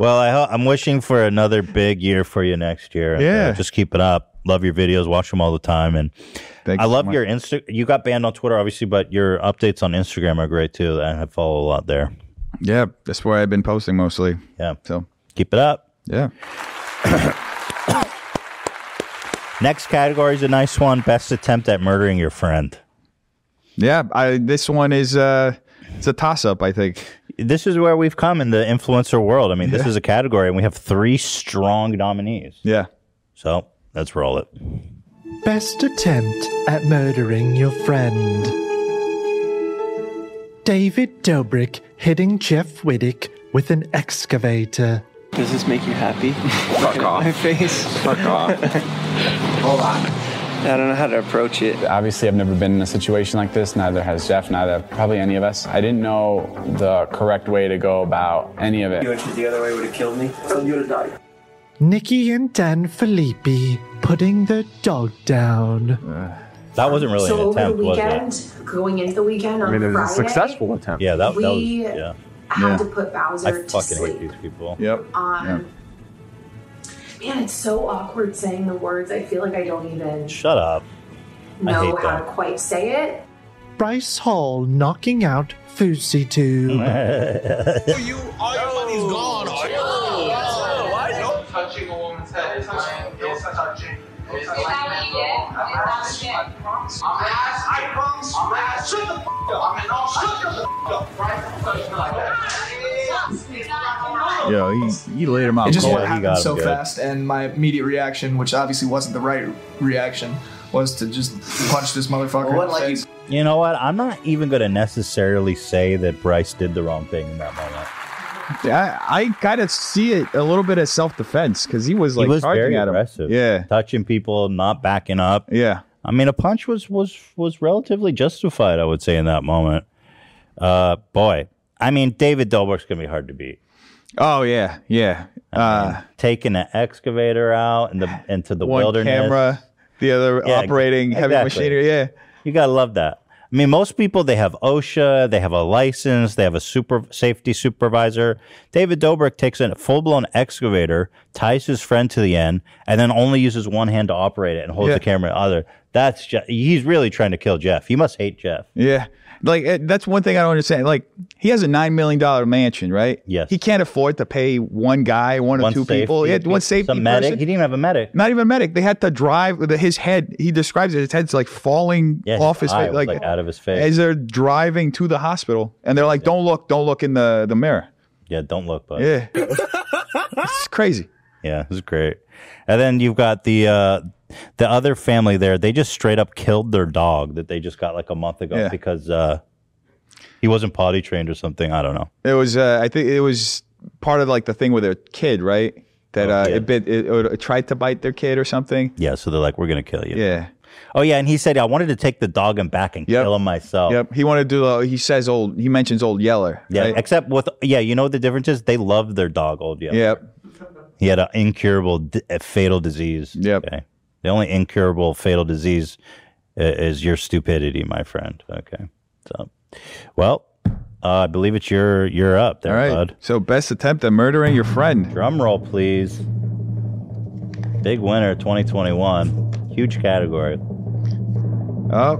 [SPEAKER 3] Well, I ho- I'm wishing for another big year for you next year. Uh,
[SPEAKER 4] Yeah.
[SPEAKER 3] just keep it up. Love your videos. Watch them all the time. And I
[SPEAKER 4] you so
[SPEAKER 3] love
[SPEAKER 4] much.
[SPEAKER 3] your Insta. You got banned on Twitter, obviously, but your updates on Instagram are great too. I follow a lot there.
[SPEAKER 4] Yeah, that's where I've been posting mostly.
[SPEAKER 3] Yeah.
[SPEAKER 4] So
[SPEAKER 3] keep it up.
[SPEAKER 4] Yeah.
[SPEAKER 3] Next category is a nice one. Best attempt at murdering your friend.
[SPEAKER 4] Yeah, I this one is uh it's a toss up, I think.
[SPEAKER 3] This is where we've come in the influencer world. I mean, this is a category, and we have three strong nominees.
[SPEAKER 4] Yeah.
[SPEAKER 3] So let's roll it.
[SPEAKER 8] Best attempt at murdering your friend. David Dobrik hitting Jeff Widdick with an excavator.
[SPEAKER 19] Does this make you happy? Fuck off. My face. Fuck off. Hold on.
[SPEAKER 2] I don't know how to approach it. Obviously, I've never been in a situation like this. Neither has Jeff, neither probably any of us. I didn't know the correct way to go about any of it.
[SPEAKER 19] the other way would have killed me. So you would have died.
[SPEAKER 8] Nikki and Dan Filippi putting the dog down.
[SPEAKER 3] That wasn't really
[SPEAKER 28] so
[SPEAKER 3] an attempt,
[SPEAKER 28] over the
[SPEAKER 3] was it?
[SPEAKER 28] weekend, going into the weekend on Friday,
[SPEAKER 3] attempt. Yeah, that, that was.
[SPEAKER 28] we
[SPEAKER 3] Yeah.
[SPEAKER 28] had to put Bowser
[SPEAKER 3] I
[SPEAKER 28] to
[SPEAKER 3] fucking
[SPEAKER 28] sleep.
[SPEAKER 3] hate these people.
[SPEAKER 4] Yep.
[SPEAKER 28] Um, Man, it's so awkward saying the words. I feel like I don't even
[SPEAKER 3] Shut up.
[SPEAKER 8] I
[SPEAKER 28] know
[SPEAKER 8] hate
[SPEAKER 28] how
[SPEAKER 8] that.
[SPEAKER 28] to quite say it.
[SPEAKER 8] Bryce Hall knocking out Fousey Tube.
[SPEAKER 6] All your money's gone. All your money's gone. Touching a woman's head is not no touching. Is that what you did? I promise. I promise. I'm ass. Shut the f up. I'm an all. Shut the f up. Right? Touch me like that.
[SPEAKER 4] Yo, he he laid him out.
[SPEAKER 5] It just
[SPEAKER 4] cold.
[SPEAKER 5] what happened so fast, and my immediate reaction, which obviously wasn't the right reaction, was to just punch this motherfucker. in the face.
[SPEAKER 3] You know what? I'm not even going to necessarily say that Bryce did the wrong thing in that moment.
[SPEAKER 4] I, I gotta see it a little bit of self defense because he was like
[SPEAKER 3] he was
[SPEAKER 4] charging
[SPEAKER 3] very
[SPEAKER 4] at him.
[SPEAKER 3] aggressive.
[SPEAKER 4] Yeah.
[SPEAKER 3] touching people, not backing up.
[SPEAKER 4] Yeah,
[SPEAKER 3] I mean, a punch was was was relatively justified, I would say, in that moment. Uh, boy, I mean, David Dobrik's gonna be hard to beat.
[SPEAKER 4] Oh yeah, yeah.
[SPEAKER 3] Uh, taking an excavator out and the into the
[SPEAKER 4] One
[SPEAKER 3] wilderness.
[SPEAKER 4] camera, the other operating heavy machinery. Yeah,
[SPEAKER 3] you gotta love that. I mean, most people they have OSHA, they have a license, they have a super safety supervisor. David Dobrik takes a full blown excavator, ties his friend to the end, and then only uses one hand to operate it and holds
[SPEAKER 4] Yeah.
[SPEAKER 3] the camera in the other. That's just, he's really trying to kill Jeff. He must hate Jeff.
[SPEAKER 4] yeah. Like it, that's one thing I don't understand. Like he has a nine million dollar mansion, right?
[SPEAKER 3] Yes.
[SPEAKER 4] He can't afford to pay one guy, one,
[SPEAKER 3] One
[SPEAKER 4] or two people.
[SPEAKER 3] safety
[SPEAKER 4] He had
[SPEAKER 3] pe-
[SPEAKER 4] one safety
[SPEAKER 3] some medic.
[SPEAKER 4] person.
[SPEAKER 3] He didn't have a medic.
[SPEAKER 4] Not even a medic. They had to drive with his head. He describes it. His head's like falling
[SPEAKER 3] Yeah, his
[SPEAKER 4] off his
[SPEAKER 3] eye
[SPEAKER 4] face,
[SPEAKER 3] was, like, out of his face.
[SPEAKER 4] as they're driving to the hospital. And they're like, "Don't look, don't look in the the mirror."
[SPEAKER 3] Yeah, don't look, bud.
[SPEAKER 4] Yeah. it's crazy.
[SPEAKER 3] Yeah, it's great. And then you've got the uh, the other family there. They just straight up killed their dog that they just got like a month ago
[SPEAKER 4] Yeah.
[SPEAKER 3] because uh, he wasn't potty trained or something. I don't know.
[SPEAKER 4] It was, uh, I think it was part of like the thing with a kid, right? That
[SPEAKER 3] Oh,
[SPEAKER 4] uh, it bit, it, it tried to bite their kid or something.
[SPEAKER 3] Yeah, so they're like, we're gonna kill you.
[SPEAKER 4] Yeah.
[SPEAKER 3] Oh yeah, and he said I wanted to take the dog and back and kill him myself.
[SPEAKER 4] Yep. He wanted to do. Uh, he says old. He mentions old Yeller.
[SPEAKER 3] Yeah,
[SPEAKER 4] right?
[SPEAKER 3] except with yeah, you know what the difference is? They love their dog, old Yeller.
[SPEAKER 4] Yep.
[SPEAKER 3] He had an incurable, d- a fatal disease. Yep. Okay. The only incurable fatal disease i- is your stupidity, my friend. Okay. So, well, uh, I believe it's your you're up there, bud.
[SPEAKER 4] So best attempt at murdering your friend.
[SPEAKER 3] Drum roll, please. Big winner, 2021. Huge category.
[SPEAKER 4] Oh,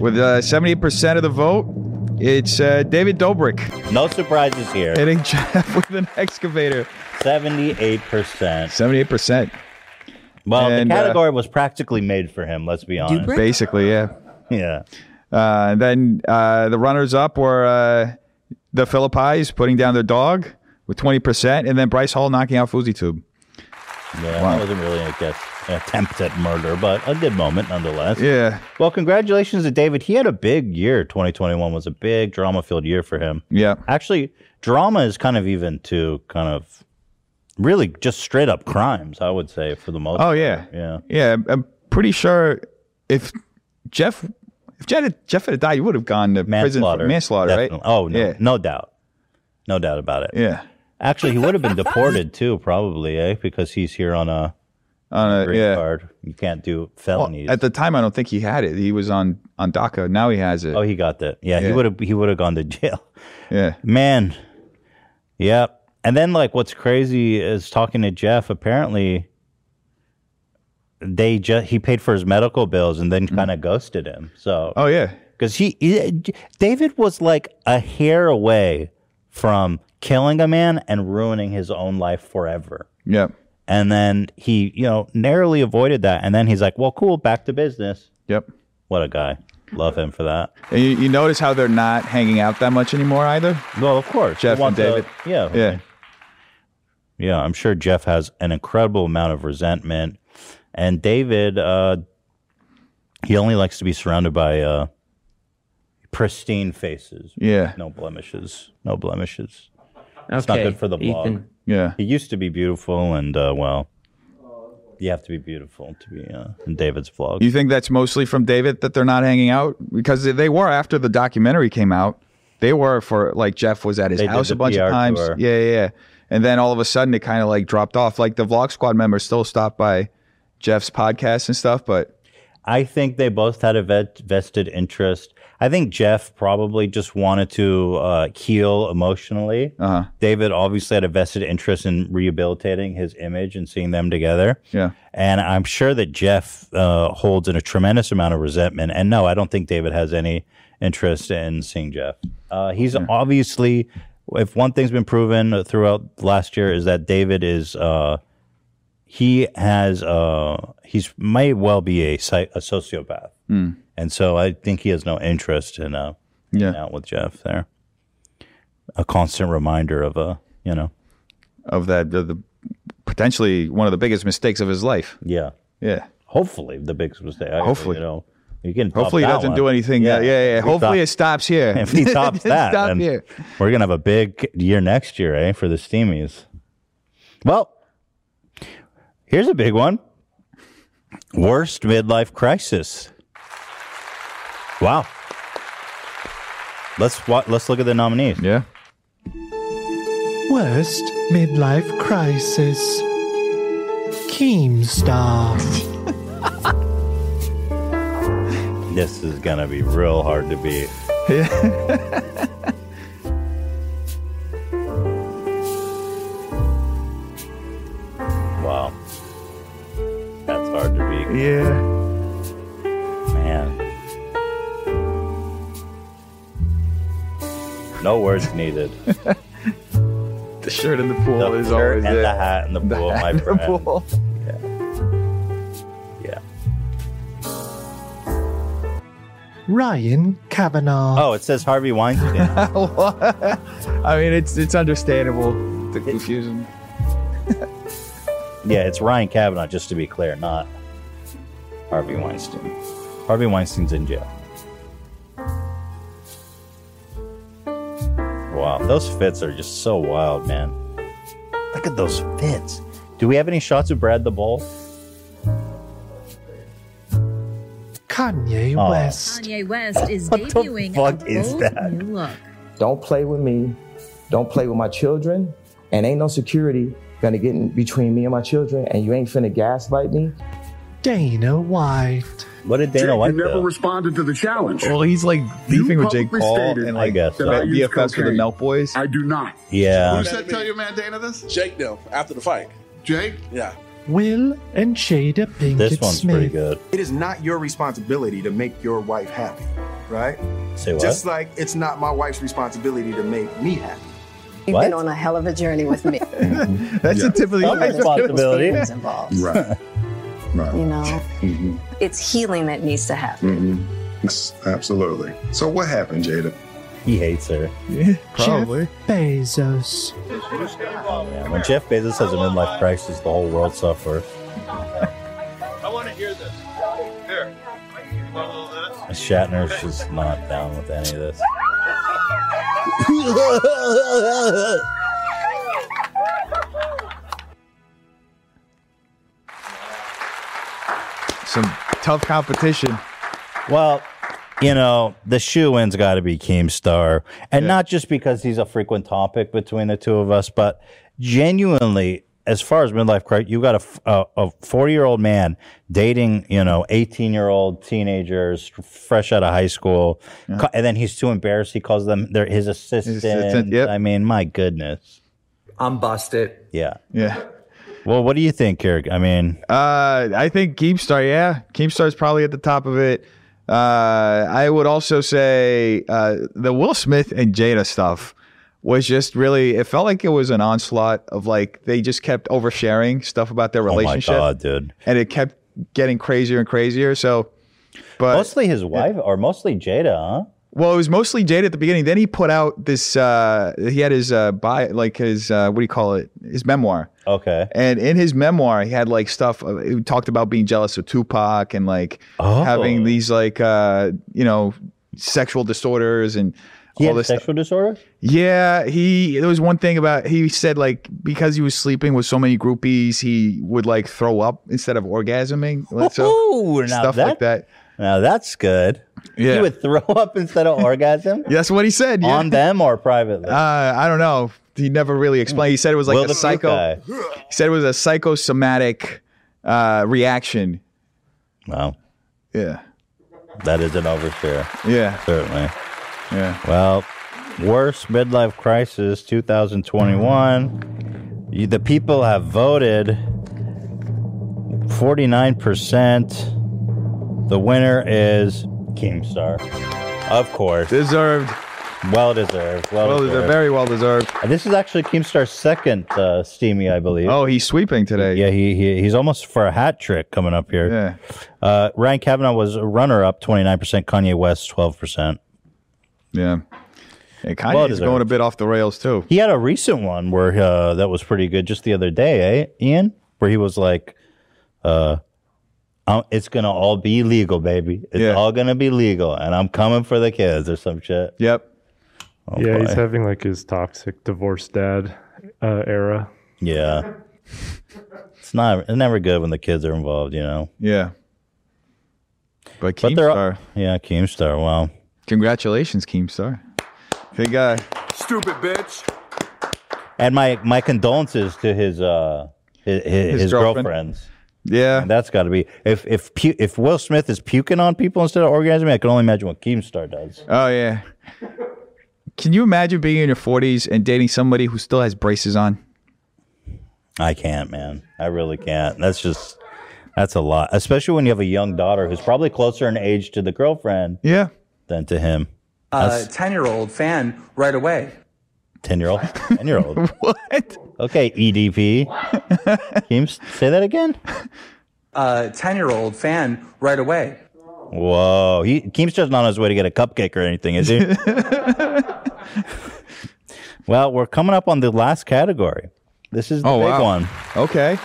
[SPEAKER 4] with uh, seventy percent of the vote, it's uh, David Dobrik.
[SPEAKER 3] No surprises here.
[SPEAKER 4] Hitting Jeff with an excavator.
[SPEAKER 3] Seventy-eight percent.
[SPEAKER 4] Seventy-eight percent.
[SPEAKER 3] Well, the category was practically made for him. Let's be honest.
[SPEAKER 4] Basically, yeah.
[SPEAKER 3] Yeah.
[SPEAKER 4] Uh, and then uh, the runners up were uh, the Philippines putting down their dog with 20%, and then Bryce Hall knocking out Fuzzy Tube.
[SPEAKER 3] Yeah,
[SPEAKER 4] Wow.
[SPEAKER 3] that wasn't really, I guess, an attempt at murder, but a good moment nonetheless.
[SPEAKER 4] Yeah.
[SPEAKER 3] Well, congratulations to David. He had a big year. 2021 was a big drama filled year for him.
[SPEAKER 4] Yeah.
[SPEAKER 3] Actually, drama is kind of even to kind of really just straight up crimes, I would say, for the most
[SPEAKER 4] Oh, yeah.
[SPEAKER 3] part. Yeah.
[SPEAKER 4] Yeah, I'm- I'm pretty sure if Jeff. If Jeff had, Jeff had died, he would have gone to prison
[SPEAKER 3] Manslaughter.
[SPEAKER 4] for manslaughter, right?
[SPEAKER 3] Definitely. Oh, no, no doubt. No doubt about it.
[SPEAKER 4] Yeah.
[SPEAKER 3] Actually, he would have been deported too, probably, eh? Because he's here on a
[SPEAKER 4] on
[SPEAKER 3] green
[SPEAKER 4] yeah.
[SPEAKER 3] card. You can't do
[SPEAKER 4] Well,
[SPEAKER 3] felonies.
[SPEAKER 4] at the time, I don't think he had it. He was on on DACA. Now he has it.
[SPEAKER 3] Oh, he got that. Yeah, he
[SPEAKER 4] Yeah.
[SPEAKER 3] would have he would have gone to jail.
[SPEAKER 4] Yeah.
[SPEAKER 3] Man. Yep. And then like what's crazy is talking to Jeff, apparently they just he paid for his medical bills and then kind of ghosted him. So
[SPEAKER 4] Oh yeah.
[SPEAKER 3] Cuz he, he David was like a hair away from killing a man and ruining his own life forever.
[SPEAKER 4] Yep.
[SPEAKER 3] And then he, you know, narrowly avoided that and then he's like, "Well, cool, back to business."
[SPEAKER 4] Yep.
[SPEAKER 3] What a guy. Love him for that.
[SPEAKER 4] And you, you notice how they're not hanging out that much anymore either.
[SPEAKER 3] Well, of course,
[SPEAKER 4] Jeff
[SPEAKER 3] You want
[SPEAKER 4] and
[SPEAKER 3] the-
[SPEAKER 4] David.
[SPEAKER 3] yeah,
[SPEAKER 4] yeah.
[SPEAKER 3] Yeah, I'm sure Jeff has an incredible amount of resentment, and David, uh, he only likes to be surrounded by uh, pristine faces.
[SPEAKER 4] Yeah.
[SPEAKER 3] no blemishes, no blemishes. It's not
[SPEAKER 6] Okay,
[SPEAKER 3] good for the blog.
[SPEAKER 6] Ethan.
[SPEAKER 4] Yeah,
[SPEAKER 3] he used to be beautiful, and uh, well, you have to be beautiful to be uh, in David's vlog.
[SPEAKER 4] You think that's mostly from David that they're not hanging out because they were after the documentary came out. They were for like Jeff was at his
[SPEAKER 3] They did
[SPEAKER 4] house
[SPEAKER 3] the
[SPEAKER 4] a bunch
[SPEAKER 3] PR
[SPEAKER 4] of times.
[SPEAKER 3] tour.
[SPEAKER 4] Yeah, yeah, yeah. And then all of a sudden it kind of like dropped off. Like the Vlog Squad members still stopped by Jeff's podcast and stuff, but
[SPEAKER 3] I think they both had a vet- vested interest. I think Jeff probably just wanted to uh, heal emotionally.
[SPEAKER 4] Uh-huh.
[SPEAKER 3] David obviously had a vested interest in rehabilitating his image and seeing them together.
[SPEAKER 4] Yeah.
[SPEAKER 3] And I'm sure that Jeff uh, holds in a tremendous amount of resentment. And no, I don't think David has any interest in seeing Jeff. Uh, he's obviously, if one thing's been proven throughout last year, is that David is. Uh, he has uh he's may well be a psy- a sociopath
[SPEAKER 4] Mm.
[SPEAKER 3] and so i think he has no interest in uh hanging out with jeff there a constant reminder of uh you know
[SPEAKER 4] of that the, the potentially one of the biggest mistakes of his life.
[SPEAKER 3] yeah
[SPEAKER 4] Yeah.
[SPEAKER 3] hopefully the biggest mistake I-
[SPEAKER 4] Hopefully.
[SPEAKER 3] you know you can top
[SPEAKER 4] Hopefully he
[SPEAKER 3] that
[SPEAKER 4] doesn't
[SPEAKER 3] one.
[SPEAKER 4] do anything. uh, Yeah, yeah, yeah.
[SPEAKER 3] If he
[SPEAKER 4] Hopefully
[SPEAKER 3] top-
[SPEAKER 4] it stops here.
[SPEAKER 3] if he tops
[SPEAKER 4] It
[SPEAKER 3] that
[SPEAKER 4] stopped
[SPEAKER 3] then
[SPEAKER 4] here.
[SPEAKER 3] we're gonna have a big year next year eh for the steamies well here's a big one worst midlife crisis wow let's wa- let's look at the nominees
[SPEAKER 4] yeah
[SPEAKER 8] Worst midlife crisis. Keemstar.
[SPEAKER 3] This is gonna be real hard to beat. wow. That's hard to beat.
[SPEAKER 4] Yeah.
[SPEAKER 3] Man. No words needed.
[SPEAKER 4] the shirt in the pool
[SPEAKER 3] The
[SPEAKER 4] is
[SPEAKER 3] shirt
[SPEAKER 4] always
[SPEAKER 3] and
[SPEAKER 4] it.
[SPEAKER 3] the hat in the pool,
[SPEAKER 4] hat
[SPEAKER 3] my
[SPEAKER 4] in the
[SPEAKER 3] friend.
[SPEAKER 4] pool.
[SPEAKER 3] Yeah.
[SPEAKER 8] Ryan Kavanaugh.
[SPEAKER 3] Oh, it says Harvey Weinstein.
[SPEAKER 4] I mean, it's it's understandable the confusion.
[SPEAKER 3] Yeah, it's Ryan Kavanaugh, just to be clear, not Harvey Weinstein. Harvey Weinstein's in jail. Wow, those fits are just so wild, man. Look at those fits. Do we have any shots of Brad the Bull?
[SPEAKER 8] Kanye
[SPEAKER 3] Oh.
[SPEAKER 8] West.
[SPEAKER 7] Kanye West is
[SPEAKER 8] What the
[SPEAKER 7] debuting
[SPEAKER 8] fuck
[SPEAKER 7] a
[SPEAKER 8] is
[SPEAKER 7] bold
[SPEAKER 8] that?
[SPEAKER 7] new look.
[SPEAKER 21] Don't play with me. Don't play with my children. And ain't no security gonna get in between me and my children. And you ain't finna gaslight me.
[SPEAKER 8] Dana White.
[SPEAKER 3] What did
[SPEAKER 8] Dana White
[SPEAKER 9] You never
[SPEAKER 8] do?
[SPEAKER 9] responded to the challenge.
[SPEAKER 4] Well, he's like
[SPEAKER 9] You
[SPEAKER 4] beefing with Jake
[SPEAKER 9] publicly
[SPEAKER 4] Paul
[SPEAKER 9] stated
[SPEAKER 4] and like
[SPEAKER 9] that I use
[SPEAKER 4] BFFs with the
[SPEAKER 9] cocaine.
[SPEAKER 4] Milk Boys.
[SPEAKER 9] I do not.
[SPEAKER 4] Yeah.
[SPEAKER 24] that tell your man Dana this? Jake them after the fight. Jake? Yeah.
[SPEAKER 8] Will and Jada Pinkett Smith.
[SPEAKER 3] good.
[SPEAKER 20] It is not your responsibility to make your wife happy, right?
[SPEAKER 3] Say what?
[SPEAKER 20] Just like it's not my wife's responsibility to make me happy.
[SPEAKER 24] You've been on a hell of a journey with me.
[SPEAKER 4] That's
[SPEAKER 24] Yeah.
[SPEAKER 4] a tip of the
[SPEAKER 24] Some responsibility.
[SPEAKER 4] iceberg.
[SPEAKER 24] Involved.
[SPEAKER 20] Right.
[SPEAKER 24] Right. You know, it's healing that needs to happen.
[SPEAKER 9] Mm-hmm. Yes, absolutely. So what happened, Jada?
[SPEAKER 3] He hates her.
[SPEAKER 8] Yeah,
[SPEAKER 3] Probably.
[SPEAKER 8] Jeff Bezos.
[SPEAKER 3] Yeah, when Jeff Bezos has a midlife crisis, the whole world suffers.
[SPEAKER 6] I want to hear this. Here.
[SPEAKER 3] Shatner's just not down with any of this.
[SPEAKER 4] Some tough competition.
[SPEAKER 3] Well, you know, the shoe in's got to be Keemstar. And not just because he's a frequent topic between the two of us, but genuinely, as far as midlife crisis, you've got a, f- a, a 40 year old man dating, you know, 18 year old teenagers fresh out of high school. Ca- And then he's too embarrassed. He calls them their, his assistant.
[SPEAKER 4] assistant,
[SPEAKER 3] I mean, my goodness.
[SPEAKER 27] I'm busted.
[SPEAKER 3] Yeah.
[SPEAKER 4] Yeah.
[SPEAKER 3] Well, what do you think, Kirk? I mean,
[SPEAKER 4] Uh, I think Keemstar. Yeah, Keemstar's probably at the top of it. Uh, I would also say uh, the Will Smith and Jada stuff was just really. It felt like it was an onslaught of like they just kept oversharing stuff about their
[SPEAKER 3] oh my
[SPEAKER 4] relationship.
[SPEAKER 3] God, dude.
[SPEAKER 4] And it kept getting crazier and crazier. So, but
[SPEAKER 3] mostly his wife, or mostly Jada, huh?
[SPEAKER 4] Well, it was mostly Jada at the beginning. Then he put out this. Uh, he had his uh, bio, like his uh, what do you call it? His memoir.
[SPEAKER 3] Okay.
[SPEAKER 4] And in his memoir, he had like stuff. uh, He talked about being jealous of Tupac and like
[SPEAKER 3] Oh.
[SPEAKER 4] having these like uh, you know sexual disorders and
[SPEAKER 3] He
[SPEAKER 4] all
[SPEAKER 3] had
[SPEAKER 4] this
[SPEAKER 3] sexual disorder.
[SPEAKER 4] Yeah, he. There was one thing about he said like because he was sleeping with so many groupies, he would like throw up instead of orgasming. Like, so
[SPEAKER 3] Ooh, now
[SPEAKER 4] stuff like that.
[SPEAKER 3] Now that's good.
[SPEAKER 4] Yeah.
[SPEAKER 3] He would throw up instead of orgasm.
[SPEAKER 4] That's what he said.
[SPEAKER 3] On them or privately?
[SPEAKER 4] Uh, I don't know. He never really explained. He said it was like
[SPEAKER 3] Will
[SPEAKER 4] a
[SPEAKER 3] the Poop
[SPEAKER 4] psycho.
[SPEAKER 3] guy.
[SPEAKER 4] He said it was a psychosomatic uh, reaction.
[SPEAKER 3] Wow.
[SPEAKER 4] Yeah.
[SPEAKER 3] That is an overshare.
[SPEAKER 4] Yeah.
[SPEAKER 3] Certainly.
[SPEAKER 4] Yeah.
[SPEAKER 3] Well, worst midlife crisis 2021. You, the people have voted 49%. The winner is Keemstar. Of course.
[SPEAKER 4] Deserved.
[SPEAKER 3] Well deserved. Well,
[SPEAKER 4] Well deserved.
[SPEAKER 3] deserved.
[SPEAKER 4] Very well deserved.
[SPEAKER 3] And this is actually Keemstar's second uh, steamy, I believe.
[SPEAKER 4] Oh, he's sweeping today.
[SPEAKER 3] Yeah, he, he he's almost for a hat trick coming up here.
[SPEAKER 4] Yeah.
[SPEAKER 3] Uh, Ryan Kavanaugh was a runner up 29%, Kanye West 12%.
[SPEAKER 4] Yeah. And Kanye's
[SPEAKER 3] Well deserved.
[SPEAKER 4] going a bit off the rails too.
[SPEAKER 3] He had a recent one where uh, that was pretty good just the other day, eh, Ian? Where he was like, uh, I'm- it's going to all be legal, baby. It's all going to be legal, and I'm coming for the kids or some shit.
[SPEAKER 4] Yep.
[SPEAKER 26] yeah, he's
[SPEAKER 3] boy.
[SPEAKER 26] having like his toxic divorced dad uh, era.
[SPEAKER 3] Yeah. It's not. It's never good when the kids are involved, you know.
[SPEAKER 4] Yeah. But Keemstar.
[SPEAKER 3] yeah, Keemstar. Wow.
[SPEAKER 4] Congratulations, Keemstar. Big guy.
[SPEAKER 20] Stupid bitch.
[SPEAKER 3] And my my condolences to his uh his, his,
[SPEAKER 4] His girlfriend.
[SPEAKER 3] girlfriends.
[SPEAKER 4] Yeah,
[SPEAKER 3] that's got to be if if pu- if Will Smith is puking on people instead of orgasming, I can only imagine what Keemstar does.
[SPEAKER 4] Oh yeah. Can you imagine being in your 40s and dating somebody who still has braces on?
[SPEAKER 3] I can't, man. I really can't. That's just that's a lot, especially when you have a young daughter who's probably closer in age to the girlfriend.
[SPEAKER 4] Yeah.
[SPEAKER 3] Than to him.
[SPEAKER 27] A 10 year old fan right away.
[SPEAKER 3] Ten year old. Ten year old. what? Okay, EDP. Keems, say that again.
[SPEAKER 27] A 10 year old fan right away.
[SPEAKER 3] Whoa. He Keemstar's not on his way to get a cupcake or anything, is he? well, we're coming up on the last category. This is the
[SPEAKER 4] Oh,
[SPEAKER 3] big
[SPEAKER 4] wow.
[SPEAKER 3] one.
[SPEAKER 4] Okay.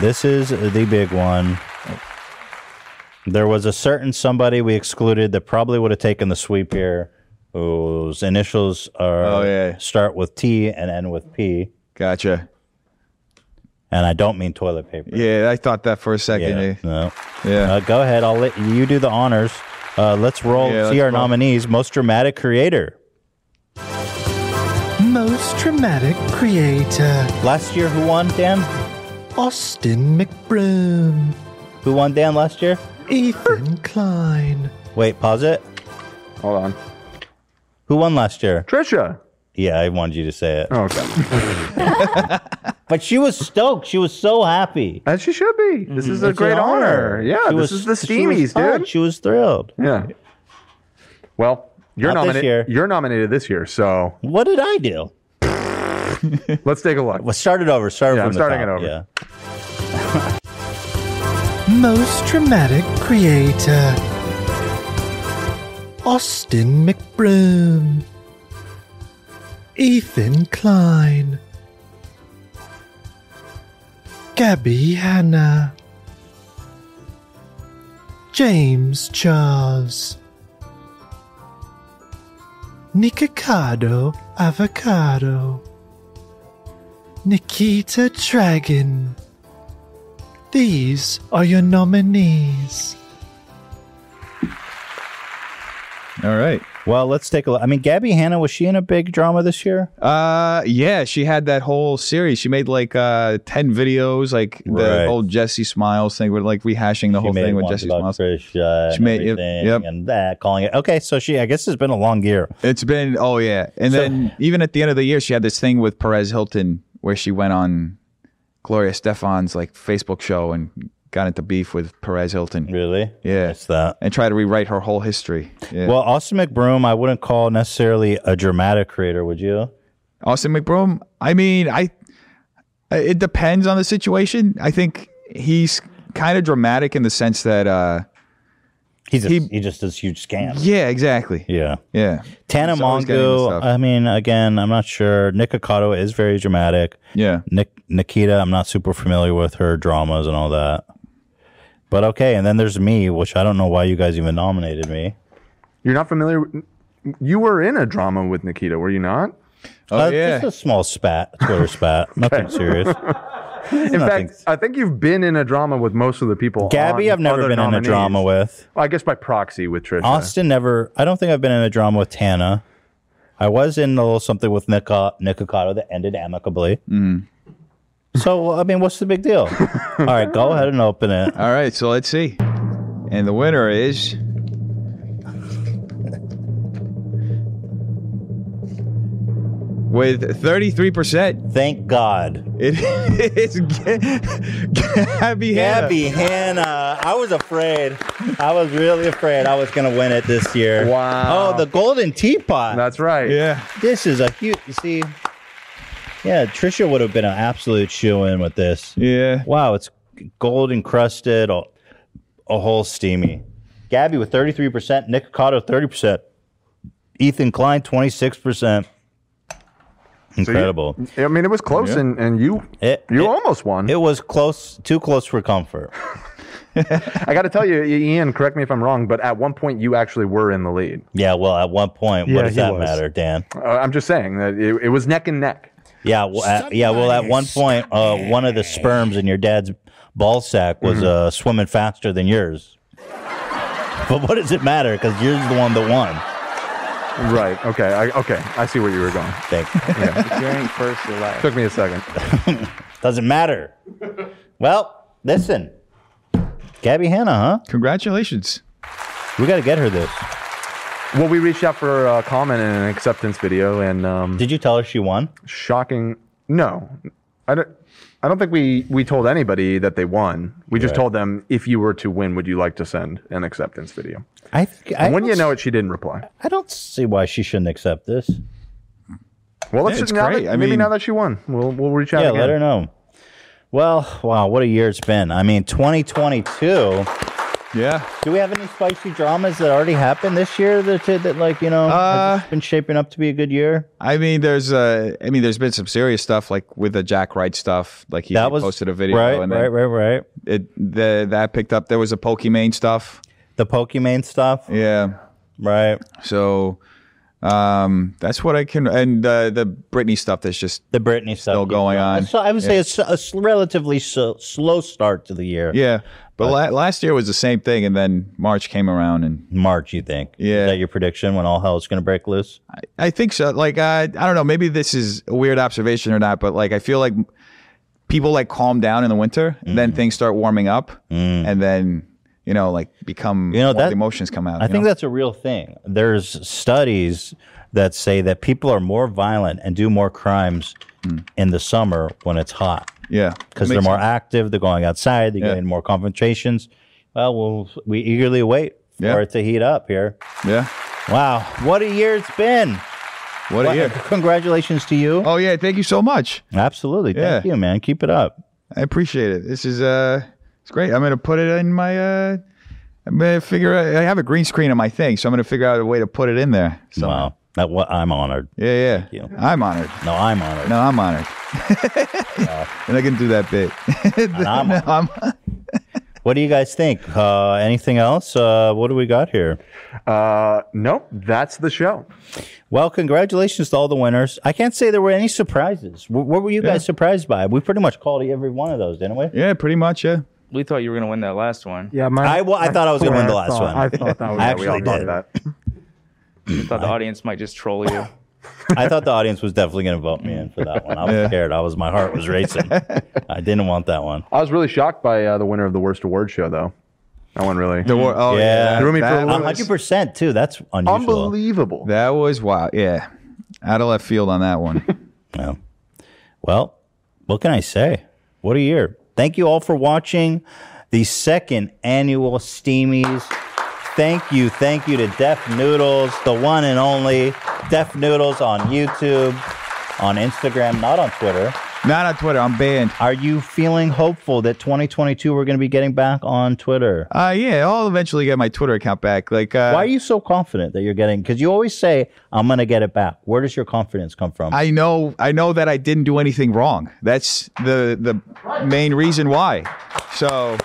[SPEAKER 3] This is the big one. There was a certain somebody we excluded that probably would have taken the sweep here,
[SPEAKER 4] Oh,
[SPEAKER 3] whose initials are start with T and end with P.
[SPEAKER 4] Gotcha.
[SPEAKER 3] And I don't mean toilet paper.
[SPEAKER 4] Yeah, I thought that for a second. eh?
[SPEAKER 3] No.
[SPEAKER 4] Yeah.
[SPEAKER 3] Uh, go ahead. I'll let you do the honors. Uh, let's roll.
[SPEAKER 4] Yeah,
[SPEAKER 3] see
[SPEAKER 4] let's
[SPEAKER 3] our
[SPEAKER 4] roll.
[SPEAKER 3] nominees. Most dramatic creator.
[SPEAKER 8] Most dramatic creator.
[SPEAKER 3] Last year, who won, Dan?
[SPEAKER 8] Austin McBroom.
[SPEAKER 3] Who won, Dan, last year?
[SPEAKER 8] Ethan Klein.
[SPEAKER 3] Wait, pause it.
[SPEAKER 13] Hold on.
[SPEAKER 3] Who won last year?
[SPEAKER 13] Trisha.
[SPEAKER 3] Yeah, I wanted you to say it.
[SPEAKER 13] Okay.
[SPEAKER 3] but she was stoked. She was so happy.
[SPEAKER 13] As she should be. This is a
[SPEAKER 3] Mm-hmm. It's an
[SPEAKER 13] great honor. Yeah,
[SPEAKER 3] She
[SPEAKER 13] this
[SPEAKER 3] was-
[SPEAKER 13] is the
[SPEAKER 3] she was
[SPEAKER 13] steamies,
[SPEAKER 3] hot.
[SPEAKER 13] dude.
[SPEAKER 3] She was thrilled.
[SPEAKER 13] Yeah. Well, you're
[SPEAKER 3] Not this year.
[SPEAKER 13] nominated. You're nominated this year, so
[SPEAKER 3] what did I do?
[SPEAKER 13] Let's take a look.
[SPEAKER 3] Well, start it over. Start
[SPEAKER 13] Yeah,
[SPEAKER 3] from
[SPEAKER 13] I'm
[SPEAKER 3] the
[SPEAKER 13] starting
[SPEAKER 3] top.
[SPEAKER 13] it over.
[SPEAKER 3] Yeah.
[SPEAKER 8] Most dramatic creator. Austin McBroom. Ethan Klein. Gabby Hanna. James Charles. Nikocado Avocado. Nikita Dragon. These are your nominees.
[SPEAKER 3] All right. Well, let's take a look. I mean, Gabby Hanna, was she in a big drama this year?
[SPEAKER 4] Uh, yeah, she had that whole series. She made like uh ten videos, like the
[SPEAKER 3] Right.
[SPEAKER 4] whole Jesse Smiles thing, with like rehashing the whole
[SPEAKER 3] made
[SPEAKER 4] thing with
[SPEAKER 3] ones
[SPEAKER 4] Jesse
[SPEAKER 3] about
[SPEAKER 4] Smiles.
[SPEAKER 3] Trish, uh,
[SPEAKER 4] She made- yep,
[SPEAKER 3] everything
[SPEAKER 4] yep.
[SPEAKER 3] and that, calling it. Okay, so she, I guess it's been a long year.
[SPEAKER 4] It's been oh yeah, and
[SPEAKER 3] So-
[SPEAKER 4] then even at the end of the year, she had this thing with Perez Hilton where she went on Gloria Stefan's like Facebook show and got into beef with Perez Hilton.
[SPEAKER 3] Really?
[SPEAKER 4] Yeah,
[SPEAKER 3] That's that.
[SPEAKER 4] And tried to rewrite her whole history. Yeah.
[SPEAKER 3] Well, Austin McBroom, I wouldn't call necessarily a dramatic creator, would you?
[SPEAKER 4] Austin McBroom. I mean, I it depends on the situation. I think he's kind of dramatic in the sense that uh
[SPEAKER 3] he's
[SPEAKER 4] a,
[SPEAKER 3] he, just does huge scams.
[SPEAKER 4] Yeah, exactly.
[SPEAKER 3] Yeah.
[SPEAKER 4] Yeah.
[SPEAKER 3] Tana
[SPEAKER 4] He's always getting into
[SPEAKER 3] Mongo,
[SPEAKER 4] stuff.
[SPEAKER 3] I mean, again, I'm not sure. Nick Ocado is very dramatic.
[SPEAKER 4] Yeah.
[SPEAKER 3] Nick, Nikita, I'm not super familiar with her dramas and all that. But okay, and then there's me, which I don't know why you guys even nominated me.
[SPEAKER 13] You're not familiar. with- You were in a drama with Nikita, were you not?
[SPEAKER 3] Oh, Uh, yeah. just a small spat, Twitter spat, nothing serious.
[SPEAKER 13] in fact, I think you've been in a drama with most of the people.
[SPEAKER 3] Gabby,
[SPEAKER 13] on
[SPEAKER 3] I've never
[SPEAKER 13] other
[SPEAKER 3] been in a
[SPEAKER 13] nominees.
[SPEAKER 3] drama with.
[SPEAKER 13] Well, I guess by proxy with Trisha.
[SPEAKER 3] Austin never. I don't think I've been in a drama with Tana. I was in a little something with Nick Nicocato that ended amicably. So I mean, what's the big deal? All right, go ahead and open it.
[SPEAKER 4] All right, so let's see. And the winner is with 33%.
[SPEAKER 3] Thank God.
[SPEAKER 4] It is Ga- Gabby Hanna.
[SPEAKER 3] Gabby Hanna. I was afraid. I was really afraid I was going to win it this year. Wow. Oh, the golden teapot.
[SPEAKER 13] That's right.
[SPEAKER 4] Yeah.
[SPEAKER 3] This is a huge. You see. Yeah, Trisha would have been an absolute shoe in with this.
[SPEAKER 4] Yeah.
[SPEAKER 3] Wow, it's gold encrusted, a, a whole steamy. Gabby with 33%, Nick Cotto 30%, Ethan Klein 26%.
[SPEAKER 13] So you-
[SPEAKER 3] Incredible.
[SPEAKER 13] I mean, it was close,
[SPEAKER 3] Yeah.
[SPEAKER 13] and, and you
[SPEAKER 3] It-
[SPEAKER 13] you almost won.
[SPEAKER 3] It was close, too close for comfort.
[SPEAKER 13] I got to tell you, Ian. Correct me if I'm wrong, but at one point you actually were in the lead.
[SPEAKER 3] Yeah, well, at one point, what does that matter, Dan?
[SPEAKER 13] Uh, I'm just saying that it, it was neck and neck.
[SPEAKER 3] Yeah, well, at, yeah. Well, at one point, uh, one of the sperms in your dad's ball sack was uh, swimming faster than yours. but what does it matter? Because yours is the one that won.
[SPEAKER 13] Right. Okay. I, okay. I see where you were going.
[SPEAKER 3] Thanks.
[SPEAKER 13] Yeah.
[SPEAKER 3] You're first or last.
[SPEAKER 13] Took me a second.
[SPEAKER 3] Doesn't matter. Well, listen, Gabby Hanna, huh?
[SPEAKER 4] Congratulations.
[SPEAKER 3] We got to get her this.
[SPEAKER 13] Well, we reached out for a comment and an acceptance video, and um,
[SPEAKER 3] did you tell her she won?
[SPEAKER 13] Shocking. No, I don't. I don't think we we told anybody that they won. We just
[SPEAKER 3] Right.
[SPEAKER 13] told them if you were to win, would you like to send an acceptance video?
[SPEAKER 3] I think.
[SPEAKER 13] And when you know it, she didn't reply.
[SPEAKER 3] I don't see why she shouldn't accept this.
[SPEAKER 13] Well, let's just now that, maybe now that she won, we'll we'll reach out.
[SPEAKER 3] yeah,
[SPEAKER 13] again.
[SPEAKER 3] let her know. Well, wow, what a year it's been. I mean, 2022.
[SPEAKER 4] Yeah.
[SPEAKER 3] Do we have any spicy dramas that already happened this year that, that like, you know,
[SPEAKER 4] Uh,
[SPEAKER 3] has this been shaping up to be a good year?
[SPEAKER 4] I mean, there's uh, I mean, there's been some serious stuff like with the Jack Wright stuff. Like he
[SPEAKER 3] That was-
[SPEAKER 4] posted a video,
[SPEAKER 3] right,
[SPEAKER 4] and then
[SPEAKER 3] right, right, right.
[SPEAKER 4] It the, that picked up. There was a Pokimane stuff.
[SPEAKER 3] The Pokimane stuff.
[SPEAKER 4] Yeah.
[SPEAKER 3] Right.
[SPEAKER 4] So, Um, that's what I can. And uh, the Britney stuff that's just
[SPEAKER 3] the Britney stuff
[SPEAKER 4] still going on.
[SPEAKER 3] So I would say
[SPEAKER 4] Yeah.
[SPEAKER 3] it's a s- relatively so, slow start to the year.
[SPEAKER 4] Yeah, but
[SPEAKER 3] Uh,
[SPEAKER 4] la- last year was the same thing, and then March came around, and
[SPEAKER 3] March, you think?
[SPEAKER 4] Yeah,
[SPEAKER 3] Is that your prediction when all hell is going to break loose?
[SPEAKER 4] I, I think so. Like, uh, I don't know. Maybe this is a weird observation or not, but like, I feel like people like calm down in the winter, and
[SPEAKER 3] Mm-hmm.
[SPEAKER 4] then things start warming up, and then you know, like become you know
[SPEAKER 3] Mm. that-
[SPEAKER 4] the emotions come out.
[SPEAKER 3] I
[SPEAKER 4] you
[SPEAKER 3] think
[SPEAKER 4] know?
[SPEAKER 3] that's a real thing. There's studies that say that people are more violent and do more crimes in the summer when it's hot.
[SPEAKER 4] Yeah,
[SPEAKER 3] because
[SPEAKER 4] Hmm. That
[SPEAKER 3] they're
[SPEAKER 4] makes
[SPEAKER 3] more
[SPEAKER 4] sense.
[SPEAKER 3] active. They're going outside. They're
[SPEAKER 4] Yeah.
[SPEAKER 3] getting more confrontations. Well, we'll we eagerly wait for
[SPEAKER 4] Yeah.
[SPEAKER 3] it to heat up here.
[SPEAKER 4] Yeah.
[SPEAKER 3] Wow, what a year it's been.
[SPEAKER 4] What a year.
[SPEAKER 3] Congratulations to you.
[SPEAKER 4] Oh yeah, thank you so much.
[SPEAKER 3] Absolutely. Thank
[SPEAKER 4] Yeah.
[SPEAKER 3] you, man. Keep it up.
[SPEAKER 4] I appreciate it. This is uh, it's great. I'm gonna put it in my uh, I'm gonna figure. Out, I have a green screen on my thing, so I'm gonna figure out a way to put it in there.
[SPEAKER 3] Wow. That Oh, what I'm honored.
[SPEAKER 4] Yeah, yeah. I'm honored.
[SPEAKER 3] No, I'm honored.
[SPEAKER 4] No, I'm honored. and I can do that bit.
[SPEAKER 3] I'm
[SPEAKER 4] No, I'm-
[SPEAKER 3] What do you guys think? Uh, anything else? Uh, what do we got here?
[SPEAKER 13] Uh, nope, that's the show.
[SPEAKER 3] Well, congratulations to all the winners. I can't say there were any surprises. W- what were you
[SPEAKER 7] Yeah.
[SPEAKER 3] guys surprised by? We pretty much called every one of those, didn't we?
[SPEAKER 4] Yeah, pretty much. Yeah.
[SPEAKER 7] We thought you were going to win that last one.
[SPEAKER 3] Yeah, mine- I- well, I thought I was gonna win the last one.
[SPEAKER 7] I thought that was
[SPEAKER 3] I Yeah, we all actually thought did.
[SPEAKER 13] that.
[SPEAKER 7] I thought the audience might just troll you.
[SPEAKER 3] I thought the audience was definitely going to vote me in for that one. I was
[SPEAKER 13] Yeah.
[SPEAKER 3] scared. I was my heart was racing. I didn't want that one.
[SPEAKER 13] I was really shocked by uh, the winner of the worst award show, though. That one really.
[SPEAKER 4] The war- oh, yeah.
[SPEAKER 13] Threw me for
[SPEAKER 4] That
[SPEAKER 13] a
[SPEAKER 4] was-
[SPEAKER 13] loop.
[SPEAKER 3] 100% too. That's unusual.
[SPEAKER 13] Unbelievable.
[SPEAKER 4] That was wild. Yeah. Out of left field on that one.
[SPEAKER 3] yeah. Well, what can I say? What a year. Thank you all for watching the second annual Steamies. Thank you. Thank you to Deaf Noodles, the one and only Deaf Noodles on YouTube, on Instagram, not on Twitter.
[SPEAKER 4] Not on Twitter. I'm banned.
[SPEAKER 3] Are you feeling hopeful that 2022 we're going to be getting back on Twitter?
[SPEAKER 4] Uh, yeah, I'll eventually get my Twitter account back. Like, uh,
[SPEAKER 3] Why are you so confident that you're getting? Because you always say, "I'm going to get it back." Where does your confidence come from?
[SPEAKER 4] I know, I know that I didn't do anything wrong. That's the the main reason why. So,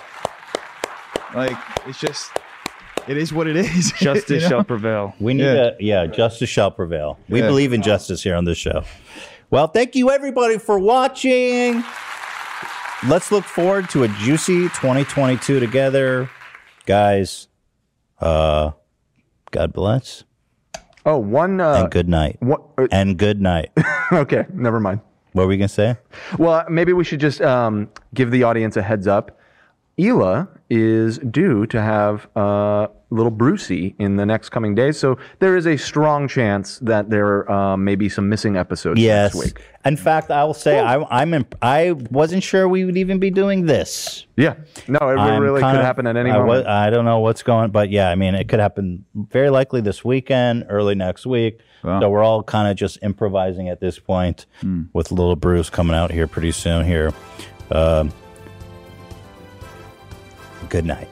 [SPEAKER 4] like, it's just, it is what it is. You know?
[SPEAKER 3] prevail. We need
[SPEAKER 4] Yeah.
[SPEAKER 3] to, yeah, justice shall prevail. We
[SPEAKER 4] Yeah.
[SPEAKER 3] believe in justice here on this show. Well, thank you everybody for watching. Let's look forward to a juicy 2022 together, guys. Uh, God bless.
[SPEAKER 13] Oh, one. Uh,
[SPEAKER 3] and good night. and good night.
[SPEAKER 13] okay, never mind.
[SPEAKER 3] What were we gonna say?
[SPEAKER 13] Well, maybe we should just um, give the audience a heads up. Ela is due to have uh, little Brucey in the next coming days, so there is a strong chance that there uh, may be some missing episodes
[SPEAKER 3] Yes.
[SPEAKER 13] next week.
[SPEAKER 3] In fact, I will say I, I'm. Imp- I wasn't sure we would even be doing this.
[SPEAKER 13] Yeah. No, it
[SPEAKER 3] I'm
[SPEAKER 13] really could
[SPEAKER 3] kind of-
[SPEAKER 13] happen at any
[SPEAKER 3] I wa-
[SPEAKER 13] moment.
[SPEAKER 3] I don't know what's going, but yeah, I mean, it could happen very likely this weekend, early next week. So we're all kind of just improvising at this point,
[SPEAKER 13] Hmm.
[SPEAKER 3] with little Bruce coming out here pretty soon. Here. Um, good night.